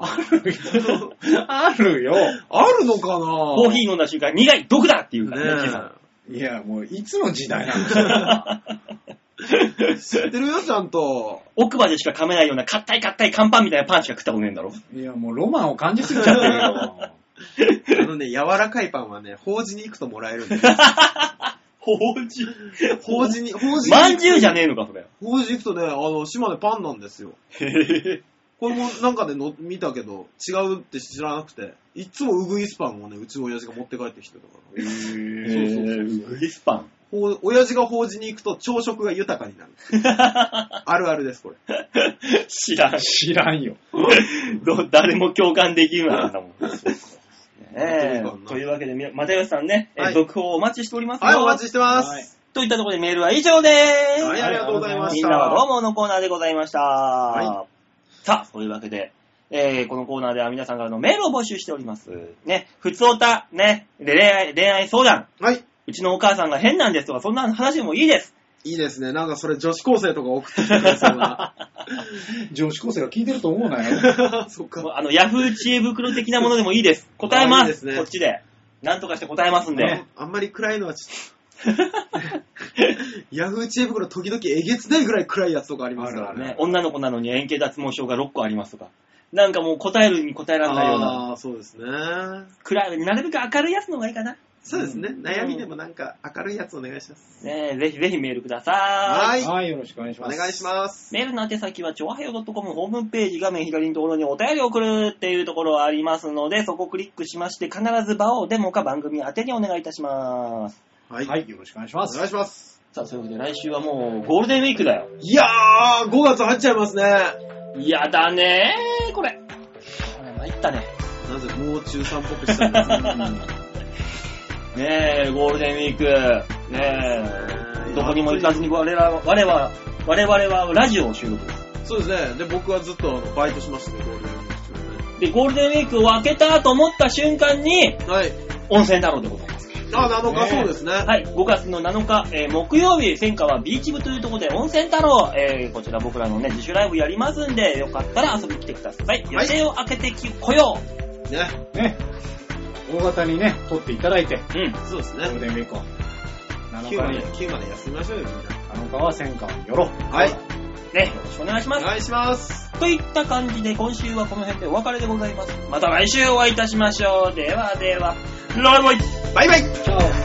Speaker 3: あるよ。 あるよ。
Speaker 1: あるのかな
Speaker 2: コーヒー飲んだ瞬間、苦い、毒だって言うからね、じいさ
Speaker 1: ね
Speaker 2: ん
Speaker 3: いや、もう、いつの時代なんで すか。
Speaker 1: え。知ってるよ、ちゃんと。
Speaker 2: 奥歯でしか噛めないような、硬い硬い乾パンみたいなパンしか食ったことねえんだろ。
Speaker 3: いや、もう、ロマンを感じすぎちゃってるよ。
Speaker 1: あのね、柔らかいパンはね、法事に行くともらえるんだよ。
Speaker 2: ほうじ。
Speaker 1: 法事に、法事に。
Speaker 2: まんじゅうじゃねえのか、それ。
Speaker 1: 法事行くとね、あの、島根パンなんですよ。
Speaker 2: へ
Speaker 1: これもなんかでの見たけど、違うって知らなくて、いっつもウグイスパンをね、うちの親父が持って帰ってきてたから。
Speaker 2: ぇ
Speaker 1: そうそうそう
Speaker 2: ー。グリスパン。
Speaker 1: ほう親父が法事に行くと朝食が豊かにな る。あるあるです、これ。
Speaker 2: 知らん。
Speaker 3: 知らんよ。
Speaker 2: ど誰も共感できるなんだもん。 え
Speaker 1: そうか
Speaker 2: というわけで、みな又吉さんね、えー
Speaker 1: はい
Speaker 2: 続報をお待ちしておりますよ。
Speaker 1: はい、お待ちしてます。
Speaker 3: はい
Speaker 2: といったところでメールは以上でーす。
Speaker 1: はい、ありがとうございました。
Speaker 2: みんなはどうものコーナーでございました。
Speaker 1: い
Speaker 2: さあ、というわけで、えーこのコーナーでは皆さんからのメールを募集しております。ね、普通歌、ね、で恋愛、恋愛相談。
Speaker 1: はい。
Speaker 2: うちのお母さんが変なんですとか、そんな話でもいいです。
Speaker 1: いいですね。なんかそれ女子高生とか送ってきてくれそう な。
Speaker 3: 女子高生が聞いてると思うなよ。
Speaker 1: そっか。
Speaker 2: あの、ヤフー知恵袋的なものでもいいです。答え
Speaker 1: あーい
Speaker 2: ま。
Speaker 1: いですすね
Speaker 2: こっちで。なんとかして答えますんで。
Speaker 1: あんあんまり暗いのはちょっと。 ヤフー知恵袋時々えげつないぐらい暗いやつとかありますから
Speaker 2: ね
Speaker 1: ね。、
Speaker 2: 女の子なのに円形脱毛症が6個ありますとか。なんかもう答えるに答えられないような。
Speaker 1: ああー、そうですね。
Speaker 2: 暗い、なるべく明るいやつの方がいいかな。
Speaker 1: そうですね。悩みでもなんか明るいやつお願いします。
Speaker 2: ねえ、ぜひぜひメールください。
Speaker 1: はい。
Speaker 3: はい、よろしくお願いし
Speaker 1: お
Speaker 3: ます。
Speaker 1: 願いします。
Speaker 2: メールの宛先は、ちょわはよ .com ホームページ画面左のところにお便りを送るっていうところがありますので、そこをクリックしまして、必ず場をデモか番組宛てにお願いいたします。
Speaker 1: はい。
Speaker 3: はい、よろしくお願いしま
Speaker 1: お
Speaker 3: す。
Speaker 1: 願いします。
Speaker 2: さあ、そういうことで来週はもうゴールデンウィークだよ。
Speaker 1: いやー、5月入っちゃいますね。
Speaker 2: やだねー、これ。これ参ったね。
Speaker 1: なぜもう中3っぽくしたんですか
Speaker 2: ねえ、ゴールデンウィーク。ねえ、どこにも行かずに我ら、我は、我々はラジオを収録です。
Speaker 1: そうですね。で、僕はずっとあのバイトしましたね、ゴールデンウィーク中はね。
Speaker 2: で、ゴールデンウィークを明けたと思った瞬間に、
Speaker 1: はい。
Speaker 2: 温泉太郎でございます。
Speaker 1: あ、7日そうですね。
Speaker 2: はい、5月の7日、えー木曜日、戦火はビーチ部というところで温泉太郎、えーこちら僕らのね、自主ライブやりますんで、よかったら遊びに来てください。予定を開けてき、こよ
Speaker 1: ね。
Speaker 3: ね、大型にね、取っていただいて、
Speaker 2: う。うん。
Speaker 1: そうです
Speaker 3: ゴール
Speaker 1: ね。
Speaker 3: デンウィークを。7
Speaker 1: 9
Speaker 3: 日
Speaker 1: まで
Speaker 3: に、、
Speaker 1: 9まで休みましょうよ、みんな。
Speaker 3: 7日は戦火を寄ろう。
Speaker 1: はい。
Speaker 2: ね、よろしくお願いしま
Speaker 1: お
Speaker 2: す。
Speaker 1: 願いします。
Speaker 2: といった感じで今週はこの辺でお別れでございます。また来週お会いいたしましょう。ではでは、ライブイ
Speaker 1: バイバイ
Speaker 3: チャオ